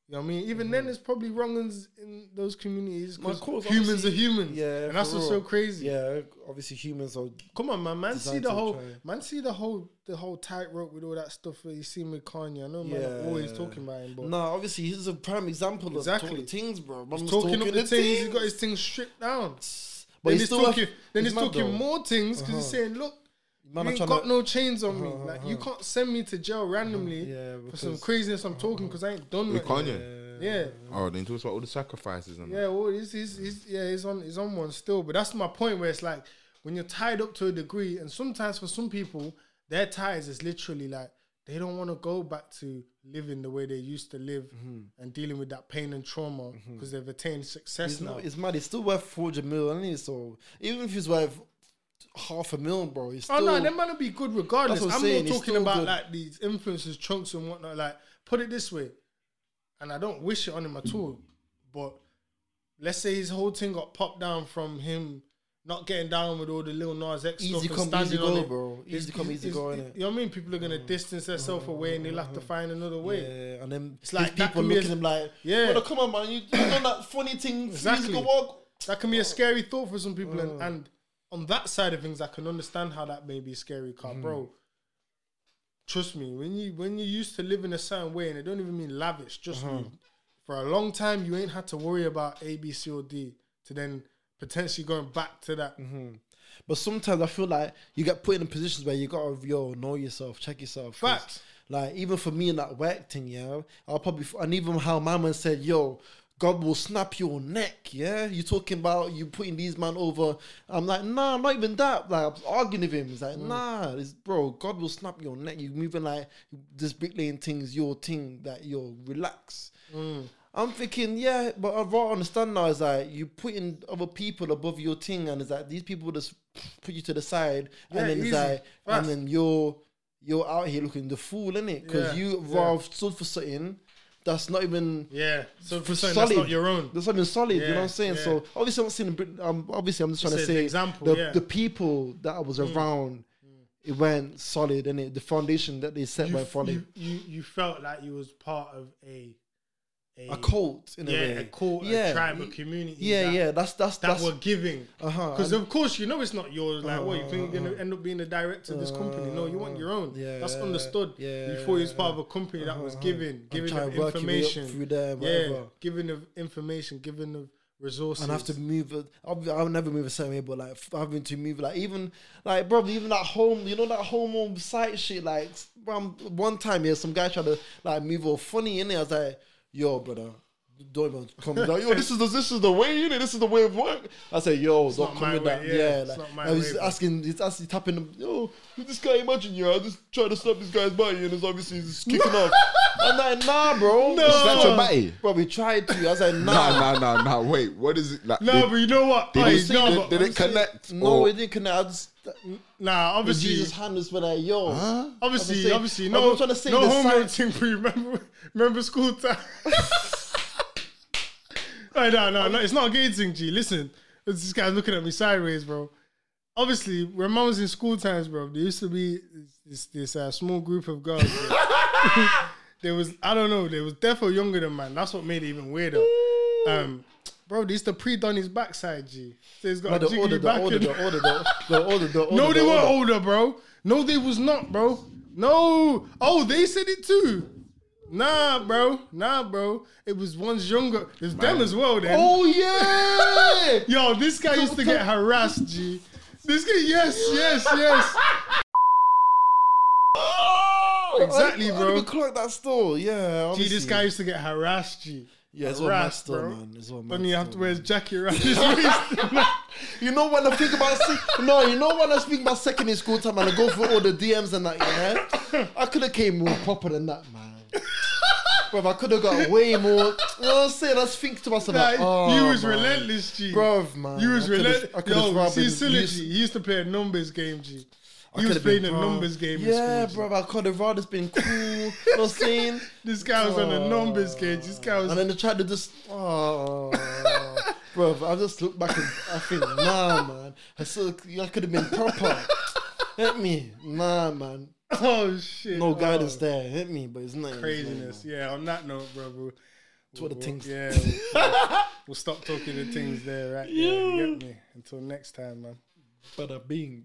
A: You know what I mean? Even then, there's probably wrongings in those communities.
C: No, of
A: 'cause
C: course,
A: humans
C: obviously.
A: are humans.
C: Yeah,
A: and that's
C: for
A: what's so
C: real.
A: crazy.
C: Yeah, obviously humans are.
A: Come on, man. Man, see
C: Designed
A: the
C: to
A: whole
C: try.
A: man, see the whole the whole tightrope with all that stuff that you see with Kanye. I know, man, are always
C: Yeah.
A: talking about him, but
C: No, obviously he's a prime example of
A: Exactly.
C: talking things, bro.
A: he's
C: Man's
A: talking, up the
C: the
A: things. He's got his things stripped down.
C: But
A: then
C: he's
A: he's
C: still
A: talking. then he's
C: mad
A: talking
C: though. Uh-huh.
A: more things because he's saying, "Look,
C: Man, I'm
A: you ain't
C: trying
A: got
C: to-
A: no chains on me. Like you can't send me to jail randomly
C: Uh-huh. Yeah,
A: for some
C: because- Uh-huh.
A: craziness I'm talking because I ain't done
B: With
A: nothing.
B: Kanye.
A: Yeah,
B: Oh, then talks about all the sacrifices and
A: yeah. Well, he's, he's, he's yeah, he's on he's on one still. But that's my point where it's like when you're tied up to a degree, and sometimes for some people, their ties is literally like they don't want to go back to living the way they used to live
C: Mm-hmm.
A: and dealing with that pain and trauma because they've attained success
C: It's
A: now.
C: not. It's mad. It's still worth four hundred mil, isn't it? So even if it's worth half a mil, bro, it's
A: Oh
C: still.
A: no, them man will be good regardless.
C: That's what
A: I'm
C: I'm saying,
A: not
C: it's
A: talking
C: still
A: about
C: good.
A: like these influences, chunks and whatnot. Like, put it this way, and I don't wish it on him at all, but let's say his whole thing got popped down from him not getting down with all the Lil Nas X
C: Easy
A: stuff and
C: come,
A: standing
C: easy
A: on
C: go,
A: it.
C: bro.
A: It's-
C: Easy come,
A: it's-
C: easy
A: it's-
C: go,
A: it-
C: innit? Uh-huh,
A: You know what I mean? People are gonna distance themselves away, and they'll have to find another way.
C: Yeah, and then it's
A: like,
C: like
A: that
C: people
A: can be a-
C: looking at him like,
A: Yeah.
C: yeah, come on, man, you, you done that funny thing.
A: Exactly.
C: Exactly. Oh. Walk.
A: That can be a scary thought for some people, and, and on that side of things, I can understand how that may be scary. Car,
C: Mm-hmm.
A: bro, trust me, when you when you used to live in a certain way, and it don't even mean lavish, just
C: Uh-huh.
A: me, for a long time, you ain't had to worry about A, B, C, or D to then potentially going back to that.
C: Mm-hmm. But sometimes I feel like you get put in positions where you gotta yo know yourself, check yourself. 'cause,
A: Facts.
C: Like even for me in that work thing, yeah, I'll probably and even how my man said, yo. God will snap your neck, yeah. You talking about you putting these man over? I'm like, nah, not even that. Like I was arguing with him. He's like, nah, it's, bro. God will snap your neck. You moving like this bricklaying things, your thing. That yo, relax. I'm thinking, yeah, but I rather understand now is that you putting other people above your thing, and it's like these people just put you to the side,
A: Yeah,
C: and then
A: easy,
C: it's like,
A: fast.
C: and then you're you're out here looking the fool, innit? Because
A: Yeah,
C: you
A: yeah.
C: rather stood for something that's not even
A: Yeah. So for something that's not your own.
C: That's something solid. you know what
A: Yeah,
C: I'm saying?
A: yeah.
C: So obviously, I'm not saying. Brit- Um, obviously, I'm just trying
A: Just
C: to
A: an
C: say
A: example,
C: the,
A: yeah. Mm.
C: the people that I was around. It went solid, and it the foundation that they set
A: You,
C: went
A: f- you,
C: solid.
A: you you felt like you was part of a
C: a cult in
A: yeah,
C: a way.
A: a cult, a tribe, a
C: y-
A: community.
C: Yeah,
A: that,
C: yeah. That's that's
A: That
C: that's
A: were giving.
C: Uh-huh,
A: Because
C: and- Uh-huh.
A: of course you know it's not yours. Like what you think you're gonna end up being the director of this company? No, you want your own.
C: yeah,
A: that's understood.
C: yeah, Uh-huh.
A: you thought you was part of a company that was giving, giving
C: trying
A: of
C: to work your way up
A: information
C: through them,
A: yeah,
C: whatever.
A: giving of information, giving of resources.
C: and I have to move. it- I'll, be- I'll never move a certain way, but like f- having to move, like even like bro, even that home, you know that home on site shit. Like s- um, one time, yeah, some guy tried to like move all funny in there. I was like, yo, brother. Don't even come. Like, yo, this is the this is the way in it. This is the way of work. I say, yo, don't
A: not
C: come
A: my
C: with
A: way,
C: that.
A: yeah,
C: Yeah,
A: it's
C: like,
A: not my
C: I was
A: way, bro.
C: asking, he's asking, tapping him. Yo, who this guy? Imagine you. I just tried to slap this guy's body, and it's obviously he's kicking off. I'm like, nah, bro.
D: Snatch your body.
C: Bro, we tried to. I was like, nah,
B: Nah, nah, nah, nah. Wait, what is it? Like,
A: no,
B: did-
A: but you know what?
B: did
A: Oi,
B: it-
A: no,
B: did-
A: but
B: did it
A: honestly-
B: connect?
C: No,
B: or-
C: it didn't connect. I just
A: Nah,
C: with
A: obviously,
C: Jesus' hand was like, yo.
A: obviously,
C: I'm
A: obviously,
C: saying-
A: no,
C: I'm trying to say
A: no
C: the
A: homeroom
C: science-
A: thing. But you remember, remember school time. Right, no, no, no, it's not a gay thing, G. Listen, it's this guy's looking at me sideways, bro. Obviously, when I was in school times, bro, there used to be this this, this uh, small group of girls. bro. there was, I don't know, they was definitely younger than man. That's what made it even weirder. Um, bro, they used to pre-done his backside, G. So he's got
C: No,
A: a
C: the
A: jiggly
C: order,
A: back
C: the order,
A: and-
C: the order, the the order, the order.
A: no, they
C: the
A: were
C: order.
A: older, bro. No, they was not, bro. No. Oh, they said it too. Nah, bro. Nah, bro. It was ones younger. It's them as well, then.
C: Oh yeah.
A: Yo, this guy used to get harassed, G. This guy, yes, yes, yes. Exactly,
C: I, I
A: bro.
C: didn't even clock that store. Yeah.
A: G,
C: Obviously.
A: this guy used to get harassed, G.
C: Yeah, it's all mad
A: harassed,
C: store,
A: bro.
C: man. It's all mad.
A: Then you have to
C: store,
A: wear his
C: man.
A: jacket around his waist.
C: You know when I think about se- no, you know when I speak about secondary school time and I go through all the DMs and that. Yeah, I could have came more proper than that, man. Bro, I could have got way more. You know what I'm saying? I just think to myself, like,
A: Like,
C: oh,
A: you was
C: man.
A: relentless, G.
C: Bruv, man,
A: You was
C: I could've-
A: relentless.
C: I could've
A: Yo,
C: robbed
A: see,
C: his-
A: Silly,
C: used-
A: G, he used to play a numbers game, G.
C: I
A: He was
C: could've been
A: playing a
C: pro.
A: numbers game. in
C: Yeah,
A: school, G.
C: bro, I could have rather been cool. you know what I'm saying? Oh.
A: This guy was
B: Oh.
A: on a numbers game. This guy was.
C: And then they tried to just, oh, bro, I just look back and I think, nah, man. I still, I could have been proper. Hit me, nah, man.
A: Oh shit!
C: No
A: oh,
C: guidance there. Hit me, but it's not
A: Craziness. Yeah. On that note, bro, we'll,
C: It's what the things.
A: yeah, we'll, we'll stop talking the things there, right? Yeah. You get me. Until next time, man.
C: But a being.